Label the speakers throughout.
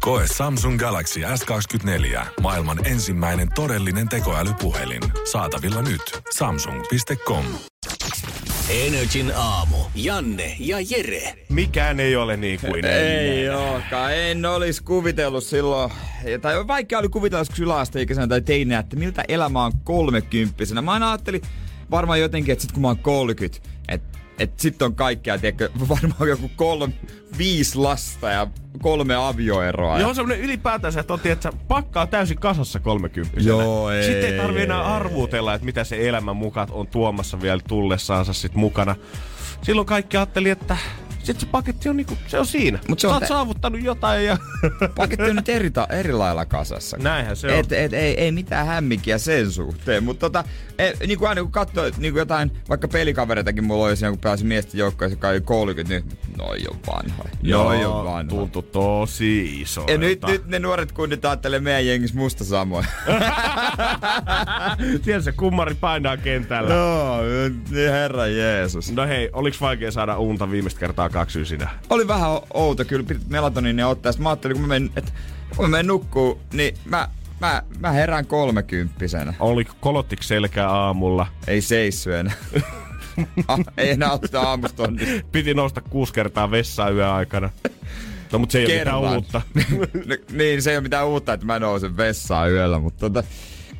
Speaker 1: Koe Samsung Galaxy S24. Maailman ensimmäinen todellinen tekoälypuhelin. Saatavilla nyt. Samsung.com.
Speaker 2: Energin aamu. Janne ja Jere.
Speaker 3: Mikään ei ole niin kuin ennen.
Speaker 4: Ei olekaan. En olisi kuvitellut silloin, tai vaikka oli kuvitella joskus yläasteikäisenä tai teinä, että miltä elämä on kolmekymppisenä. Mä aina ajattelin varmaan jotenkin, että sit kun mä oon 30, että et sit on kaikkea, tiedätkö, varmaan joku kolme, viisi lasta ja kolme avioeroa.
Speaker 3: Ja
Speaker 4: ja-
Speaker 3: on semmoinen ylipäätänsä, että on että pakkaa täysin kasassa 30
Speaker 4: Joo, ei.
Speaker 3: Sitten ei tarvi enää arvuutella, että mitä se elämän mukat on tuomassa vielä tullessaansa sit mukana. Silloin kaikki ajatteli, että sit se paketti on niinku, se on siinä.
Speaker 4: Mut se on
Speaker 3: Sä oot
Speaker 4: tä-
Speaker 3: saavuttanut jotain ja...
Speaker 4: Paketti on nyt eri, ta- eri lailla kasassa.
Speaker 3: Näinhän se on.
Speaker 4: Et, et, ei, ei mitään hämmikiä sen suhteen, mutta tota, e, niin kuin aina kun katsoo niin kuin jotain, vaikka pelikavereitakin mulla oli siinä, kun pääsi miesten joukkoon, joka oli 30, niin noi on vanha. Noi on vanha.
Speaker 3: tuntu tosi iso.
Speaker 4: ja nyt, nyt ne nuoret kunnit ajattelee meidän jengissä musta samoin.
Speaker 3: Siellä se kummari painaa kentällä.
Speaker 4: no, niin herra Jeesus.
Speaker 3: No hei, oliks vaikea saada unta viimeistä kertaa kaksi ysinä?
Speaker 4: Oli vähän o- outo kyllä, piti melatoninia ottaa. Sitten mä ajattelin, kun mä menen, että kun mä menen nukkuu, niin mä, mä, mä herään kolmekymppisenä.
Speaker 3: Oli kolottik selkää aamulla.
Speaker 4: Ei seissy enää. ah, ei enää ole sitä aamusta
Speaker 3: Piti nousta kuusi kertaa vessaan yön aikana. No mut se ei ole mitään uutta.
Speaker 4: no, niin, se ei ole mitään uutta, että mä nousen vessaan yöllä, mutta tota,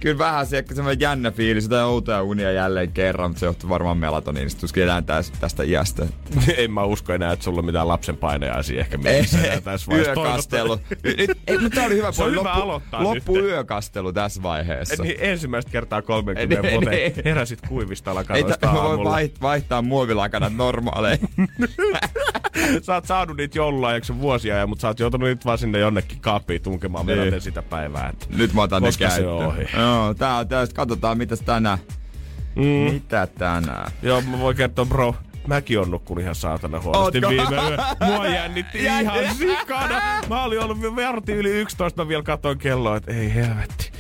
Speaker 4: kyllä vähän se, että semmoinen jännä fiilis, jotain outoja unia jälleen kerran, mutta se johtuu varmaan melatoniinista, tuskin elään täs, tästä iästä.
Speaker 3: en mä usko enää, että sulla on mitään lapsen painajaisia ehkä
Speaker 4: Ei,
Speaker 3: mielessä enää tässä vaiheessa.
Speaker 4: yökastelu. Nyt, ei, mutta tää oli hyvä
Speaker 3: Se on
Speaker 4: puoli.
Speaker 3: hyvä
Speaker 4: Loppu,
Speaker 3: aloittaa
Speaker 4: loppu
Speaker 3: nyt.
Speaker 4: yökastelu tässä vaiheessa.
Speaker 3: Et niin ensimmäistä kertaa
Speaker 4: En-
Speaker 3: 30
Speaker 4: en-
Speaker 3: vuoteen
Speaker 4: en-
Speaker 3: heräsit kuivista
Speaker 4: Ei, ta-
Speaker 3: lakanoista
Speaker 4: mä voin
Speaker 3: aamulla.
Speaker 4: vaiht- vaihtaa muovilakanat normaaleihin.
Speaker 3: Sä oot saanut niitä jollain, eikö se vuosia ja, mutta sä oot joutunut nyt vaan sinne jonnekin kaappiin tunkemaan
Speaker 4: Niin.
Speaker 3: verraten sitä päivää. Että.
Speaker 4: Nyt mä otan
Speaker 3: Koska
Speaker 4: ne
Speaker 3: se
Speaker 4: käyttöön.
Speaker 3: on ohi?
Speaker 4: Joo, tää on tästä. Katsotaan, mitäs tänään. Mm. Mitä tänään?
Speaker 3: Joo, mä voin kertoa, bro, mäkin on nukkunut ihan saatana huonosti
Speaker 4: Ootko?
Speaker 3: viime yö. Mua jännitti
Speaker 4: Jänn-
Speaker 3: ihan sikana. Mä olin ollut varti yli 11, mä vielä katsoin kelloa, että ei helvetti.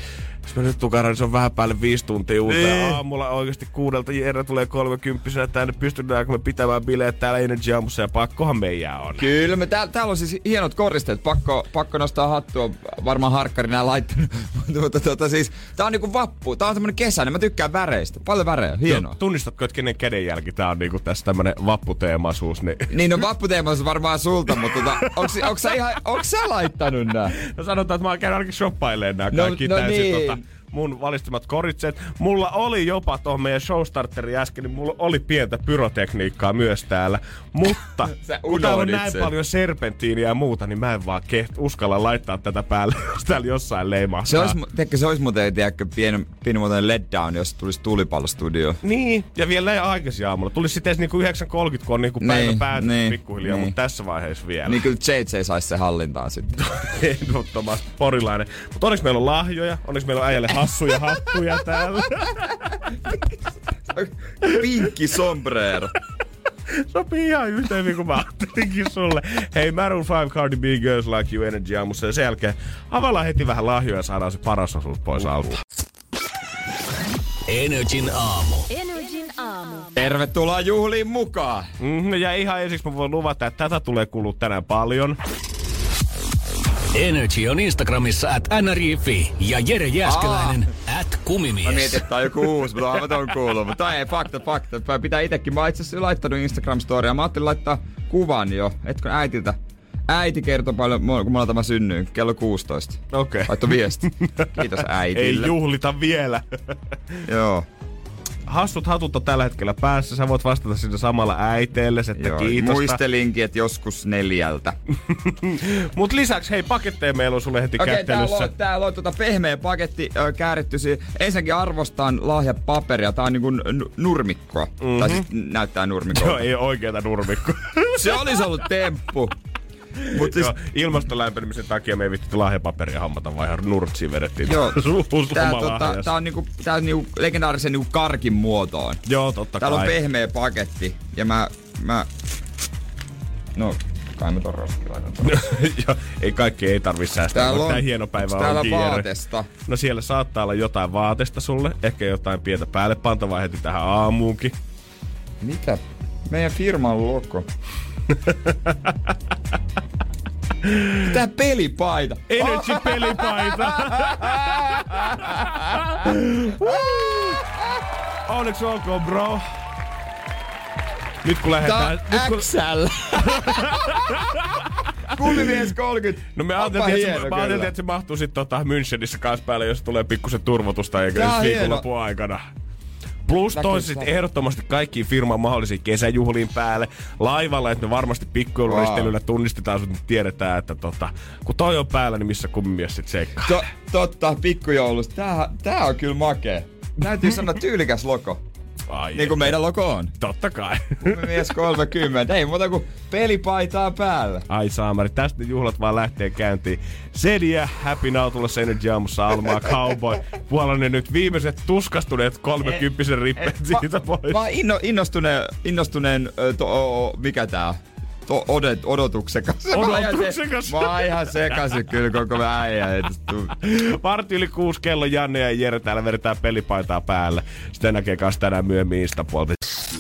Speaker 3: Jos mä nyt tukaran, niin se on vähän päälle viisi tuntia uutta.
Speaker 4: Niin.
Speaker 3: Ja aamulla oikeasti kuudelta Jere tulee kolmekymppisenä tänne. Pystytäänkö me pitämään bileet täällä Energy Aamussa ja pakkohan meidän on.
Speaker 4: Kyllä, me täällä, täällä on siis hienot koristeet. Pakko, pakko nostaa hattua. Varmaan harkkari nää laittanut. Mutta tota, siis, tää on niinku vappu. Tää on tämmönen kesäinen. Mä tykkään väreistä. Paljon värejä. Hienoa.
Speaker 3: Joo, tunnistatko, että kenen kädenjälki tää on niinku tässä tämmönen vapputeemaisuus, niin
Speaker 4: Niin on vapputeemassa varmaan sulta, mutta tota, onks, onks, sä ihan, onks sä laittanut nää?
Speaker 3: No sanotaan, että mä oon käynyt ainakin shoppailemaan nämä
Speaker 4: No-
Speaker 3: kaikki
Speaker 4: no
Speaker 3: täysin
Speaker 4: niin.
Speaker 3: tota, mun valistamat koritseet. Mulla oli jopa tuohon meidän showstarteri äsken, niin mulla oli pientä pyrotekniikkaa myös täällä. Mutta
Speaker 4: Sä
Speaker 3: kun täällä on
Speaker 4: unohdit
Speaker 3: näin
Speaker 4: sen.
Speaker 3: paljon serpentiiniä ja muuta, niin mä en vaan keht, uskalla laittaa tätä päälle, jos täällä jossain leimahtaa.
Speaker 4: Se olisi, mu- tiedätkö, se olisi muuten, tiedätkö, pieni, pieni muuten letdown, jos tulisi tulipallostudio.
Speaker 3: Niin, ja vielä näin aikaisin aamulla. Tuli sitten niinku 9.30, kun on niinku päivä
Speaker 4: Niin,
Speaker 3: päätynyt
Speaker 4: niin,
Speaker 3: pikkuhiljaa,
Speaker 4: niin.
Speaker 3: mutta tässä vaiheessa vielä.
Speaker 4: Niin kyllä JJ saisi se hallintaan sitten.
Speaker 3: Ehdottomasti porilainen. Mutta onneksi meillä on lahjoja, onneksi meillä on äijälle hassuja hattuja täällä.
Speaker 4: Pinkki sombrero.
Speaker 3: Sopii ihan yhtä hyvin kuin mä ajattelinkin sulle. Hei, Maroon 5, Cardi B, Girls Like You, Energy aamussa. Ja sen jälkeen availlaan heti vähän lahjoja ja saadaan se paras osuus pois alta.
Speaker 2: Energin aamu.
Speaker 5: Energin aamu.
Speaker 4: Tervetuloa juhliin mukaan.
Speaker 3: Mm, ja ihan ensiksi mä voin luvata, että tätä tulee kulua tänään paljon.
Speaker 2: Energy on Instagramissa at nrj.fi ja Jere Jääskeläinen at
Speaker 4: Mä mietin,
Speaker 2: kumimies.
Speaker 4: että tää on joku uusi, mutta mä ton kuullut. Mutta tää ei, fakta, fakta. Mä pitää itekin, mä oon itse asiassa laittanut instagram storya Mä ajattelin laittaa kuvan jo, etkö äitiltä. Äiti kertoi paljon, kun mä tämä synnyin, kello 16.
Speaker 3: Okei.
Speaker 4: Laitto viesti. Kiitos
Speaker 3: Ei
Speaker 4: äitille.
Speaker 3: juhlita vielä.
Speaker 4: Joo.
Speaker 3: Hassut hatut on tällä hetkellä päässä. Sä voit vastata sinne samalla äiteelle, että
Speaker 4: Joo.
Speaker 3: kiitos.
Speaker 4: Muistelinkin, että joskus neljältä.
Speaker 3: Mut lisäksi, hei, paketteja meillä on sulle heti
Speaker 4: Okei, täällä
Speaker 3: kättelyssä.
Speaker 4: on, täällä on tota pehmeä paketti ö, kääritty siihen. Ensinnäkin arvostaan lahjapaperia. Tää on niinku n- nurmikkoa. Mm-hmm. Tai siis näyttää
Speaker 3: Mhm. Joo,
Speaker 4: nurmikolta.
Speaker 3: ei ole oikeeta nurmikko.
Speaker 4: Se olisi ollut temppu. Mut siis,
Speaker 3: Joo, ilmaston lämpenemisen takia me ei vittu lahjapaperia hammata, vaan ihan nurtsiin vedettiin.
Speaker 4: joo,
Speaker 3: Suus
Speaker 4: tää,
Speaker 3: loma
Speaker 4: tota,
Speaker 3: lahjas.
Speaker 4: tää on niinku, tää on niinku legendaarisen niinku karkin muotoon.
Speaker 3: Joo, totta
Speaker 4: Täällä on
Speaker 3: kai.
Speaker 4: pehmeä paketti ja mä, mä... No, kai mä ton roskiin laitan ton.
Speaker 3: Joo, ei kaikki ei tarvi säästää,
Speaker 4: Täällä
Speaker 3: mutta
Speaker 4: on,
Speaker 3: tää hieno päivä
Speaker 4: täällä
Speaker 3: on
Speaker 4: on vaatesta.
Speaker 3: No siellä saattaa olla jotain vaatesta sulle, ehkä jotain pientä päälle pantavaa heti tähän aamuunkin.
Speaker 4: Mitä? Meidän firman logo. Tää pelipaita.
Speaker 3: Energy pelipaita. Woo! Onneksi olkoon, bro. Nyt kun
Speaker 4: Tää
Speaker 3: lähdetään...
Speaker 4: on
Speaker 3: Nyt kun,
Speaker 4: XL. Kummimies 30.
Speaker 3: no me
Speaker 4: Onpa
Speaker 3: ajateltiin, että, se, me
Speaker 4: hieno
Speaker 3: ajateltiin,
Speaker 4: kyllä.
Speaker 3: että se mahtuu sitten tota Münchenissä kans päälle, jos tulee pikkusen turvotusta eikä
Speaker 4: Tää
Speaker 3: nyt
Speaker 4: on
Speaker 3: viikonlopun aikana. Plus
Speaker 4: Näkyy
Speaker 3: toisit
Speaker 4: sitä.
Speaker 3: ehdottomasti kaikkiin firman mahdollisiin kesäjuhliin päälle laivalla, että me varmasti pikkujouluristeilyllä tunnistetaan sut, niin tiedetään, että tota, kun toi on päällä, niin missä kummimies sit seikkaa.
Speaker 4: To, totta, pikkujoulusta. Tää, tää on kyllä makee. Täytyy sanoa tyylikäs logo.
Speaker 3: Ai,
Speaker 4: Niin kuin meidän logo on.
Speaker 3: Totta kai.
Speaker 4: Mies 30. Ei muuta kuin pelipaitaa päällä.
Speaker 3: Ai saamari, tästä ne juhlat vaan lähtee käyntiin. Sediä, Happy Now tulossa Energy Aamussa, Almaa, Cowboy. Puolainen nyt viimeiset tuskastuneet kolmekymppisen rippeet siitä pois.
Speaker 4: Mä oon inno, innostuneen, innostuneen ö, to, o, o, mikä tää? To, odet, odotuksekas. Mä oon ihan se-
Speaker 3: Odotuksekas.
Speaker 4: Mä oon ihan sekasin kyllä koko äijä. et tuu.
Speaker 3: Varti yli kuusi kello, Janne ja Jere täällä vedetään pelipaitaa päälle. Sitä näkee kanssa tänään myöhemmin Instapuolta.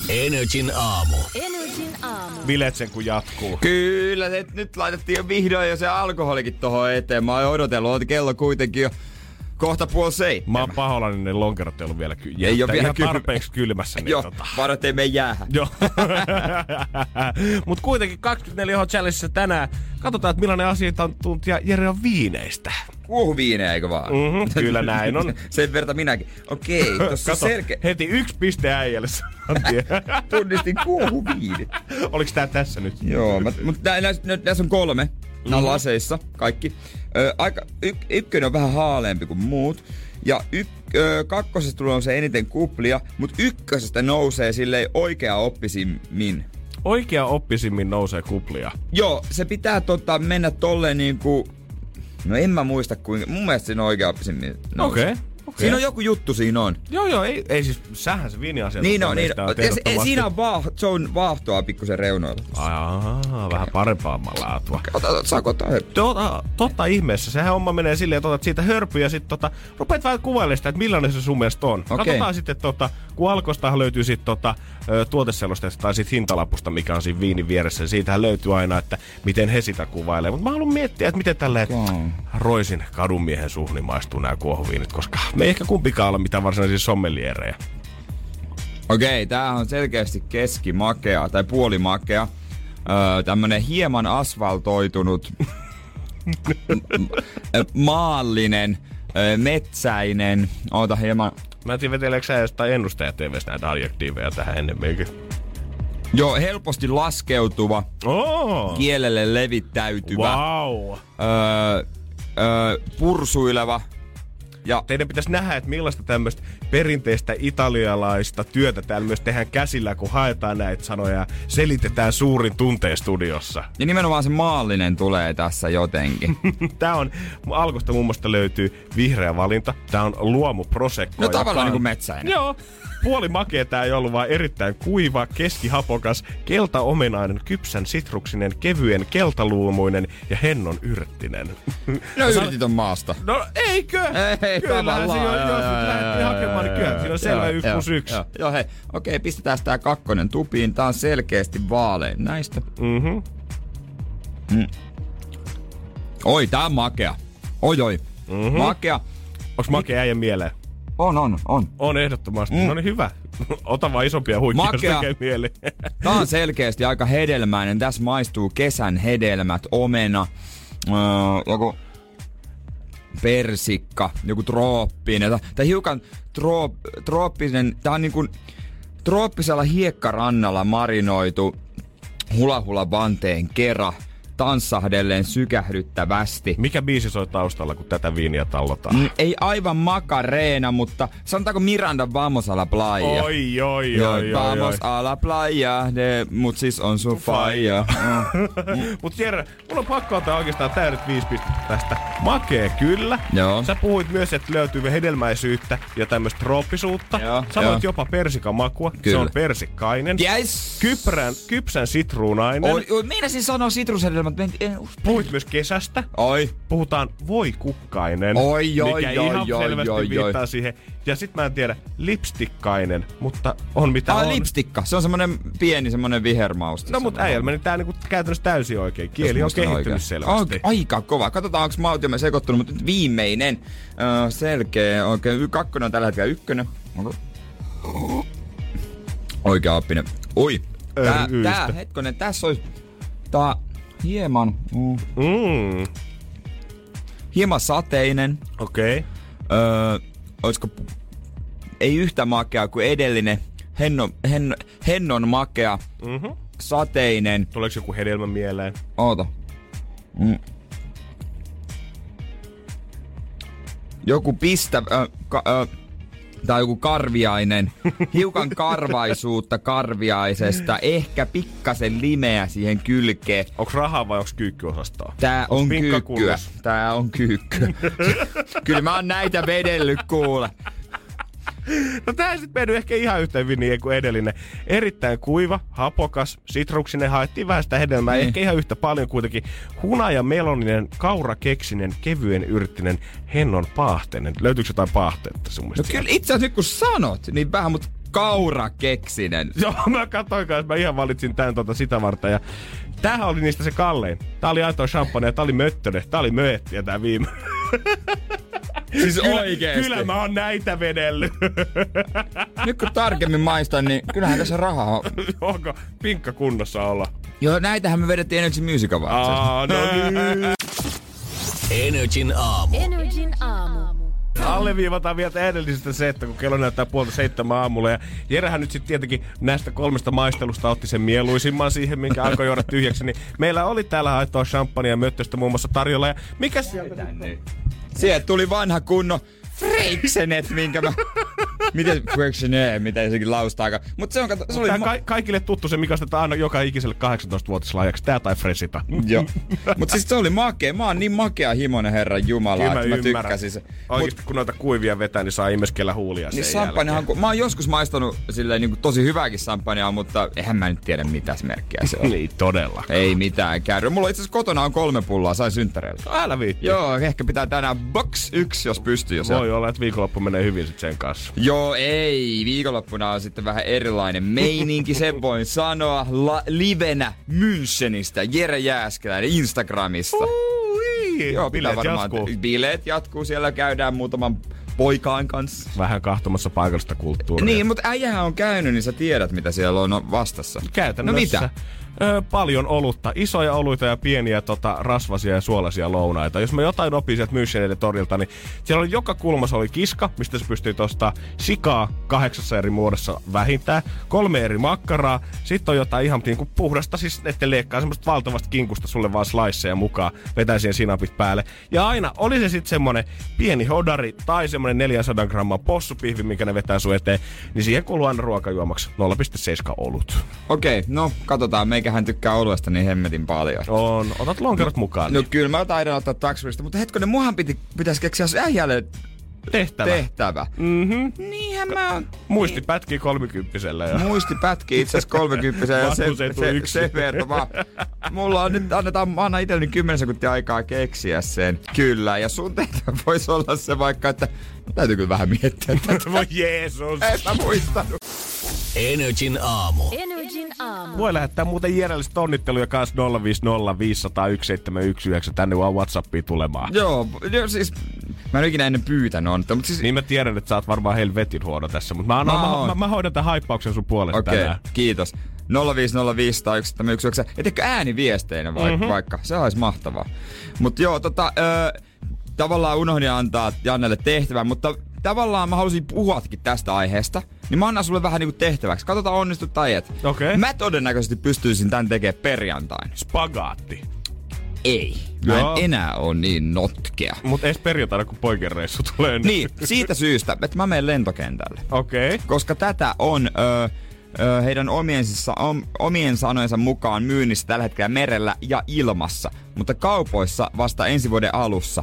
Speaker 2: Energin aamu.
Speaker 5: Energin aamu.
Speaker 3: Biletsen kun jatkuu.
Speaker 4: Kyllä, se, nyt laitettiin jo vihdoin jo se alkoholikin tohon eteen. Mä oon odotellut, oot kello kuitenkin jo kohta puoli seitsemän.
Speaker 3: Mä oon pahoillani, ne lonkerot ei ollut vielä kyl...
Speaker 4: Ei oo vielä
Speaker 3: ihan
Speaker 4: kyl-
Speaker 3: tarpeeksi kylmässä. Niin
Speaker 4: Joo,
Speaker 3: tota.
Speaker 4: varo, ettei me jäähä.
Speaker 3: Joo. Mut kuitenkin 24H Challengeissa tänään. Katsotaan, että millainen asiantuntija Jere on viineistä.
Speaker 4: Kuohu viineä, eikö vaan?
Speaker 3: Mhm, kyllä näin on.
Speaker 4: Sen verta minäkin. Okei, tossa on
Speaker 3: Kato,
Speaker 4: selkeä.
Speaker 3: heti yksi piste äijälle saman tien.
Speaker 4: Tunnistin kuohu viinet.
Speaker 3: Oliks tää tässä nyt? Mhm.
Speaker 4: Joo, mutta näissä nä, näis on kolme. Nämä on laseissa, kaikki. Ö, aika, y, ykkönen on vähän haaleempi kuin muut. Ja yk, ö, kakkosesta tulee se eniten kuplia, mutta ykkösestä nousee silleen oikea oppisimmin.
Speaker 3: Oikea oppisimmin nousee kuplia.
Speaker 4: Joo, se pitää tota, mennä tolleen niinku... No en mä muista kuinka... Mun mielestä siinä on oikea oppisimmin nousee.
Speaker 3: Okei, okei.
Speaker 4: Siinä on joku juttu, siinä on.
Speaker 3: Joo, joo, ei, ei siis, sähän se tota viiniasia.
Speaker 4: Niin on, niin on. Ja se- ei, siinä on, vaah, se on vaahtoa pikkusen reunoilla.
Speaker 3: Aa, vähän parempaa laatua.
Speaker 4: Ota, ota, saako ottaa hörppy?
Speaker 3: Tota, totta ihmeessä. Sehän homma menee silleen, että otat siitä hörpy ja sitten tota, rupeat vähän kuvailemaan sitä, että millainen se sun mielestä on.
Speaker 4: Okei.
Speaker 3: Katsotaan sitten, tota, kun alkostahan löytyy sitten tota, ö, tuoteselosteesta tai sitten hintalapusta, mikä on siinä viinin vieressä. Ja siitähän löytyy aina, että miten he sitä kuvailee. Mutta mä haluan miettiä, että miten tälleen
Speaker 4: Joo.
Speaker 3: Roisin kadunmiehen suhni maistuu nämä kuohuviinit, koska me ei ehkä kumpikaan ole mitään varsinaisia sommelierejä.
Speaker 4: Okei, tää on selkeästi keskimakea tai puolimakea. Öö, tämmönen hieman asfaltoitunut, m- m- maallinen, öö, metsäinen. Oota hieman.
Speaker 3: Mä en tiedä, veteleekö sä jostain ennustaja TVstä näitä adjektiiveja tähän ennemminkin.
Speaker 4: Joo, helposti laskeutuva,
Speaker 3: Oh!
Speaker 4: kielelle levittäytyvä,
Speaker 3: Wow!
Speaker 4: öö, öö, pursuileva. Ja
Speaker 3: Teidän pitäisi nähdä, että millaista tämmöistä perinteistä italialaista työtä täällä myös tehdään käsillä, kun haetaan näitä sanoja ja selitetään suurin tunteen studiossa.
Speaker 4: ja nimenomaan se maallinen tulee tässä jotenkin.
Speaker 3: Tää on, alkusta muun muassa löytyy vihreä valinta. Tää on luomu prosecco.
Speaker 4: No
Speaker 3: joka
Speaker 4: tavallaan
Speaker 3: on-
Speaker 4: niinku metsäinen.
Speaker 3: Joo. Puoli makea tää ei ollut, vaan erittäin kuiva, keskihapokas, keltaomenainen, kypsän sitruksinen, kevyen, keltaluumuinen ja hennon yrttinen.
Speaker 4: No yritit on maasta.
Speaker 3: No eikö?
Speaker 4: Ei,
Speaker 3: Kyllähän se
Speaker 4: tavallaan,
Speaker 3: jo,
Speaker 4: joo,
Speaker 3: jos
Speaker 4: joo,
Speaker 3: nyt lähtee
Speaker 4: joo,
Speaker 3: hakemaan, niin
Speaker 4: joo,
Speaker 3: kyllähän
Speaker 4: joo,
Speaker 3: siinä on
Speaker 4: joo,
Speaker 3: selvä yksi
Speaker 4: joo,
Speaker 3: plus yksi.
Speaker 4: joo. Joo, hei. Okei, pistetään tää kakkonen tupiin. Tää on selkeästi vaalein näistä. Mhm. Oi, tää on makea. Oi, oi. Mm-hmm. Makea.
Speaker 3: Mhm.
Speaker 4: Niin-
Speaker 3: Onks makea äijän mieleen?
Speaker 4: On, on, on.
Speaker 3: On ehdottomasti. Mm. No niin hyvä. Ota vaan isompia huikkia, jos
Speaker 4: Makea.
Speaker 3: tekee mieli.
Speaker 4: Tää on selkeästi aika hedelmäinen. Tässä maistuu kesän hedelmät, omena, öö, joku persikka, joku trooppinen. Tää- Tää hiukan troop, trooppinen, tää on niinku trooppisella hiekkarannalla marinoitu hula hula vanteen kera. tanssahdelleen sykähdyttävästi.
Speaker 3: Mikä biisi soi taustalla, kun tätä viiniä tallotaan?
Speaker 4: Mm, Ei aivan makareena, mutta sanotaanko Miranda Vamos a la playa?
Speaker 3: Oi, oi, oi, oi,
Speaker 4: vamos
Speaker 3: oi.
Speaker 4: a la playa, de, mut siis on sun faija.
Speaker 3: Mut Jere, mulla on pakko antaa oikeastaan täydet viisi pistettä tästä. Makee kyllä.
Speaker 4: Joo.
Speaker 3: Sä puhuit myös, että löytyy hedelmäisyyttä ja tämmöistä trooppisuutta.
Speaker 4: Joo,
Speaker 3: Sanoit
Speaker 4: joo.
Speaker 3: jopa persikamakua. Se
Speaker 4: Kyllä.
Speaker 3: on persikkainen.
Speaker 4: yes!
Speaker 3: Kyprän, kypsän sitruunainen.
Speaker 4: Oi, oi, meinasin sanoa sitrushedelmät, mutta en, en us-
Speaker 3: Puhuit myös kesästä.
Speaker 4: Oi.
Speaker 3: Puhutaan voi kukkainen,
Speaker 4: Oi, oi,
Speaker 3: mikä
Speaker 4: oi,
Speaker 3: ihan
Speaker 4: oi,
Speaker 3: selvästi
Speaker 4: oi, oi.
Speaker 3: viittaa siihen. Ja sit mä en tiedä, lipstikkainen, mutta on mitä
Speaker 4: Tää on
Speaker 3: on.
Speaker 4: Ah, lipstikka. Se on semmonen pieni semmonen vihermauste.
Speaker 3: No mut
Speaker 4: Semmonen.
Speaker 3: äijällä meni tää niinku käytännössä täysin oikein.
Speaker 4: Jos
Speaker 3: Kieli on
Speaker 4: muistan
Speaker 3: kehittynyt
Speaker 4: oikein.
Speaker 3: selvästi.
Speaker 4: Onko- aika kova. Katsotaan, onko mautiamme sekoittunut, mutta nyt viimeinen. Öö, selkeä. Oikein. Y- kakkonen on tällä hetkellä ykkönen. Onko? Oikea oppinen. Oi. Tää,
Speaker 3: Öryistä.
Speaker 4: tää, hetkonen, tässä olisi... Tää hieman... Mm,
Speaker 3: Mm,
Speaker 4: hieman sateinen.
Speaker 3: Okei. Okay.
Speaker 4: Öö, olisiko... Ei yhtä makea kuin edellinen. Henno, henno, hennon makea.
Speaker 3: Mhm.
Speaker 4: Sateinen.
Speaker 3: Tuleeko joku hedelmä mieleen?
Speaker 4: Oota. Mm. Joku pistä... Äh, ka, äh, tai joku karviainen. Hiukan karvaisuutta karviaisesta. Ehkä pikkasen limeä siihen kylkeen.
Speaker 3: Onko rahaa vai onko kyykkyosastoa?
Speaker 4: Tää on
Speaker 3: pinkka
Speaker 4: kyykkyä.
Speaker 3: kullas?
Speaker 4: Tää on kyykkyä. Kyllä mä oon näitä vedellyt kuule.
Speaker 3: No tää ei sit mennyt ehkä ihan yhtä hyvin niin kuin edellinen. Erittäin kuiva, hapokas, sitruksinen, haettiin vähän sitä hedelmää,
Speaker 4: Niin.
Speaker 3: ehkä ihan yhtä paljon kuitenkin. Hunaja, meloninen, kaurakeksinen, kevyen yrttinen, hennon paahtenen. Löytyykö jotain paahteetta sun
Speaker 4: No
Speaker 3: mielestä?
Speaker 4: kyllä itse asiassa nyt kun sanot, niin vähän mut kaurakeksinen.
Speaker 3: Joo, mä katsoin kanssa, mä ihan valitsin tän tota sitä varten. Ja tämähän oli niistä se kallein. Tää oli aitoa champagne, ja tää oli möttöne, tää oli möettiä tää viime.
Speaker 4: Siis
Speaker 3: Kyllä,
Speaker 4: oikeesti.
Speaker 3: kyllä mä oon näitä vedellyt.
Speaker 4: Nyt kun tarkemmin maistan, niin kyllähän tässä rahaa on.
Speaker 3: Onko pinkka kunnossa olla?
Speaker 4: Joo, näitähän me vedettiin Energy Music Awardsissa.
Speaker 3: Aa, no niin.
Speaker 2: Energin aamu.
Speaker 5: Energin aamu.
Speaker 3: Alleviivataan vielä edellisestä se, että kun kello näyttää puolta seitsemän aamulla ja Jerehän nyt sitten tietenkin näistä kolmesta maistelusta otti sen mieluisimman siihen, minkä alkoi juoda tyhjäksi, niin meillä oli täällä haettua champagnea ja möttöstä muun muassa tarjolla ja mikä sieltä?
Speaker 4: Sieltä tuli vanha kunno Freiksenet, minkä mä... Miten Freiksenet, mitä sekin laustaakaan. Mut se on, kato, se oli...
Speaker 3: Tämä
Speaker 4: ma-
Speaker 3: ka- kaikille tuttu se, mikä sitä aina joka ikiselle 18-vuotislaajaksi. Tää tai Fresita.
Speaker 4: Joo. Mut siis se oli makea. Mä oon niin makea himonen herran jumala,
Speaker 3: Kyllä mä,
Speaker 4: että mä
Speaker 3: ymmärrän.
Speaker 4: tykkäsin se. Mut
Speaker 3: Oikeesti kun noita kuivia vetää, niin saa imeskellä huulia sen
Speaker 4: niin samppanjahan, kun, mä oon joskus maistanut silleen, niin kuin tosi hyvääkin samppanjaa, mutta eihän mä nyt tiedä mitä merkkiä se
Speaker 3: jälkeen.
Speaker 4: on.
Speaker 3: Niin todella.
Speaker 4: Ei mitään käy. Mulla itse asiassa kotona on kolme pulloa, sain synttäreillä.
Speaker 3: Älä viitti.
Speaker 4: Joo, ehkä pitää tänään box yksi, jos pystyy. Jos
Speaker 3: Voi olla, että viikonloppu menee hyvin sit sen kanssa.
Speaker 4: Joo, ei. Viikonloppuna on sitten vähän erilainen meininki, sen voin sanoa. La- livenä Münchenistä, Jere Jääskeläinen Instagramista.
Speaker 3: Ui,
Speaker 4: Joo, pitää
Speaker 3: bileet
Speaker 4: varmaan...
Speaker 3: jatkuu.
Speaker 4: Bileet jatkuu, siellä käydään muutaman poikaan kanssa.
Speaker 3: Vähän kahtomassa paikallista kulttuuria.
Speaker 4: Niin, mutta äijähän on käynyt, niin sä tiedät, mitä siellä on vastassa.
Speaker 3: Käytännössä.
Speaker 4: No mitä?
Speaker 3: Ö, paljon olutta, isoja oluita ja pieniä tota, rasvasia ja suolaisia lounaita. Jos mä jotain opin sieltä Münchenin torilta, niin siellä oli joka kulmassa oli kiska, mistä se pystyy ostaa sikaa kahdeksassa eri muodossa vähintään, kolme eri makkaraa, sitten on jotain ihan niin kuin puhdasta, siis ettei leikkaa semmoista valtavasta kinkusta sulle vaan sliceja mukaan, vetää siihen sinapit päälle. Ja aina oli se sitten semmonen pieni hodari tai semmonen 400 grammaa possupihvi, minkä ne vetää sun eteen, niin siihen kuuluu aina ruokajuomaksi 0,7 olut.
Speaker 4: Okei, no katsotaan, meikähän tykkää oluesta niin hemmetin paljon.
Speaker 3: On. Otat lonkerot mukaan.
Speaker 4: No
Speaker 3: No,
Speaker 4: kyllä mä taidan ottaa taksvista, mutta hetkonen, muhan piti, pitäisi keksiä äijälle
Speaker 3: tehtävä. Te.
Speaker 4: tehtävä. Niin.
Speaker 3: Mm-hmm.
Speaker 4: Niinhän mä oon
Speaker 3: Muisti pätkii kolmikymppisellä. Ja.
Speaker 4: muisti pätkii itse asiassa 30 ja se,
Speaker 3: Vastus ei
Speaker 4: se,
Speaker 3: tule
Speaker 4: se,
Speaker 3: yksin.
Speaker 4: se verta vaan. Mulla on nyt, annetaan, mä annan itselleni 10 sekuntia aikaa keksiä sen. Kyllä, ja sun tehtävä voisi olla se vaikka, että no, täytyy kyllä vähän miettiä tätä.
Speaker 3: Voi Jeesus.
Speaker 4: En mä muistanut.
Speaker 2: Energin aamu.
Speaker 5: Energin aamu.
Speaker 3: Voi lähettää muuten järjellistä onnitteluja kanssa 050 501 719 tänne vaan Whatsappiin tulemaan.
Speaker 4: Joo, jo, siis mä en ole ikinä ennen pyytänyt onnetta, mutta siis...
Speaker 3: Niin mä tiedän, että sä oot varmaan helvetin huono tässä, mutta No, mä, annan,
Speaker 4: Mä
Speaker 3: mä,
Speaker 4: oon.
Speaker 3: mä, mä, mä, hoidan tämän haippauksen sun puolesta
Speaker 4: Okei, okay,
Speaker 3: tänään.
Speaker 4: kiitos. 050501719. Etteikö ääniviesteinä vai,
Speaker 3: Mhm.
Speaker 4: mm-hmm. vaikka? Se olisi mahtavaa. Mutta joo, tota, ö, tavallaan unohdin antaa Jannelle tehtävän, mutta tavallaan mä halusin puhuakin tästä aiheesta. Niin mä annan sulle vähän niinku tehtäväksi. Katsotaan onnistu tai et.
Speaker 3: Okei.
Speaker 4: Mä todennäköisesti pystyisin tän tekemään perjantaina.
Speaker 3: Spagaatti.
Speaker 4: ei. Mä
Speaker 3: Joo.
Speaker 4: en enää ole niin notkea.
Speaker 3: Mutta edes perjantaina, kun poikien reissu tulee.
Speaker 4: Niin, siitä syystä, että mä menen lentokentälle.
Speaker 3: Okei.
Speaker 4: Koska tätä on ö, ö, heidän omiensa, om, omien sanojensa mukaan myynnissä tällä hetkellä merellä ja ilmassa, mutta kaupoissa vasta ensi vuoden alussa.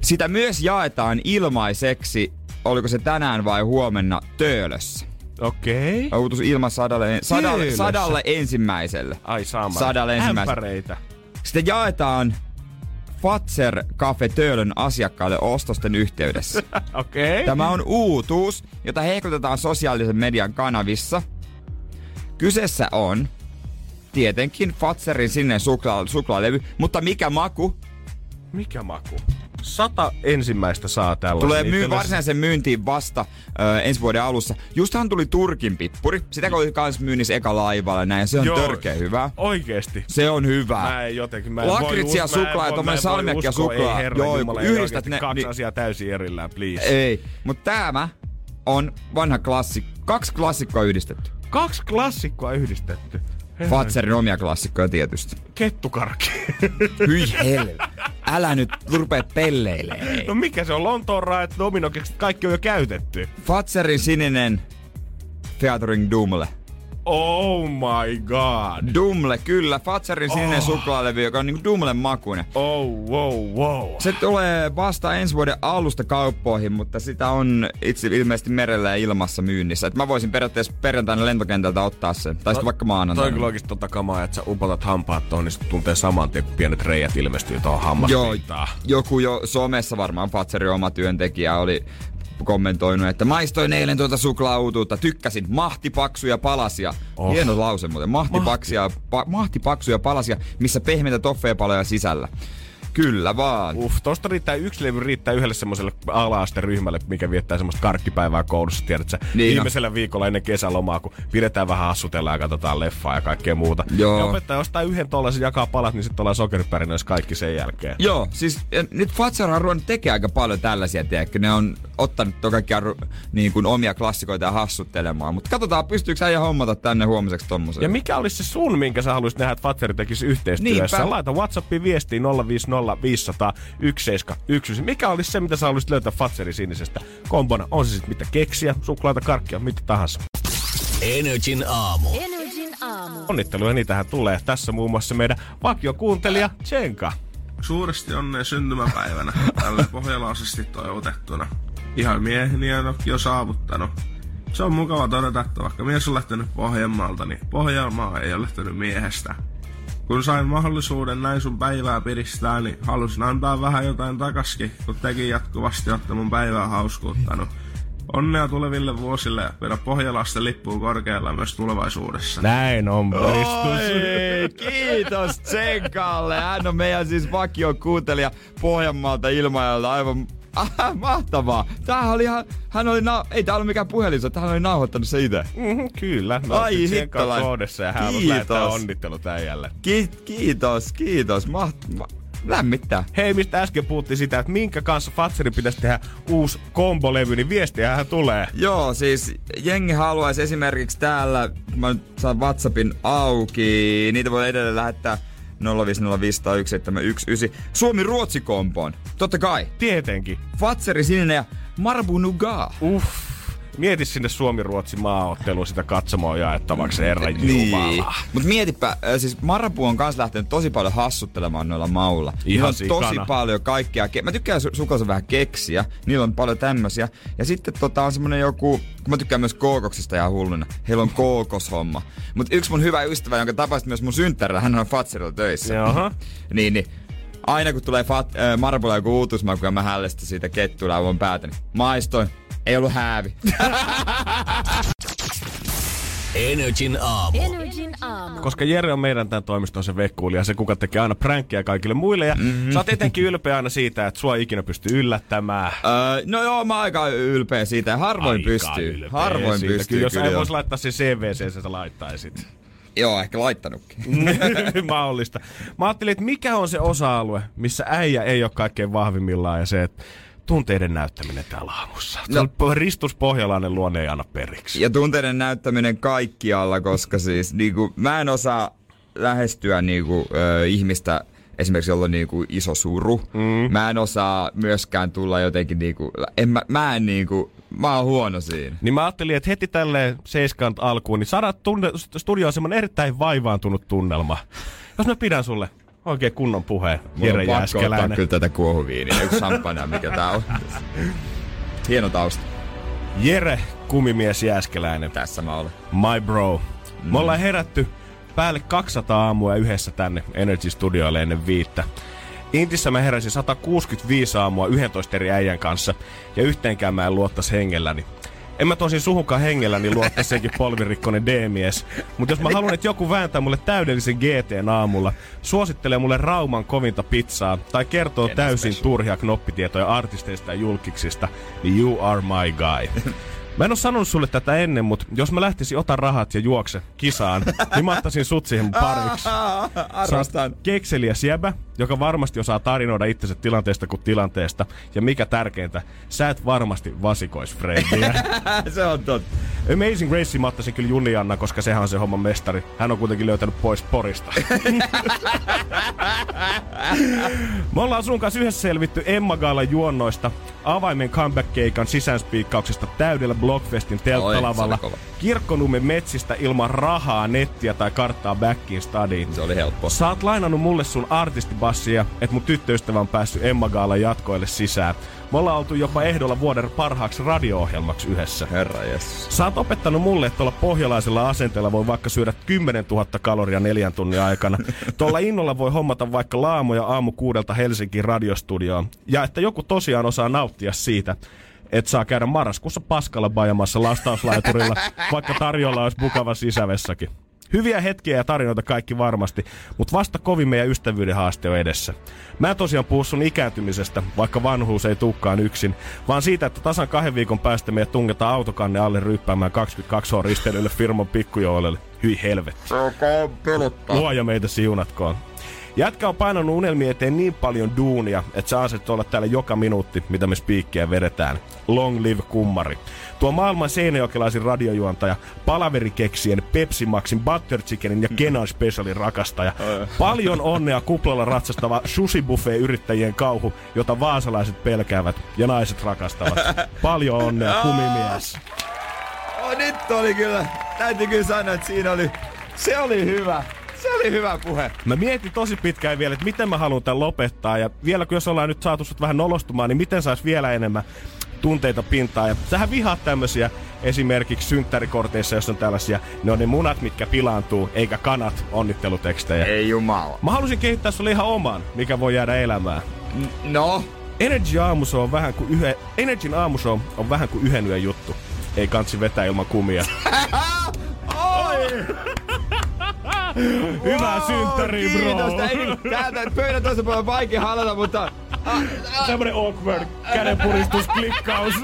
Speaker 4: Sitä myös jaetaan ilmaiseksi, oliko se tänään vai huomenna, töölössä.
Speaker 3: Okei.
Speaker 4: Autus ilma sadalle, sadalle,
Speaker 3: Töölössä?
Speaker 4: sadalle ensimmäiselle.
Speaker 3: Ai saama.
Speaker 4: Sadalla ensimmäistä.
Speaker 3: Ämpäreitä.
Speaker 4: Sitä jaetaan Fatser Cafe Töölön asiakkaille ostosten yhteydessä.
Speaker 3: Okei.
Speaker 4: Tämä on uutuus, jota hehkutetaan sosiaalisen median kanavissa. Kyseessä on tietenkin Fatserin sinne sukla- suklaalevy, mutta mikä maku?
Speaker 3: Mikä maku? Sata ensimmäistä saa tällä.
Speaker 4: Tulee myy varsinaisen myyntiin vasta ö, ensi vuoden alussa. Justhan tuli Turkin pippuri. Sitä oli kans myynnissä eka laivalla ja näin. Se on
Speaker 3: Joo.
Speaker 4: törkeä hyvä.
Speaker 3: Oikeesti.
Speaker 4: Se on hyvä.
Speaker 3: Mä en jotenkin, mä en
Speaker 4: Lakritsia
Speaker 3: voi us- mä en
Speaker 4: suklaa ja
Speaker 3: voi-
Speaker 4: tommonen
Speaker 3: mä en voi
Speaker 4: salmiakki ja
Speaker 3: uskoa,
Speaker 4: suklaa.
Speaker 3: Ei herra
Speaker 4: Joo,
Speaker 3: Joo, Jumala,
Speaker 4: kun
Speaker 3: yhdistät
Speaker 4: yhdistät
Speaker 3: ne.
Speaker 4: ne,
Speaker 3: Kaksi
Speaker 4: niin-
Speaker 3: asiaa täysin erillään, please.
Speaker 4: Ei, mutta tämä on vanha klassikko. Kaksi klassikkoa yhdistetty.
Speaker 3: Kaksi klassikkoa yhdistetty. Herra,
Speaker 4: Fatserin omia klassikkoja tietysti.
Speaker 3: Kettukarkki.
Speaker 4: Hyi helvetti. Älä nyt rupee pelleilee.
Speaker 3: no mikä se on? Lontoon raet, dominokeksit, kaikki on jo käytetty.
Speaker 4: Fatserin sininen featuring Dumle.
Speaker 3: Oh my god.
Speaker 4: Dumle, kyllä. Fatserin sininen oh. suklaalevy, joka on niinku Dumlen makuinen.
Speaker 3: Oh, wow, wow.
Speaker 4: Se tulee vasta ensi vuoden alusta kauppoihin, mutta sitä on itse ilmeisesti merellä ja ilmassa myynnissä. Et mä voisin periaatteessa perjantaina lentokentältä ottaa sen. Tai sitten vaikka
Speaker 3: Toi on kyllä
Speaker 4: maanantaina.
Speaker 3: oikeesti tota kamaa, että sä upotat hampaat tuohon, niin sit tuntee saman tien, kun pienet reijät ilmestyy tuohon
Speaker 4: Joo,
Speaker 3: hammaspintaan.
Speaker 4: joku jo somessa varmaan Fatserin oma työntekijä oli kommentoinut, että maistoin eilen tuota suklauutuutta, tykkäsin, mahtipaksuja palasia. Oh.
Speaker 3: Oh.
Speaker 4: Hieno lause muuten, mahtipaksuja, pa, mahtipaksuja palasia, missä pehmeitä toffeepaloja sisällä. Kyllä vaan.
Speaker 3: Uff, tosta riittää yksi levy riittää yhdelle semmoiselle ala-asteryhmälle, mikä viettää semmoista karkkipäivää koulussa, tiedät sä,
Speaker 4: Niin on.
Speaker 3: niin viimeisellä viikolla ennen kesälomaa, kun pidetään vähän hassutellaan ja katsotaan leffaa ja kaikkea muuta.
Speaker 4: Joo.
Speaker 3: Ja opettaja ostaa yhden tollasen, jakaa palat, niin sitten ollaan sokeripärinöissä kaikki sen jälkeen.
Speaker 4: Joo, siis eh, nyt Fatser on ruvennut tekemään aika paljon tällaisia, tiedätkö? Ne on ottanut to kaikkia ru- niin kuin omia klassikoita ja hassuttelemaan, mutta katsotaan pystyykö äijä hommata tänne huomiseksi tommosen.
Speaker 3: Ja mikä olisi se sun, minkä sä haluaisit nähdä, että Fatseri tekisi yhteistyössä?
Speaker 4: Niinpä.
Speaker 3: Niinpä. Laita WhatsAppiin viestiin 050 500 171. Mikä olisi se, mitä sä haluaisit löytää Fatseri sinisestä kombona? On se sitten mitä keksiä, suklaata, karkkia, mitä tahansa.
Speaker 2: Energin aamu.
Speaker 5: Energin aamu.
Speaker 3: Onnitteluja, niitähän tulee. Tässä muun muassa meidän vakiokuuntelija Tsenka.
Speaker 6: suuresti onnea syntymäpäivänä tälle pohjalaisesti toivotettuna. Ihan mieheni on toki jo saavuttanut. Se on mukava todeta, että vaikka mies on lähtenyt Pohjanmaalta, niin Pohjanmaa ei ole lähtenyt miehestä. Kun sain mahdollisuuden näin sun päivää piristää, niin halusin antaa vähän jotain takaskin, kun tekin jatkuvasti olette mun päivää hauskuuttanut. Onnea tuleville vuosille ja pidä pohjalaisten lippuun korkealla myös tulevaisuudessa.
Speaker 3: Näin on,
Speaker 4: Oi, kiitos Tsenkalle. Hän on meidän siis vakio kuuntelija Pohjanmaalta Ilmajalta. Aivan Ah, mahtavaa. Tämähän oli ihan, hän oli, na- ei tää ollut mikään puhelinsota, hän oli nauhoittanut se itse.
Speaker 3: Mhm, Kyllä, me
Speaker 4: Ai
Speaker 3: oltiin Tsenkan
Speaker 4: hittolainen.
Speaker 3: kohdassa ja hän
Speaker 4: Kiitos.
Speaker 3: on lähettää onnittelut äijälle.
Speaker 4: Ki- kiitos, kiitos. Maht- ma- lämmittää.
Speaker 3: Hei, mistä äsken puhuttiin sitä, että minkä kanssa Fatserin pitäisi tehdä uusi kombolevy, niin viestiähän tulee.
Speaker 4: Joo, siis jengi haluaisi esimerkiksi täällä, kun mä nyt saan WhatsAppin auki, niitä voi edelleen lähettää 050501719. Suomi-Ruotsi-kompoon. Totta kai.
Speaker 3: Tietenkin.
Speaker 4: Fatseri sininen ja Marbu Nugaa.
Speaker 3: Uff. Mieti sinne Suomi-Ruotsi maaotteluun sitä katsomoa jaettavaksi, herra Jumala.
Speaker 4: Niin. Mut mietipä, äh, siis Marapu on kans lähtenyt tosi paljon hassuttelemaan noilla maulla.
Speaker 3: Ihan
Speaker 4: on
Speaker 3: sikana.
Speaker 4: tosi paljon kaikkea. Ke- mä tykkään su- suklassa vähän keksiä, niillä on paljon tämmösiä. Ja sitten tota on semmonen joku, kun mä tykkään myös kookoksista ja hulluna. Heillä on kookoshomma. Mut yksi mun hyvä ystävä, jonka tapasit myös mun synttärillä, hän on Fatserilla töissä.
Speaker 3: Jaha.
Speaker 4: niin, niin. Aina kun tulee fat, äh, Marbulla joku uutusmaku ja mä hällestä siitä kettulaavon päätä, niin maistoin. Ei ollut häävi.
Speaker 2: Energin aamu.
Speaker 5: Energin aamu.
Speaker 3: Koska Jere on meidän tämän toimiston se vekkuuli ja se kuka tekee aina pränkkiä kaikille muille. Ja
Speaker 4: Mhm.
Speaker 3: mm-hmm. sä oot etenkin ylpeä aina siitä, että sua ei ikinä pystyy yllättämään.
Speaker 4: Öö, no joo, mä aika ylpeä siitä. ja Harvoin
Speaker 3: Aika
Speaker 4: pystyy.
Speaker 3: ylpeä
Speaker 4: Harvoin
Speaker 3: siitä.
Speaker 4: pystyy.
Speaker 3: Kyllä, jos
Speaker 4: kyllä
Speaker 3: ei
Speaker 4: joo.
Speaker 3: voisi laittaa sen CVC, sen sä laittaisit.
Speaker 4: joo, ehkä laittanutkin.
Speaker 3: Mahdollista. Mä ajattelin, että mikä on se osa-alue, missä äijä ei ole kaikkein vahvimmillaan ja se, että tunteiden näyttäminen täällä aamussa. No. Ristus Pohjalainen luonne ei anna periksi.
Speaker 4: Ja tunteiden näyttäminen kaikkialla, koska siis niinku, mä en osaa lähestyä niinku, ö, ihmistä esimerkiksi jolla on niinku iso suru. Mm. Mä en osaa myöskään tulla jotenkin niinku, en mä, mä en niinku, mä oon huono siinä.
Speaker 3: Niin mä ajattelin, että heti tälle seiskan alkuun, niin saadaan tunne, studioon semmonen erittäin vaivaantunut tunnelma. Jos mä pidän sulle oikein kunnon puheen,
Speaker 4: Mulla
Speaker 3: Jere
Speaker 4: on pakko ottaa
Speaker 3: Jääskeläinen.
Speaker 4: kyllä tätä kuohuviiniä, yksi champagnea, mikä tää on. Hieno tausta.
Speaker 3: Jere Kumimies Jääskeläinen.
Speaker 4: Tässä mä olen. Mm.
Speaker 3: My bro. Me ollaan herätty päälle 200 aamua yhdessä tänne Energy Studioille ennen viittä. Intissä mä heräsin 165 aamua 11 eri äijän kanssa ja yhteenkään mä en luottas hengelläni. En mä tosin suhunkaan hengelläni luottas senkin polvirikkonen D-mies. Mutta jos mä haluan, että joku vääntää mulle täydellisen GT aamulla, suosittelee mulle Rauman kovinta pizzaa tai kertoo täysin turhia knoppitietoja artisteista ja julkiksista, niin you are my guy. Mä en oo sanonut sulle tätä ennen, mutta jos mä lähtisin ota rahat ja juokse kisaan, niin mä ottaisin sut siihen pariksi.
Speaker 4: Arvostan.
Speaker 3: Kekseliä jäbä, joka varmasti osaa tarinoida itsensä tilanteesta kuin tilanteesta. Ja mikä tärkeintä, sä et varmasti vasikois Freddyä.
Speaker 4: Se on totta.
Speaker 3: Amazing Race mä ottaisin kyllä Julianna, koska sehän on se homman mestari. Hän on kuitenkin löytänyt pois porista. Me ollaan sun kanssa yhdessä selvitty Emma Gaalan juonnoista, avaimen comeback-keikan sisäänspiikkauksesta täydellä Blockfestin telttalavalla,
Speaker 4: Oi, se oli kova.
Speaker 3: kirkkonummen metsistä ilman rahaa, nettiä tai karttaa backin stadiin.
Speaker 4: Se oli helppo.
Speaker 3: Sä oot lainannut mulle sun artistibassia, että mun tyttöystävä on päässyt Emma Gaalan jatkoille sisään. Me ollaan oltu jopa ehdolla vuoden parhaaksi radio-ohjelmaksi yhdessä.
Speaker 4: Herra jes.
Speaker 3: Sä oot opettanut mulle, että tuolla pohjalaisella asenteella voi vaikka syödä 10 000 kaloria neljän tunnin aikana. Tuolla innolla voi hommata vaikka laamuja aamu kuudelta Helsingin radiostudioon. Ja että joku tosiaan osaa nauttia siitä, että saa käydä marraskuussa paskalla bajamassa lastauslaiturilla, vaikka tarjolla olisi mukava sisävessakin. Hyviä hetkiä ja tarinoita kaikki varmasti, mutta vasta kovin meidän ystävyyden haaste on edessä. Mä en tosiaan puhu sun ikääntymisestä, vaikka vanhuus ei tulekaan yksin, vaan siitä, että tasan kahden viikon päästä meidät tungetaan autokanne alle ryppäämään 22H-risteilylle firman pikkujoulelle. Hyi helvetti. Luoja meitä siunatkoon. Jätkä on painanut unelmien eteen niin paljon duunia, että saa se olla täällä joka minuutti, mitä me spiikkiä vedetään. Long live kummari. Tuo maailman seinäjokelaisin radiojuontaja, palaverikeksien, Pepsi Maxin, Butter Chickenin ja Kenan Specialin rakastaja. Paljon onnea kuplalla ratsastava sushi buffet yrittäjien kauhu, jota vaasalaiset pelkäävät ja naiset rakastavat. Paljon onnea, kumimies.
Speaker 4: Oh, nyt oli kyllä. Täytyy kyllä sanoa, että siinä oli... Se oli hyvä. Se oli hyvä puhe.
Speaker 3: Mä mietin tosi pitkään vielä, että miten mä haluan tämän lopettaa. Ja vielä kun jos ollaan nyt saatu sut vähän nolostumaan, niin miten sais vielä enemmän tunteita pintaan. Ja sähän vihaat tämmösiä esimerkiksi synttärikorteissa, jos on tällaisia, ne on ne munat, mitkä pilaantuu, eikä kanat onnittelutekstejä.
Speaker 4: Ei jumala.
Speaker 3: Mä halusin kehittää sulle ihan oman, mikä voi jäädä elämään.
Speaker 4: No,
Speaker 3: Energy aamushow on vähän kuin yhe... Energyn aamushow on vähän kuin yhden yön juttu. Ei kansi vetää ilman kumia. Hyvää synttäriä, bro!
Speaker 4: Kiitos. Ei, täältä pöydän toisella puolella on vaikea halata, mutta... Ah,
Speaker 3: Tämmönen awkward kädenpuristus, klikkaus.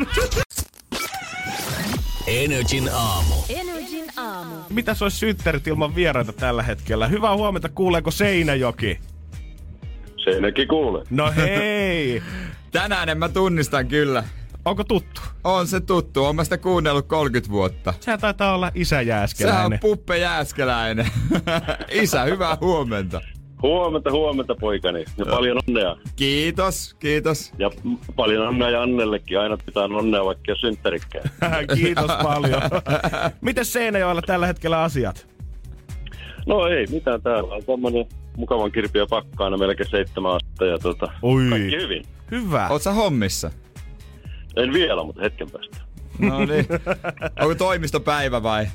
Speaker 2: Energin aamu.
Speaker 5: Energin aamu.
Speaker 3: Mitä se olisi synttärit ilman vieraita tällä hetkellä? Hyvää huomenta, kuuleeko Seinäjoki?
Speaker 7: Seinäkin kuulee.
Speaker 3: No hei!
Speaker 4: Tänään en mä tunnistan kyllä.
Speaker 3: Onko tuttu?
Speaker 4: On se tuttu, oon mä sitä kuunnellut 30 vuotta.
Speaker 3: Sehän taitaa olla isä
Speaker 4: Sehän on
Speaker 3: Jääskeläinen.
Speaker 4: Puppe Jääskeläinen. Isä, hyvää huomenta.
Speaker 7: Huomenta, huomenta poikani. Ja paljon onnea.
Speaker 4: Kiitos, kiitos.
Speaker 7: Ja m- paljon onnea ja Annellekin. Aina pitää onnea, vaikka ei ole synttärikään.
Speaker 3: Kiitos paljon. Miten Seinäjoella tällä hetkellä asiat?
Speaker 7: No ei, mitään täällä. On tommonen mukavan kirpiä pakkaana melkein seitsemän astetta. Ja tota,
Speaker 3: Oi.
Speaker 7: kaikki hyvin.
Speaker 3: Hyvä.
Speaker 4: Oot sä hommissa?
Speaker 7: En vielä, mutta hetken päästä.
Speaker 4: No niin. Onko toimistopäivä vai?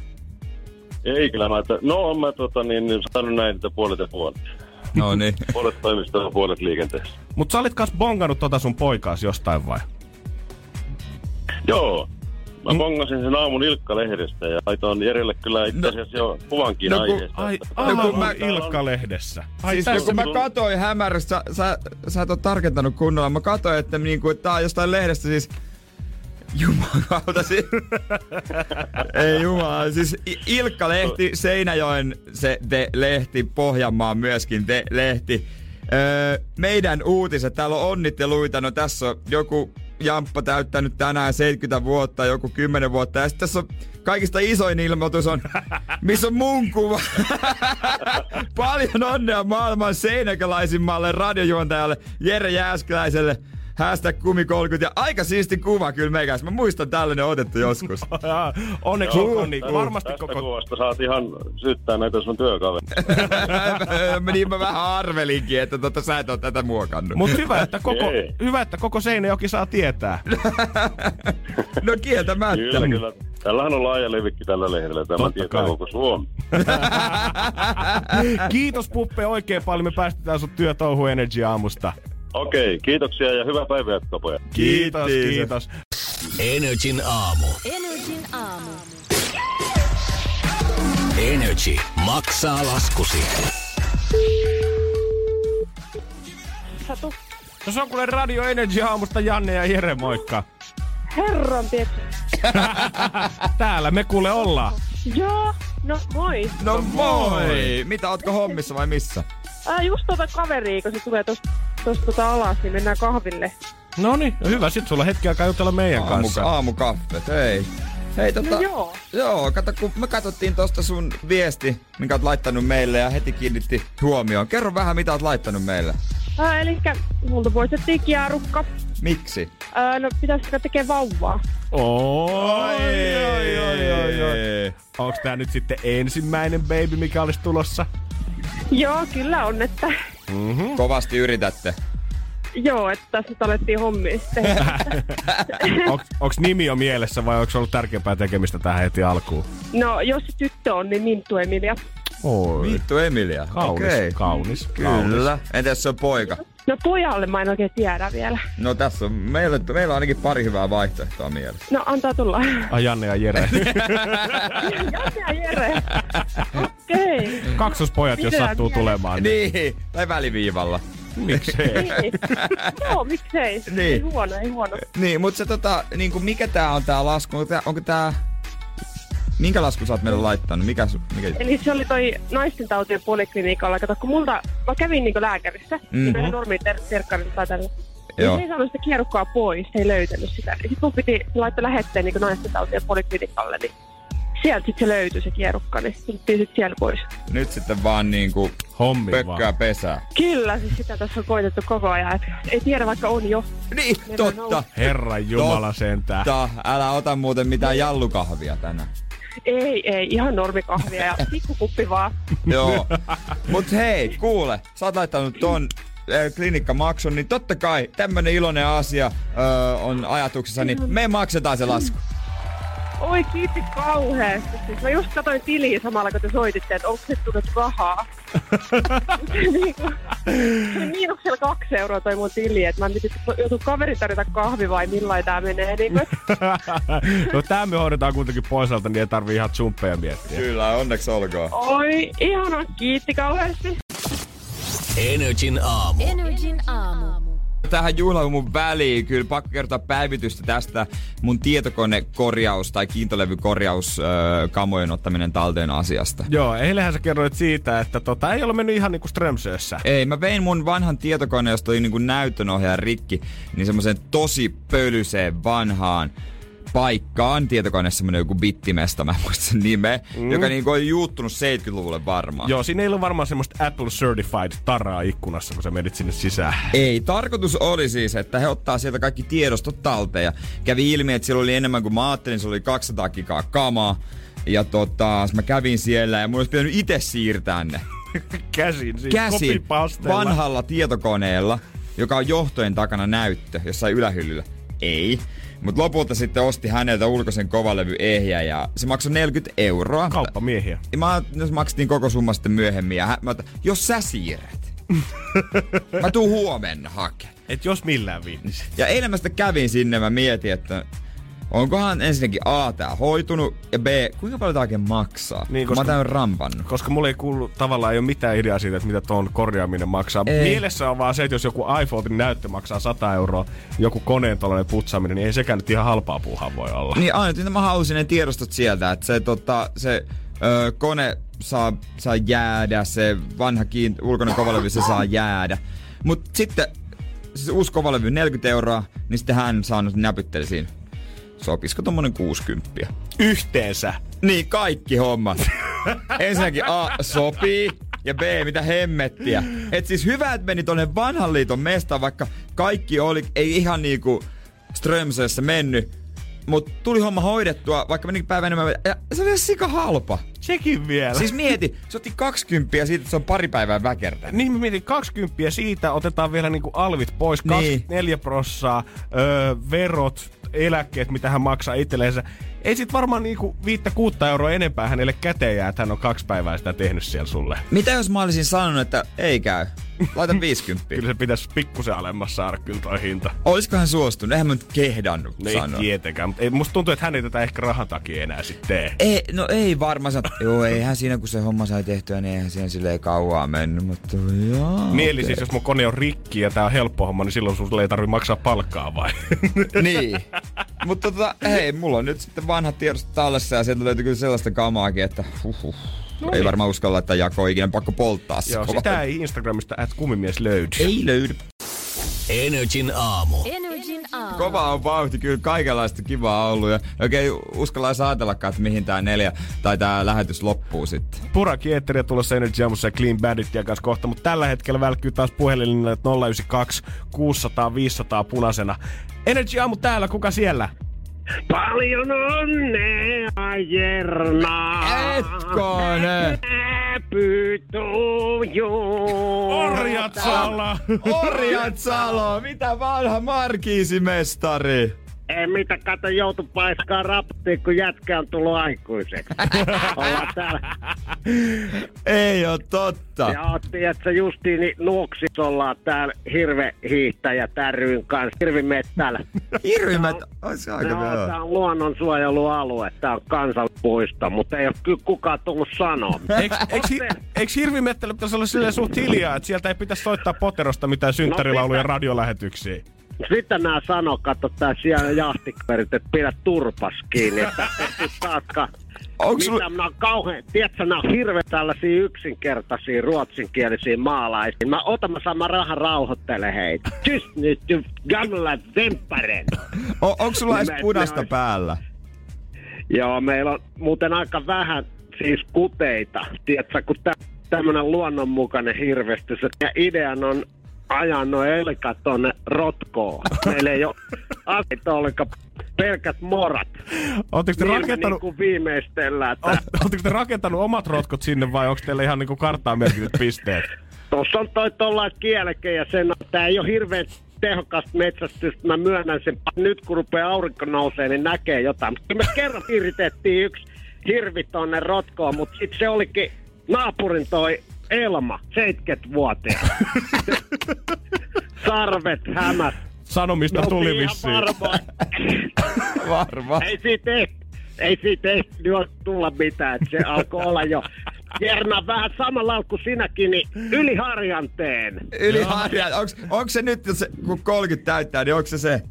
Speaker 7: Ei kyllä mä, että, no on mä tota, niin, niin sanonut näin, että puolet ja puolet.
Speaker 4: No niin.
Speaker 7: Puolet toimistoa, puolet liikenteessä.
Speaker 3: Mut sä olit kas bongannut tota sun poikaas jostain vai?
Speaker 7: Joo. Mä
Speaker 3: Mm.
Speaker 7: bongasin sen aamun Ilkka-lehdestä ja laitoin Jerelle kyllä itse asiassa jo kuvankin
Speaker 4: no kun-
Speaker 7: aiheesta.
Speaker 3: No. Ai,
Speaker 7: että-
Speaker 3: aamu
Speaker 4: mä-
Speaker 3: Ilkka-lehdessä. Ai,
Speaker 4: Siis
Speaker 3: tässä-
Speaker 4: kun mä katoin hämärässä, sä, sä, sä et oo tarkentanut kunnolla. Mä katoin, että niinku, että tää on jostain lehdestä siis... Jumalauta siis. Ei jumala, siis I- Ilkka-lehti, Seinäjoen se te lehti, Pohjanmaan myöskin te lehti. Öö, meidän uutiset, täällä on onnitteluita, no tässä on joku jamppa täyttänyt tänään 70 vuotta, joku 10 vuotta ja sitten tässä on Kaikista isoin ilmoitus on, missä on mun kuva. Paljon onnea maailman seinäkäläisimmalle radiojuontajalle Jere Jääskeläiselle. Hashtag kumi30 ja aika siisti kuva kyllä meikäs. Mä muistan tällainen otettu joskus.
Speaker 3: Jaa, Onneksi
Speaker 4: Joo.
Speaker 3: olkoon, niin varmasti
Speaker 7: Tästä
Speaker 3: koko...
Speaker 7: kuvasta saat ihan syyttää näitä sun työkavereita.
Speaker 4: niin mä vähän arvelinkin, että tota, sä et oo tätä muokannut.
Speaker 3: Mutta hyvä, että koko,
Speaker 7: Ei.
Speaker 3: hyvä, että koko Seinäjoki saa tietää.
Speaker 4: no kieltämättä.
Speaker 7: Kyllä, kyllä. Tällähän on laaja levikki tällä lehdellä. Tämä
Speaker 3: Totta
Speaker 7: tietää
Speaker 3: kai.
Speaker 7: koko Suomi.
Speaker 3: Kiitos Puppe oikein paljon, me päästetään sut työtouhu Energy aamusta.
Speaker 7: Okei, kiitoksia ja hyvää päivää, pojat.
Speaker 3: Kiitos,
Speaker 4: Kiitos.
Speaker 3: kiitos.
Speaker 2: Energin aamu.
Speaker 5: Energin aamu.
Speaker 2: Energy maksaa laskusi.
Speaker 3: No se on kuule Radio Energy aamusta Janne ja Jere, moikka.
Speaker 8: Herran tietysti.
Speaker 3: Täällä me kuule ollaan.
Speaker 8: Joo, no moi.
Speaker 4: No moi! Mitä, ootko hommissa vai missä?
Speaker 8: Ää, just tuota kaveria, kun se tulee tosta tos, tota alas, niin mennään kahville.
Speaker 3: Noniin, No niin, hyvä, sit sulla on hetki aikaa jutella meidän kanssa.
Speaker 4: Aamukaffet, hei. Hei tota,
Speaker 8: No joo.
Speaker 4: joo, kato kun me katsottiin tosta sun viesti, minkä oot laittanut meille ja heti kiinnitti huomioon. Kerro vähän mitä oot laittanut meille.
Speaker 8: Ää, eli multa poistettiin kiarukka.
Speaker 4: Miksi?
Speaker 8: Ää, no pitäisikö tekee vauvaa?
Speaker 3: Oi, oi, oi, oi, oi. Onks tää nyt sitten ensimmäinen baby, mikä olisi tulossa?
Speaker 8: Joo, kyllä on, että...
Speaker 4: Mm-hmm. Kovasti yritätte.
Speaker 8: Joo, että tässä nyt alettiin hommia sitten.
Speaker 3: Onks, onks nimi jo mielessä vai onks ollut tärkeämpää tekemistä tähän heti alkuun?
Speaker 8: No, jos se tyttö on, niin Minttu Emilia.
Speaker 3: Oi.
Speaker 4: Vittu Emilia.
Speaker 3: Kaunis,
Speaker 4: Okei.
Speaker 3: kaunis, kaunis.
Speaker 4: Kyllä. Entä jos se on poika?
Speaker 8: No pojalle mä en oikein tiedä vielä.
Speaker 4: No tässä on, meillä, meillä on ainakin pari hyvää vaihtoehtoa mielessä.
Speaker 8: No, antaa tulla.
Speaker 3: Ai Janne ja Jere.
Speaker 8: Jokea Jere. Okei.
Speaker 3: Kaksospojat, jos
Speaker 8: Mitä
Speaker 3: sattuu
Speaker 8: mieltä?
Speaker 3: tulemaan. Niin.
Speaker 4: Niin, tai väliviivalla.
Speaker 3: Miksei?
Speaker 8: Niin. Joo, miksei.
Speaker 4: Niin.
Speaker 8: Ei huono, ei huono.
Speaker 4: Niin, mutta se tota, niin kuin mikä tää on tää lasku? Onko tää, onko tää minkä lasku sä oot meille laittanut? Mikä, su- mikä juttu?
Speaker 8: Eli se oli toi naisten tautien poliklinikalla. Kato, kun multa, mä kävin niinku lääkärissä,
Speaker 4: Mhm.
Speaker 8: mm-hmm. niin normi ter- terkkarilla tai tällä.
Speaker 4: Joo.
Speaker 8: Joo. Se ei saanut sitä kierukkaa pois, se ei löytänyt sitä. Niin sit mun piti laittaa lähetteen niinku naisten tautien poliklinikalle, niin sieltä sit se löytyi se kierukka, niin se otettiin sit siellä pois.
Speaker 4: Nyt sitten vaan niinku
Speaker 3: Hommi
Speaker 4: pökkää
Speaker 3: vaan.
Speaker 4: pesää.
Speaker 8: Kyllä, siis sitä tässä on koitettu koko ajan. Et ei tiedä, vaikka on jo.
Speaker 4: Niin, totta.
Speaker 3: Herran Jumala sentään.
Speaker 4: Totta. Älä ota muuten mitään jallukahvia tänään.
Speaker 8: Ei, ei, ihan normikahvia ja pikkukuppi vaan.
Speaker 4: Joo. Mut hei, kuule, sä oot laittanut ton ö, klinikkamaksun, niin totta kai tämmönen iloinen asia ö, on ajatuksessa, niin me maksetaan se lasku.
Speaker 8: Oi, kiitti kauheasti. Siis mä just katsoin tiliä samalla, kun te soititte, että onko nyt tullut rahaa. Niinku, se oli miinuksella kaksi euroa toi mun tili, että mä en tiedä, joutuu kaveri tarjota kahvi vai millain tää menee. Niin kuin,
Speaker 3: no tää me hoidetaan kuitenkin poisalta, niin ei tarvii ihan tsumpeja miettiä.
Speaker 4: Kyllä, onneksi olkoon.
Speaker 8: oi, ihana, kiitti kauheasti.
Speaker 2: Energin aamu.
Speaker 5: Energin aamu.
Speaker 4: Tähän juhlahumun väliin kyllä pakko kertoa päivitystä tästä mun tietokonekorjaus tai kiintolevykorjaus ö, kamojen ottaminen talteen asiasta.
Speaker 3: Joo, eilenhän sä kerroit siitä, että tota, ei ole mennyt ihan niinku Strömsössä.
Speaker 4: Ei, mä vein mun vanhan tietokoneen, josta oli niinku näytönohjaaja rikki, niin semmoiseen tosi pölyseen vanhaan paikkaan tietokoneessa semmonen joku bittimestä, mä en muista sen nimeä, mm. joka niinku oli juuttunut 70-luvulle varmaan.
Speaker 3: Joo, siinä ei ollut varmaan semmoista Apple Certified taraa ikkunassa, kun sä menit sinne sisään.
Speaker 4: Ei, tarkoitus oli siis, että he ottaa sieltä kaikki tiedostot talteen. Ja kävi ilmi, että siellä oli enemmän kuin mä ajattelin, se oli 200 gigaa kamaa. Ja tota, sit mä kävin siellä ja mun olisi pitänyt itse siirtää ne.
Speaker 3: Käsin siis,
Speaker 4: Käsin
Speaker 3: kopipastella.
Speaker 4: vanhalla tietokoneella, joka on johtojen takana näyttö jossain ylähyllyllä. Ei. Mutta lopulta sitten osti häneltä ulkoisen kovalevy ehjä ja se maksoi 40 euroa.
Speaker 3: Kauppamiehiä.
Speaker 4: Ja Mä no, se maksettiin koko summa sitten myöhemmin ja hän, mä, otan, jos sä siirrät, mä tuun huomenna hakemaan.
Speaker 3: Et jos millään viinnisi.
Speaker 4: Ja eilen mä sitten kävin sinne, mä mietin, että onkohan ensinnäkin A, tää hoitunut, ja B, kuinka paljon tää oikein maksaa?
Speaker 3: Niin,
Speaker 4: Niin,
Speaker 3: koska-
Speaker 4: koska... Mä oon tämän rampannut.
Speaker 3: Koska mulla ei kuulu, tavallaan ei ole mitään ideaa siitä, että mitä tuon korjaaminen maksaa. Ei.
Speaker 4: Ei.
Speaker 3: Mielessä on vaan se, että jos joku iPhonein näyttö maksaa 100 euroa, joku koneen tollainen putsaaminen, niin ei sekään nyt ihan halpaa puuhaa voi olla.
Speaker 4: Niin aina, että mä halusin ne tiedostot sieltä, että se, tota, se ö, kone saa, saa jäädä, se vanha kiint- ulkoinen kovalevy, se saa jäädä. Mut sitten, siis uusi kovalevy 40 euroa, niin sitten hän saanut näpytteli siinä. Sopisiko tommonen 60?
Speaker 3: Yhteensä.
Speaker 4: Niin, kaikki hommat. Ensinnäkin A, sopii. Ja B, mitä hemmettiä. Et siis hyvä, että meni tonne vanhan liiton mestaan, vaikka kaikki oli, ei ihan niinku Strömsössä mennyt. Mut tuli homma hoidettua, vaikka menikin päivän enemmän. Ja se oli ihan sika halpa.
Speaker 3: Sekin vielä.
Speaker 4: Siis mieti, se otti 20 siitä, että se on pari päivää väkertänyt.
Speaker 3: Niin mä mietin, 20 siitä otetaan vielä niinku alvit pois,
Speaker 4: Niin.
Speaker 3: 24 prossaa, öö, verot, eläkkeet, mitä hän maksaa itselleensä. Ei sit varmaan niinku viittä kuutta euroa enempää hänelle käteen jää, että hän on kaksi päivää sitä tehnyt siellä sulle.
Speaker 4: Mitä jos mä olisin sanonut, että ei käy? Laita 50.
Speaker 3: Kyllä se pitäisi pikkusen alemmas saada kyllä toi hinta.
Speaker 4: Olisiko hän suostunut? Eihän mä nyt kehdannut
Speaker 3: No ei
Speaker 4: sanoa.
Speaker 3: tietenkään, mutta ei- musta tuntuu, että hän ei tätä ehkä rahan takia enää sit tee.
Speaker 4: Ei, no ei varmaan. Sä... Joo, eihän siinä kun se homma sai tehtyä, niin eihän siinä silleen kauaa mennyt, mutta joo.
Speaker 3: Niin eli
Speaker 4: okei.
Speaker 3: siis jos mun kone on rikki ja tää on helppo homma, niin silloin sulle ei tarvi maksaa palkkaa vai?
Speaker 4: niin. Mutta tota, hei, mulla on nyt sitten vanhat tiedostot tallessa ja sieltä löytyy kyllä sellaista kamaakin, että huhuh. No ei varmaan uskalla laittaa jakoon ikinä, pakko polttaa se
Speaker 3: niin. Joo,
Speaker 4: kova.
Speaker 3: sitä ei Instagramista at kumimies löydy.
Speaker 4: Ei löydy.
Speaker 2: Energin aamu.
Speaker 5: Energin aamu.
Speaker 4: Kova on vauhti, kyllä kaikenlaista kivaa ollut ja oikein uskalla saatellakaan, että mihin tää neljä tai tää lähetys loppuu sitten.
Speaker 3: Pura Kietteri tulossa Energy Aamussa ja Clean Bandittia kanssa kohta, mutta tällä hetkellä välkkyy taas puhelinlinjalle 092 600 500 punaisena. Energy Aamu täällä, kuka siellä?
Speaker 7: Paljon onnea, Jerna.
Speaker 4: Etkonen!
Speaker 3: Orjat saalla!
Speaker 4: Orjatsalo, mitä vanha markiisimestari?
Speaker 7: Ei mitä kato joutu paiskaa raptiin, kun jätkä on tullut aikuiseksi. Ollaan täällä.
Speaker 4: Ei oo totta.
Speaker 7: Ja otti, että justiin niin nuoksissa ollaan täällä hirve hiihtäjä tärryn kanssa, hirvimettällä.
Speaker 4: Hirvimet, ois se aika
Speaker 7: No,
Speaker 4: hyvä.
Speaker 7: tämä on luonnonsuojelualue, tämä on kansallispuisto, mutta ei ole kyllä kukaan tullut sanoa.
Speaker 3: Eikö hirvimettely pitäisi olla silleen suht hiljaa, että sieltä ei pitäisi soittaa poterosta mitään synttärilauluja
Speaker 7: mitä?
Speaker 3: radiolähetyksiin?
Speaker 7: Sitten nämä sano, katso tää siellä jahtikaverit, että pidä turpas kiinni, että et saatkaan.
Speaker 4: Onks
Speaker 7: Mitä
Speaker 4: sulla-
Speaker 7: mä oon kauhean, tiedätkö, nää on hirveän tällaisia yksinkertaisia ruotsinkielisiä maalaisia. Mä otan, mä saan, mä rahan rauhoittele heitä. Tys nyt, ty- gamla zempparen.
Speaker 4: O- onks sulla edes
Speaker 7: Mä-
Speaker 4: punaista
Speaker 7: mä-
Speaker 4: päällä?
Speaker 7: Joo, meillä on muuten aika vähän siis kuteita, tiedätkö, kun tä- tämmönen luonnonmukainen hirvestys. Ja idean on ajaa noin elikat tonne rotkoon. Meillä ei ole aseita ollenkaan pelkät morat.
Speaker 3: Oletteko te,
Speaker 7: Niillä me
Speaker 3: rakentanut,
Speaker 7: niinku viimeistellään.
Speaker 3: o-
Speaker 7: Tää.
Speaker 3: ootteko te rakentanut omat rotkot sinne vai onko teillä ihan niinku karttaa merkityt pisteet?
Speaker 7: Tuossa on toi tollain kielke ja sen, tää ei ole hirveän tehokasta metsästystä, mä myönnän sen. Nyt kun rupeaa aurinko nousee, niin näkee jotain. Mutta me kerran irritettiin yksi hirvi tonne rotkoon, mutta sit se olikin naapurin toi Elma, 70-vuotias. Sarvet hämät.
Speaker 3: Sanomista
Speaker 7: Me
Speaker 3: tuli
Speaker 7: oltiin ihan
Speaker 3: vissiin.
Speaker 7: varmoja.
Speaker 4: Varma.
Speaker 7: Ei siitä ei, ei siitä ei nyt tulla mitään, että se alkoi olla jo. Jerna, vähän samalla lailla kuin sinäkin, niin yli harjanteen.
Speaker 4: Yli harja. Onks, onks se nyt, jos se, kun 30 täyttää, niin onks se se?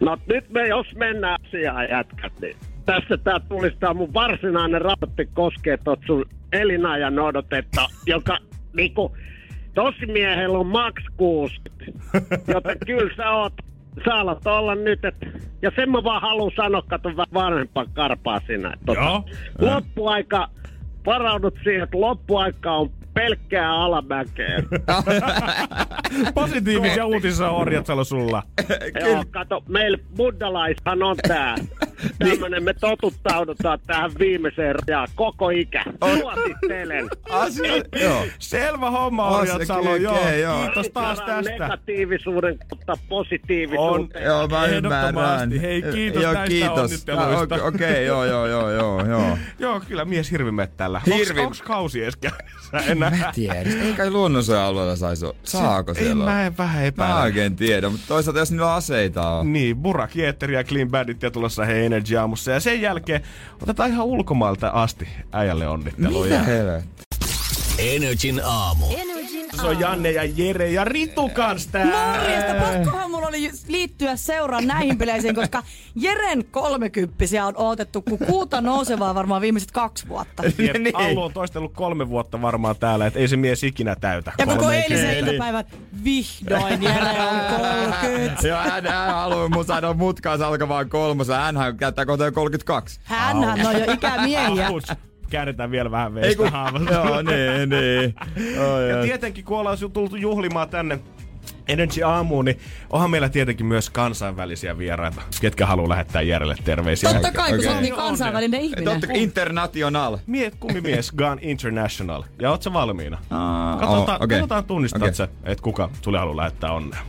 Speaker 7: No nyt me jos mennään asiaan jätkät, niin tässä tää tulisi tää mun varsinainen raportti koskee tot sun elinajan odotetta, joka niinku tosimiehellä on maks 60. Joten kyllä sä oot, sä alat olla nyt, et, ja sen mä vaan haluan sanoa, kato vähän vanhempaa karpaa sinä. et Tota,
Speaker 3: Joo.
Speaker 7: loppuaika, varaudut siihen, että loppuaika on pelkkää alamäkeä.
Speaker 3: Positiivisia uutisia on Orjatsalo sulla.
Speaker 7: Joo, kato, meillä buddalaishan on tää.
Speaker 4: Niin.
Speaker 7: Tämmönen me totuttaudutaan tähän viimeiseen rajaan koko ikä. Suosittelen.
Speaker 4: Asia, joo.
Speaker 3: Selvä homma,
Speaker 4: On
Speaker 3: Orjat
Speaker 4: se
Speaker 3: Salo.
Speaker 4: kyllä,
Speaker 3: Joo.
Speaker 4: okei, joo.
Speaker 3: Kiitos taas
Speaker 7: Suoraan
Speaker 3: tästä.
Speaker 7: Negatiivisuuden kautta
Speaker 3: On.
Speaker 7: positiivisuuteen.
Speaker 4: Joo, mä
Speaker 3: Ehdottomasti.
Speaker 4: ymmärrän.
Speaker 3: Hei, kiitos näistä
Speaker 4: Ah,
Speaker 3: onnitteluista.
Speaker 4: Okei, okei, joo, joo, joo, joo, joo.
Speaker 3: Joo, kyllä mies hirvimettällä.
Speaker 4: Hirvi-
Speaker 3: Hirvi. Onks kausi edes käynnissä enää? Siis
Speaker 4: Tiedä. Ei kai luonnonsuojelualueella saisi olla. Saako
Speaker 3: En
Speaker 4: siellä olla?
Speaker 3: mä en vähän
Speaker 4: Mä
Speaker 3: epäile.
Speaker 4: oikein tiedä, mutta toisaalta jos niillä aseita on.
Speaker 3: Niin, Burak Jeetteri ja Clean Bandit ja tulossa hei Energy aamussa. Ja sen jälkeen otetaan ihan ulkomailta asti äijälle onnitteluja.
Speaker 4: Helvetti.
Speaker 2: Energin aamu.
Speaker 5: Energin
Speaker 3: Se on Janne ja Jere ja Ritu kans täällä.
Speaker 9: Morjesta, pakkohan mulla oli liittyä seuraan näihin bileisiin, koska Jeren kolmekymppisiä on odotettu, kun kuuta nousevaa varmaan viimeiset kaksi vuotta.
Speaker 3: Jep,
Speaker 4: Niin.
Speaker 3: Allu on toistellut kolme vuotta varmaan täällä, että ei se mies ikinä täytä.
Speaker 9: Ja koko
Speaker 3: kolmea.
Speaker 9: eilisen iltapäivän vihdoin Jere on 30.
Speaker 4: Joo, hän, hän haluaa mun saada mutkaansa alkavaan kolmosen. Hänhän käyttää kohta jo 32.
Speaker 9: Hänhän on jo ikämiehiä.
Speaker 3: Aputs. Käännetään vielä vähän
Speaker 4: Ei kun...
Speaker 3: veistä haavasta.
Speaker 4: Joo, niin, niin. Oi,
Speaker 3: Ja
Speaker 4: oi.
Speaker 3: tietenkin, kun ollaan ju- tultu juhlimaan tänne Energy aamuun, niin onhan meillä tietenkin myös kansainvälisiä vieraita, ketkä haluaa lähettää Järelle terveisiä.
Speaker 9: Totta kai, kun sä oot
Speaker 4: Okei.
Speaker 9: niin kansainvälinen ihminen.
Speaker 4: Totta kai international.
Speaker 3: Mie, kummimies Gone International. Ja oot sä valmiina?
Speaker 4: Aa,
Speaker 3: Katsotaan,
Speaker 4: oo, okei.
Speaker 3: katsotaan tunnistat
Speaker 4: Okei.
Speaker 3: sä, että kuka sulle haluaa lähettää onnea.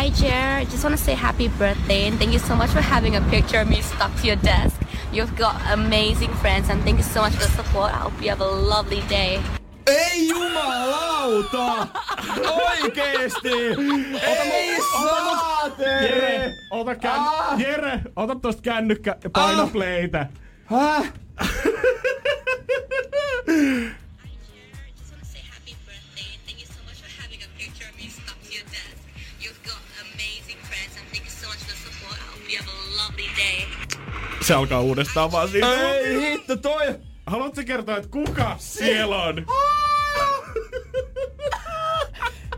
Speaker 5: Hi, Jer. Just want to say happy birthday and thank you so much for having a picture of me stuck to your desk. You've got amazing friends and thank you so much for the support. I hope you have a lovely day.
Speaker 4: Ei jumalauta! Oikeesti! Ei saateri!
Speaker 3: ota, kän... ah! Jere, ota tosta kännykkä ja paina
Speaker 4: Ah!
Speaker 3: playtä.
Speaker 4: Häh?
Speaker 3: Se alkaa uudestaan vaan siitä.
Speaker 4: Ei hitto toi!
Speaker 3: Haluatko sä kertoa, että kuka siellä on?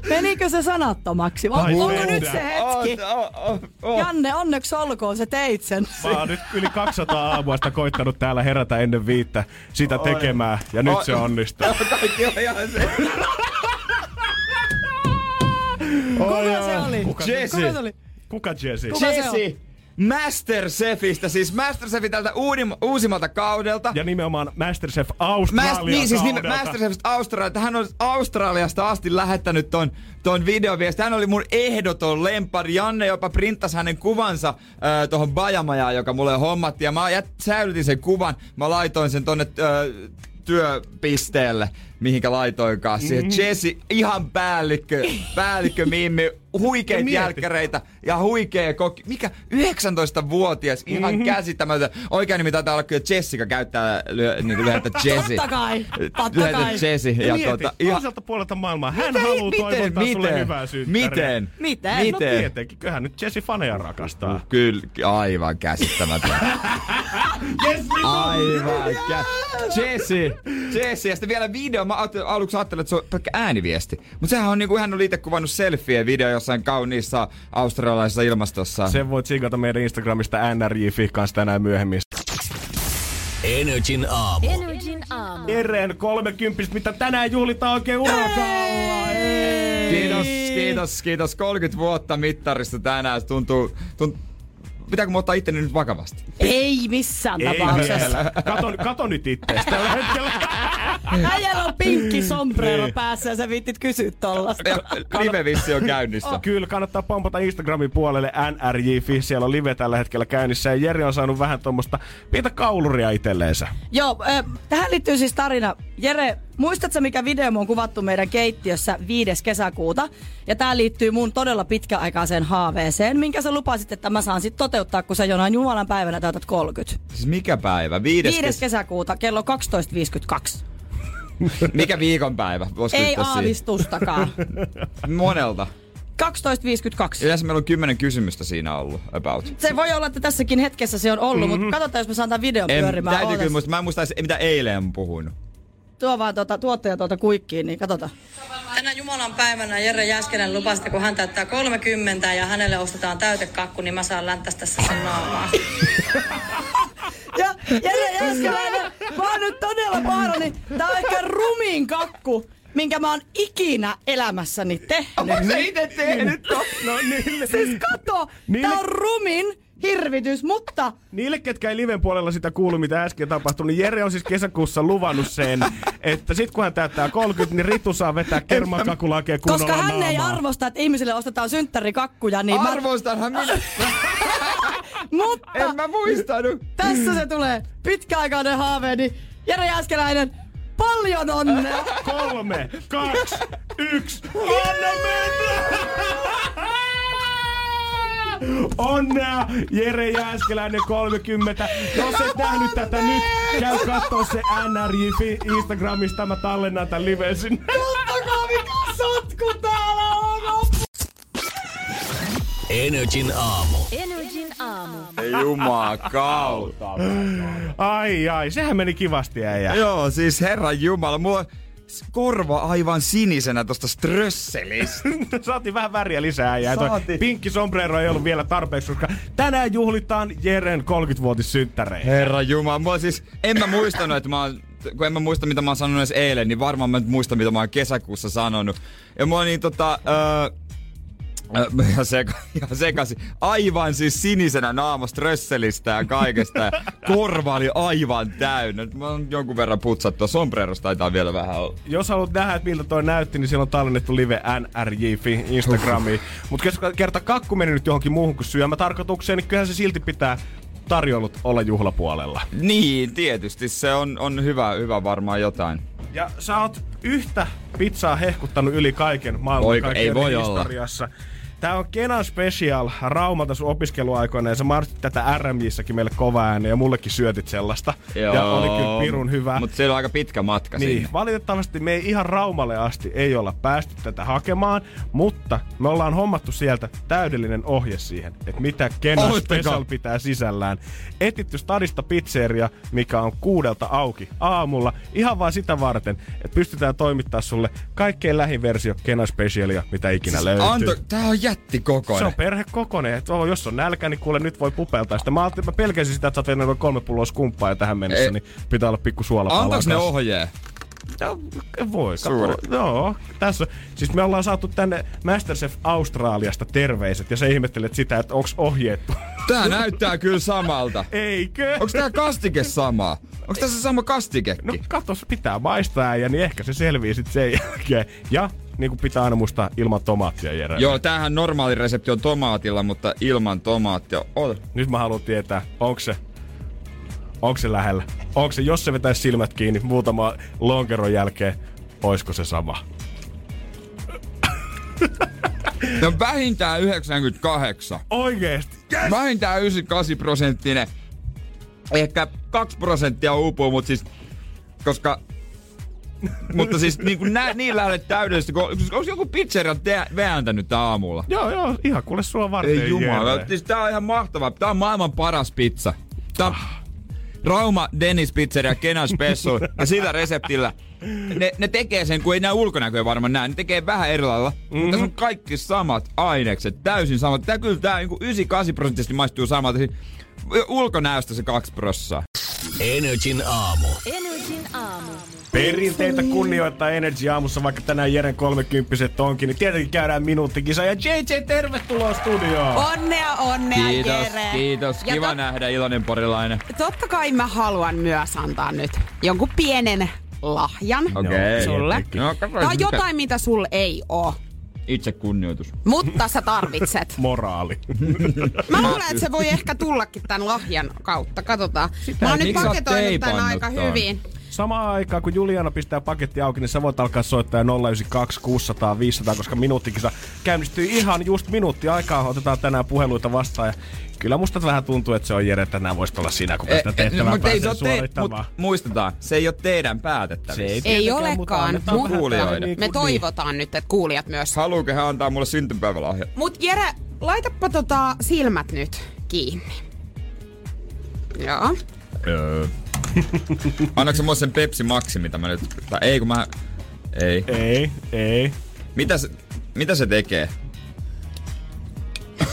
Speaker 9: Menikö se sanattomaksi? On,
Speaker 3: Ai
Speaker 9: onko
Speaker 3: sentään.
Speaker 9: nyt se hetki?
Speaker 4: Oh, oh, oh.
Speaker 9: Janne, onneksi olkoon, sä teit sen.
Speaker 3: Mä oon nyt yli 200 aamuista koittanut täällä herätä ennen viittä sitä tekemään, ja nyt
Speaker 4: Oi.
Speaker 3: se onnistuu.
Speaker 4: Kaikki on ihan se.
Speaker 9: Kuka se oli?
Speaker 3: Kuka,
Speaker 4: Jesse.
Speaker 9: Kuka se oli?
Speaker 3: kuka Jesse?
Speaker 9: Kuka- se on?
Speaker 4: Jesse! Masterchefistä, siis Masterchefin tältä uudim, uusimmalta kaudelta.
Speaker 3: Ja nimenomaan Masterchef
Speaker 4: Mas,
Speaker 3: Australia
Speaker 4: niin, siis nime,
Speaker 3: kaudelta.
Speaker 4: Masterchefistä Australia. Hän on Australiasta asti lähettänyt ton, ton videoviesti. Hän oli mun ehdoton lempari. Janne jopa printtasi hänen kuvansa äh, tuohon Bajamajaan, joka mulle hommatti. Ja mä jät, säilytin sen kuvan. Mä laitoin sen tonne äh, työpisteelle, mihinkä laitoinkaan siihen. Mm-hmm. Jesse, ihan päällikkö, päällikkö Mimmi,
Speaker 3: Ja
Speaker 4: huikeita
Speaker 3: mieti.
Speaker 4: jälkkäreitä ja huikea kokki. Mikä? 19-vuotias, ihan mm-hmm. käsittämätön. Oikein nimi taitaa olla kyllä Jessica käyttää lyö, niin lyhettä Jesse.
Speaker 9: Totta kai, totta
Speaker 4: Lyhennetty
Speaker 9: kai.
Speaker 4: Jesse ja
Speaker 3: Mieti,
Speaker 4: tuota, ihan,
Speaker 3: toiselta puolelta maailmaa. Hän haluaa toivottaa sulle hyvää synttäriä.
Speaker 4: Miten?
Speaker 9: Miten?
Speaker 3: No
Speaker 4: Miten?
Speaker 3: tietenkin, kyllähän nyt Jesse faneja rakastaa.
Speaker 4: Mm, Kyllä, aivan käsittämätön.
Speaker 3: Yes,
Speaker 4: Aivan kä- Jesse, Jesse. Ja sitten vielä video. Mä ajattelin- aluksi ajattelin, että se on pelkkä ääniviesti. Mutta sehän on niinku, hän oli itse kuvannut selfie-video jossain kauniissa australialaisessa ilmastossa.
Speaker 3: Sen voit siikata meidän Instagramista nrj.fi kanssa tänään myöhemmin.
Speaker 2: Energin aamu.
Speaker 5: Energin aamu.
Speaker 3: Jeren 30, mitä tänään juhlitaan oikein urakalla. Ei.
Speaker 4: Kiitos, kiitos, kiitos. 30 vuotta mittarista tänään. Se tuntuu, tuntuu Pitääkö mä ottaa itteni nyt vakavasti?
Speaker 9: Ei missään
Speaker 3: Ei
Speaker 9: tapauksessa.
Speaker 3: vielä. Kato, kato nyt itteestä tällä hetkellä.
Speaker 4: Niin.
Speaker 9: Äijällä on pinkki sombrero päässä ja sä viittit kysyä tollasta.
Speaker 4: Ja live-vissi on käynnissä.
Speaker 3: Oh, Kyllä, kannattaa pompata Instagramin puolelle nrj.fi. Siellä on live tällä hetkellä käynnissä ja Jere on saanut vähän tuommoista pientä kauluria itselleensä.
Speaker 9: Joo, ö, tähän liittyy siis tarina. Jere, muistatko mikä video me on kuvattu meidän keittiössä 5. kesäkuuta? Ja tää liittyy mun todella pitkäaikaiseen haaveeseen, minkä sä lupasit, että mä saan sit toteuttaa, kun sä jonain Jumalan päivänä täytät 30.
Speaker 4: Siis mikä päivä? Viides,
Speaker 9: 5.
Speaker 4: kes-
Speaker 9: kesäkuuta kello 12.52.
Speaker 4: Mikä viikonpäivä? Voisiko
Speaker 9: Ei
Speaker 4: yrittää siihen?
Speaker 9: aavistustakaan. 12.52.
Speaker 4: Monelta. Yleensä meillä on kymmenen kysymystä siinä ollut, about.
Speaker 9: Se voi olla, että tässäkin hetkessä se on ollut, mm-hmm. mutta katsotaan, jos mä saan tämän videon
Speaker 4: En,
Speaker 9: pyörimään.
Speaker 4: täytyy
Speaker 9: Ootas.
Speaker 4: kyllä muistaa, mä en muista edes, mitä eilen on puhunut.
Speaker 9: Tuo vaan tuota, tuottaja tuolta kuikkiin, niin katsotaan. Tänä Jumalan päivänä Jere Jäskenen lupasi, että kun hän täyttää 30 ja hänelle ostetaan täytekakku, niin mä saan länttästä tässä sen naamaa. ja Jere Jäskeläinen, mä oon nyt todella pahoillani. Tää on ehkä rumin kakku, minkä mä oon ikinä elämässäni tehnyt.
Speaker 4: Onko itse tehnyt?
Speaker 3: No niille,
Speaker 9: Siis kato,
Speaker 3: Niin-
Speaker 9: tää on rumin hirvitys, mutta
Speaker 3: niille, ketkä ei liven puolella sitä kuulu, mitä äsken tapahtui, niin Jere on siis kesäkuussa luvannut sen, että sit kun hän täyttää 30, niin Ritu saa vetää kermakakulaakia kunnolla
Speaker 9: koska hän ei
Speaker 3: naamaan.
Speaker 9: arvosta, että ihmisille ostetaan synttärikakkuja, niin mä...
Speaker 4: Arvostanhan minä.
Speaker 9: Mutta
Speaker 4: En mä muistanut.
Speaker 9: Tässä se tulee. Pitkäaikainen haaveeni. Jere Jääskeläinen, paljon onnea!
Speaker 3: Kolme, kaksi, yksi, anna mennä! Onnea, Jere Jääskeläinen 30. Jos et nähnyt tätä nyt, käy kattoo se NRJ Instagramista. Mä tallennan tän liven sinne.
Speaker 9: Ottakaa mikä se
Speaker 4: Sotku täällä on!
Speaker 2: Energin aamu.
Speaker 4: Ei Jumakauta.
Speaker 3: Ai ai, sehän meni kivasti äijä.
Speaker 4: Joo, siis herran jumala, mulla on s- korva aivan sinisenä tosta strösselistä.
Speaker 3: Saatiin vähän väriä lisää äijää. Toi
Speaker 4: Saatiin.
Speaker 3: Pinkki sombrero ei ollut vielä tarpeeksi, koska tänään juhlitaan Jeren 30-vuotissynttäreitä.
Speaker 4: Herran jumala, mulla siis, en mä muistanut, että mä oon, kun en mä muista mitä mä oon sanonut edes eilen, niin varmaan mä nyt muistan mitä mä oon kesäkuussa sanonut. Ja mulla on niin tota, öö, Äh, Ihan, seka, ihan sekasi. Aivan siis sinisenä naama strösselistä ja kaikesta. Ja korva oli aivan täynnä. Mä oon jonkun verran putsattua. Sombrerosta taitaa vielä vähän olla.
Speaker 3: Jos haluat nähdä, että miltä toi näytti, niin siellä on tallennettu live NRJFi Instagramiin. Mutta kerta kakku meni nyt johonkin muuhun kuin syömätarkoitukseen, niin kyllähän se silti pitää tarjoulut olla juhlapuolella.
Speaker 4: Niin, tietysti. Se on, on hyvä, hyvä varmaan jotain.
Speaker 3: Ja sä oot yhtä pizzaa hehkuttanut yli kaiken maailman
Speaker 4: Voi-
Speaker 3: kaikkien
Speaker 4: ei voi
Speaker 3: historiassa. Olla. Tää on Kenan Special Raumalta sun opiskeluaikoina ja sä marssit tätä RMJissäkin meille kovaa ääneen ja mullekin syötit sellaista. Ja oli kyllä pirun hyvä.
Speaker 4: Mutta se on aika pitkä matka
Speaker 3: Niin,
Speaker 4: sinne.
Speaker 3: valitettavasti me ei ihan Raumalle asti ei olla päästy tätä hakemaan, mutta me ollaan hommattu sieltä täydellinen ohje siihen, että mitä Kenan
Speaker 4: Ootteko?
Speaker 3: Special pitää sisällään. Etitty stadista pizzeria, mikä on kuudelta auki aamulla, ihan vaan sitä varten, että pystytään toimittaa sulle kaikkein lähin versio Kenan Specialia, mitä ikinä löytyy.
Speaker 4: Siis Anto, tää on
Speaker 3: Se
Speaker 4: jättikokoinen.
Speaker 3: on perhekokonen. Et, oh, jos on nälkä, niin kuule nyt voi pupeltaa sitä. Mä, ajattelin- mä pelkäsin sitä, että sä oot vienyt noin kolme pulloa skumppaa jo tähän mennessä,
Speaker 4: Ei.
Speaker 3: niin pitää olla pikku suolapalaa.
Speaker 4: Antaaks ne
Speaker 3: kanssa.
Speaker 4: ohjeen?
Speaker 3: No, voi.
Speaker 4: Suuri.
Speaker 3: Kato, joo, tässä. on- Siis me ollaan saatu tänne Masterchef Australiasta terveiset ja sä ihmettelet sitä, että onks ohjeet.
Speaker 4: Tää näyttää kyllä samalta.
Speaker 3: Eikö?
Speaker 4: Onks tää kastike sama? Onks tässä sama kastikekki?
Speaker 3: No katos, pitää maistaa ja niin ehkä se selvii sit sen jälkeen. Ja niin kuin pitää aina muistaa ilman tomaattia Jere.
Speaker 4: Joo, tämähän normaali resepti on tomaatilla, mutta ilman tomaattia. Ota.
Speaker 3: Nyt mä haluan tietää, onko se Onko se lähellä? Onko se, jos se vetäisi silmät kiinni muutama lonkeron jälkeen, oisko se sama?
Speaker 4: No vähintään 98.
Speaker 3: Oikeesti? Yes!
Speaker 4: Vähintään 98 prosenttinen. Ehkä 2 prosenttia uupuu, mutta siis... Koska... mutta siis niin, kuin nä, niin lähelle täydellistä, kun onko joku pizzeria te- vääntänyt tää aamulla?
Speaker 3: Joo, joo, ihan kuule sua varten
Speaker 4: Ei jumala,
Speaker 3: Jere.
Speaker 4: siis tää on ihan mahtavaa. Tää on maailman paras pizza. Tää on
Speaker 3: Ah.
Speaker 4: Rauma Dennis Pizzeria Kenan Special ja sillä reseptillä. Ne, ne tekee sen, kun ei nää ulkonäköä varmaan näe. Ne tekee vähän eri lailla. Mm-hmm. Tässä on kaikki samat ainekset, täysin samat. Tää kyllä tää niinku 98 prosenttisesti maistuu samalta. Siis Ulkonäöstä se 2 prossaa.
Speaker 2: Energin aamu.
Speaker 3: Perinteitä
Speaker 4: Niin.
Speaker 3: kunnioittaa Energy aamussa, vaikka tänään Jeren 30 onkin, niin tietenkin käydään minuuttikisa. Ja JJ, tervetuloa studioon!
Speaker 10: Onnea, onnea,
Speaker 4: Kiitos,
Speaker 10: Jere.
Speaker 4: kiitos.
Speaker 10: Ja
Speaker 4: Kiva nähdä iloinen porilainen.
Speaker 10: tot, totta kai mä haluan myös antaa nyt jonkun pienen lahjan.
Speaker 4: Okei.
Speaker 10: Sulle.
Speaker 4: No, katsotaan,
Speaker 10: Tää on
Speaker 4: mitä-
Speaker 10: jotain, mitä sul ei oo,
Speaker 4: Itse kunnioitus.
Speaker 10: mutta sä tarvitset.
Speaker 3: Moraali.
Speaker 10: Mä luulen, että se voi ehkä tullakin tämän lahjan kautta. Katsotaan. Mä oon nyt
Speaker 4: miksi sä oot
Speaker 10: paketoinut tän
Speaker 4: teipannut
Speaker 10: aika
Speaker 4: ton?
Speaker 10: hyvin.
Speaker 3: Samaan aikaan, kun Juliana pistää paketti auki, niin sä voit alkaa soittaa 092 600 500, koska minuuttikisa käynnistyy ihan just minuutti aikaa. Otetaan tänään puheluita vastaan ja kyllä musta vähän tuntuu, että se on Jere, että tänään voisit olla sinä, kun tästä tehtävää
Speaker 4: Eh, mut ei se
Speaker 3: pääsee
Speaker 4: oo te- mut
Speaker 3: suorittamaan.
Speaker 4: muistetaan, se ei ole teidän päätettävissä.
Speaker 10: Ei
Speaker 3: tietenkään, mutta
Speaker 10: olekaan,
Speaker 3: annetaan vähän Niin
Speaker 10: mutta
Speaker 4: kuulijoille.
Speaker 10: me toivotaan nyt, että kuulijat myös.
Speaker 4: Haluuko hän antaa mulle syntymäpäivälahja?
Speaker 10: Mut Jere, laitapa tota silmät nyt kiinni. Joo.
Speaker 4: Öö. Annatko sä mulle sen Pepsi Maxi, mitä mä nyt... Tai ei, kun mä... Ei.
Speaker 3: Ei, ei.
Speaker 4: Mitä se, mitä se tekee?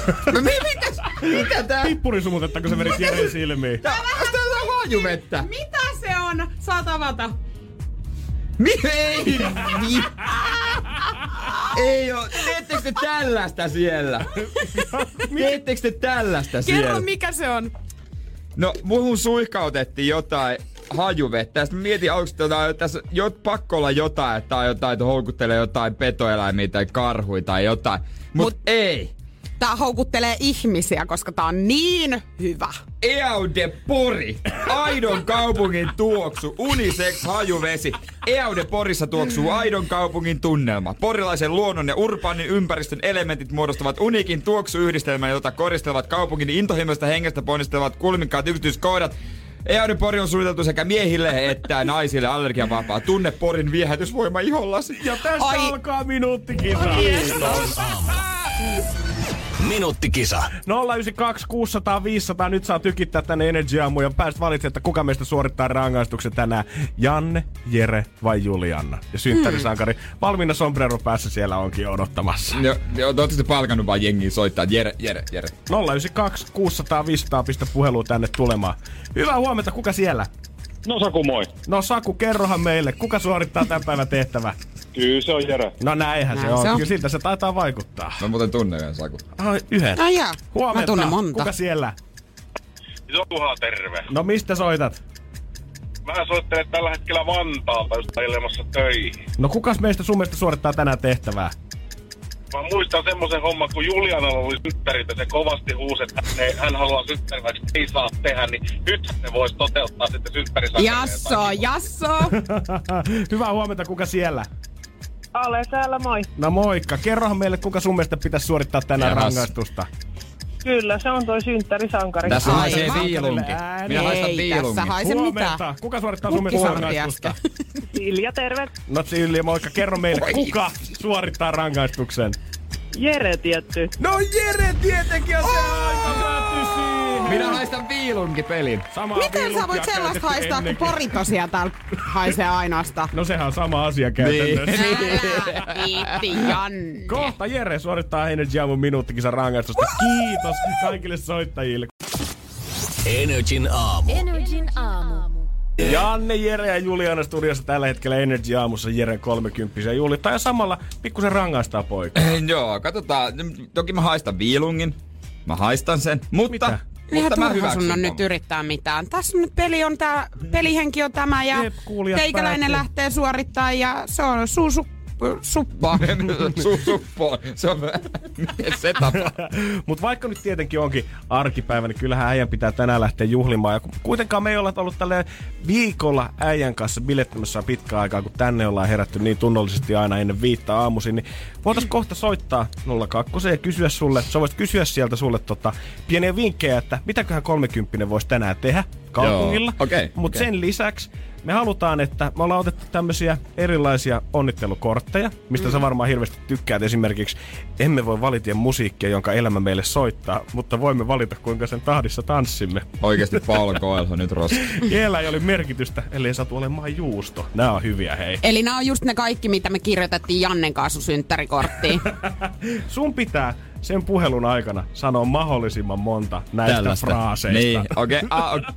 Speaker 4: No mi- mitäs? Mitä tää?
Speaker 3: Pippurisumutetta, kun sä vedit Jeren silmiin.
Speaker 4: Tää onks tää jotain laajuvettä?
Speaker 10: Mitä se on? Saat avata.
Speaker 4: Mi- ei! Vi- Niin. ei oo. Teettekö te tällaista siellä? Teettekö te tällaista siellä?
Speaker 10: Kerro, mikä se on.
Speaker 4: No, muhun suihkautettiin jotain hajuvettä. Sitten mietin, onko tota, tässä jot, pakko olla jotain, että tää on jotain, että houkuttelee jotain petoeläimiä tai karhuja tai jotain. Mut, Mut
Speaker 10: Mut-
Speaker 4: ei.
Speaker 10: Tää houkuttelee ihmisiä, koska tää on niin hyvä.
Speaker 4: Eaude Pori. Aidon kaupungin tuoksu. Unisex hajuvesi. Eaude Porissa tuoksuu aidon kaupungin tunnelma. Porilaisen luonnon ja urbaanin ympäristön elementit muodostavat uniikin tuoksuyhdistelmän, jota koristelevat kaupungin intohimoista hengestä ponnistelevat kulmikkaat yksityiskohdat. Eudipori on suunniteltu sekä miehille että naisille allergiavapaa. Tunne porin viehätysvoima ihollasi. Ja tästä
Speaker 3: Ai. alkaa minuuttikisa. Kiitos.
Speaker 2: Minuuttikisa.
Speaker 3: 092 600 500. Nyt saa tykittää tänne Energy Aamuun ja pääset valitsemaan, että kuka meistä suorittaa rangaistuksen tänään. Janne, Jere vai Julianna? Ja synttärisankari valmiina sombrero päässä siellä onkin odottamassa.
Speaker 4: Joo, joo, te ootte sitten palkannut vaan jengiä soittaa. Jere, jere, jere.
Speaker 3: 092 600 500. Pistä puhelu tänne tulemaan. Hyvää huomenta, kuka siellä?
Speaker 11: No Saku, moi.
Speaker 3: No Saku, kerrohan meille, kuka suorittaa tämän päivän tehtävä?
Speaker 11: Kyllä se on Jere.
Speaker 3: No näinhän
Speaker 10: Näin
Speaker 3: se on.
Speaker 10: se on.
Speaker 3: Kyllä siltä se taitaa vaikuttaa.
Speaker 4: Mä muuten tunnen yhden Saku.
Speaker 3: Ai, yhden.
Speaker 10: Ai No jaa.
Speaker 3: Huomenta.
Speaker 10: Mä tunnen monta.
Speaker 3: Kuka siellä?
Speaker 11: Jotuha terve.
Speaker 3: No mistä soitat?
Speaker 11: Mä soittelen tällä hetkellä Vantaalta, josta ilmassa töihin.
Speaker 3: No kukas meistä sun mielestä suorittaa tänään tehtävää?
Speaker 11: Mä muistan semmoisen homman, kun Julianalla oli synttärit ja se kovasti huusi, että hän, ei, hän haluaa synttärin, vaikka ei saa tehdä, niin nyt se voisi toteuttaa sitten synttärisankaria.
Speaker 10: Jasso, jasso.
Speaker 3: Hyvää huomenta, kuka siellä?
Speaker 8: Ale täällä, moi.
Speaker 3: No moikka. Kerrohan meille, kuinka sun mielestä pitäisi suorittaa tänään
Speaker 4: Kerros.
Speaker 3: rangaistusta.
Speaker 8: Kyllä, se on toi synttärisankari.
Speaker 4: Tässä
Speaker 10: Ai,
Speaker 4: haisee
Speaker 10: mä-
Speaker 4: viilunkin.
Speaker 3: Ääni.
Speaker 4: Minä haistan
Speaker 10: Ei tässä
Speaker 4: viilunkin.
Speaker 10: haise mitään.
Speaker 3: Huomenta. Kuka suorittaa sun mielestä
Speaker 10: Mutki sanoi
Speaker 3: rangaistusta?
Speaker 8: Silja, terve.
Speaker 3: No Silli, moikka. Kerro meille, kuka suorittaa rangaistuksen?
Speaker 8: Jere tietty.
Speaker 4: No Jere tietenkin on Minä
Speaker 3: Minä
Speaker 4: haistan viilunkin pelin.
Speaker 3: Samaa
Speaker 10: Miten sä
Speaker 3: viilunkia
Speaker 10: voit sellaista
Speaker 3: käytetty
Speaker 10: haistaa, kun
Speaker 3: ennenkin.
Speaker 10: pori tosiaan täällä haisee ainoastaan?
Speaker 3: No sehän on sama asia käytännössä. Niin.
Speaker 10: Älä viitti, Janne.
Speaker 3: Kohta Jere suorittaa Energy Aamun minuuttikisan rangaistusta. Kiitos kaikille soittajille.
Speaker 2: Energin aamu.
Speaker 3: Janne, Jere ja Juliana studiossa tällä hetkellä Energy Aamussa Jeren 30 juhlittaa ja samalla pikkusen rangaistaa poika.
Speaker 4: Eh, Joo, katsotaan. Toki mä haistan viilungin. Mä haistan sen. Mutta,
Speaker 3: Mitä?
Speaker 4: mutta
Speaker 10: Ihan
Speaker 4: mä
Speaker 10: turha
Speaker 4: hyväksyn
Speaker 10: sun on nyt
Speaker 4: homman.
Speaker 10: yrittää mitään. Tässä nyt peli on tää, pelihenki on tämä ja
Speaker 3: Jep, kuulijat
Speaker 10: teikäläinen
Speaker 3: päätyy.
Speaker 10: lähtee suorittaa ja se on suusu suppoa.
Speaker 4: Su- suppoon. Se on... Miten se tapahtuu?
Speaker 3: Mutta vaikka nyt tietenkin onkin arkipäivä, niin kyllähän äijän pitää tänään lähteä juhlimaan. Ja ku- kuitenkaan me ei olla ollut tällä viikolla äijän kanssa bilettämässä pitkään aikaa, kun tänne ollaan herätty niin tunnollisesti aina ennen viittaa aamuisin. Niin voitais kohta soittaa 02 ja kysyä sulle, sä voisit kysyä sieltä sulle tota, pieniä vinkkejä, että mitäköhän 30 voisi tänään tehdä kaupungilla.
Speaker 4: Joo, okei,
Speaker 3: Mutta
Speaker 4: okei.
Speaker 3: sen lisäksi me halutaan, että me ollaan otettu tämmöisiä erilaisia onnittelukortteja, mistä mm. sä varmaan hirveästi tykkäät. Esimerkiksi emme voi valita musiikkia, jonka elämä meille soittaa, mutta voimme valita, kuinka sen tahdissa tanssimme.
Speaker 4: Oikeesti Paul Koelho nyt roski.
Speaker 3: Kielä ei ole merkitystä, ellei satu olemaan juusto. Nämä on hyviä, hei.
Speaker 10: Eli nämä on just ne kaikki, mitä me kirjoitettiin Jannen kanssa sun synttärikorttiin.
Speaker 3: Sun pitää sen puhelun aikana sanoa mahdollisimman monta näistä Tällaista. fraaseista.
Speaker 4: Niin, okei. Okay. Ah, okay.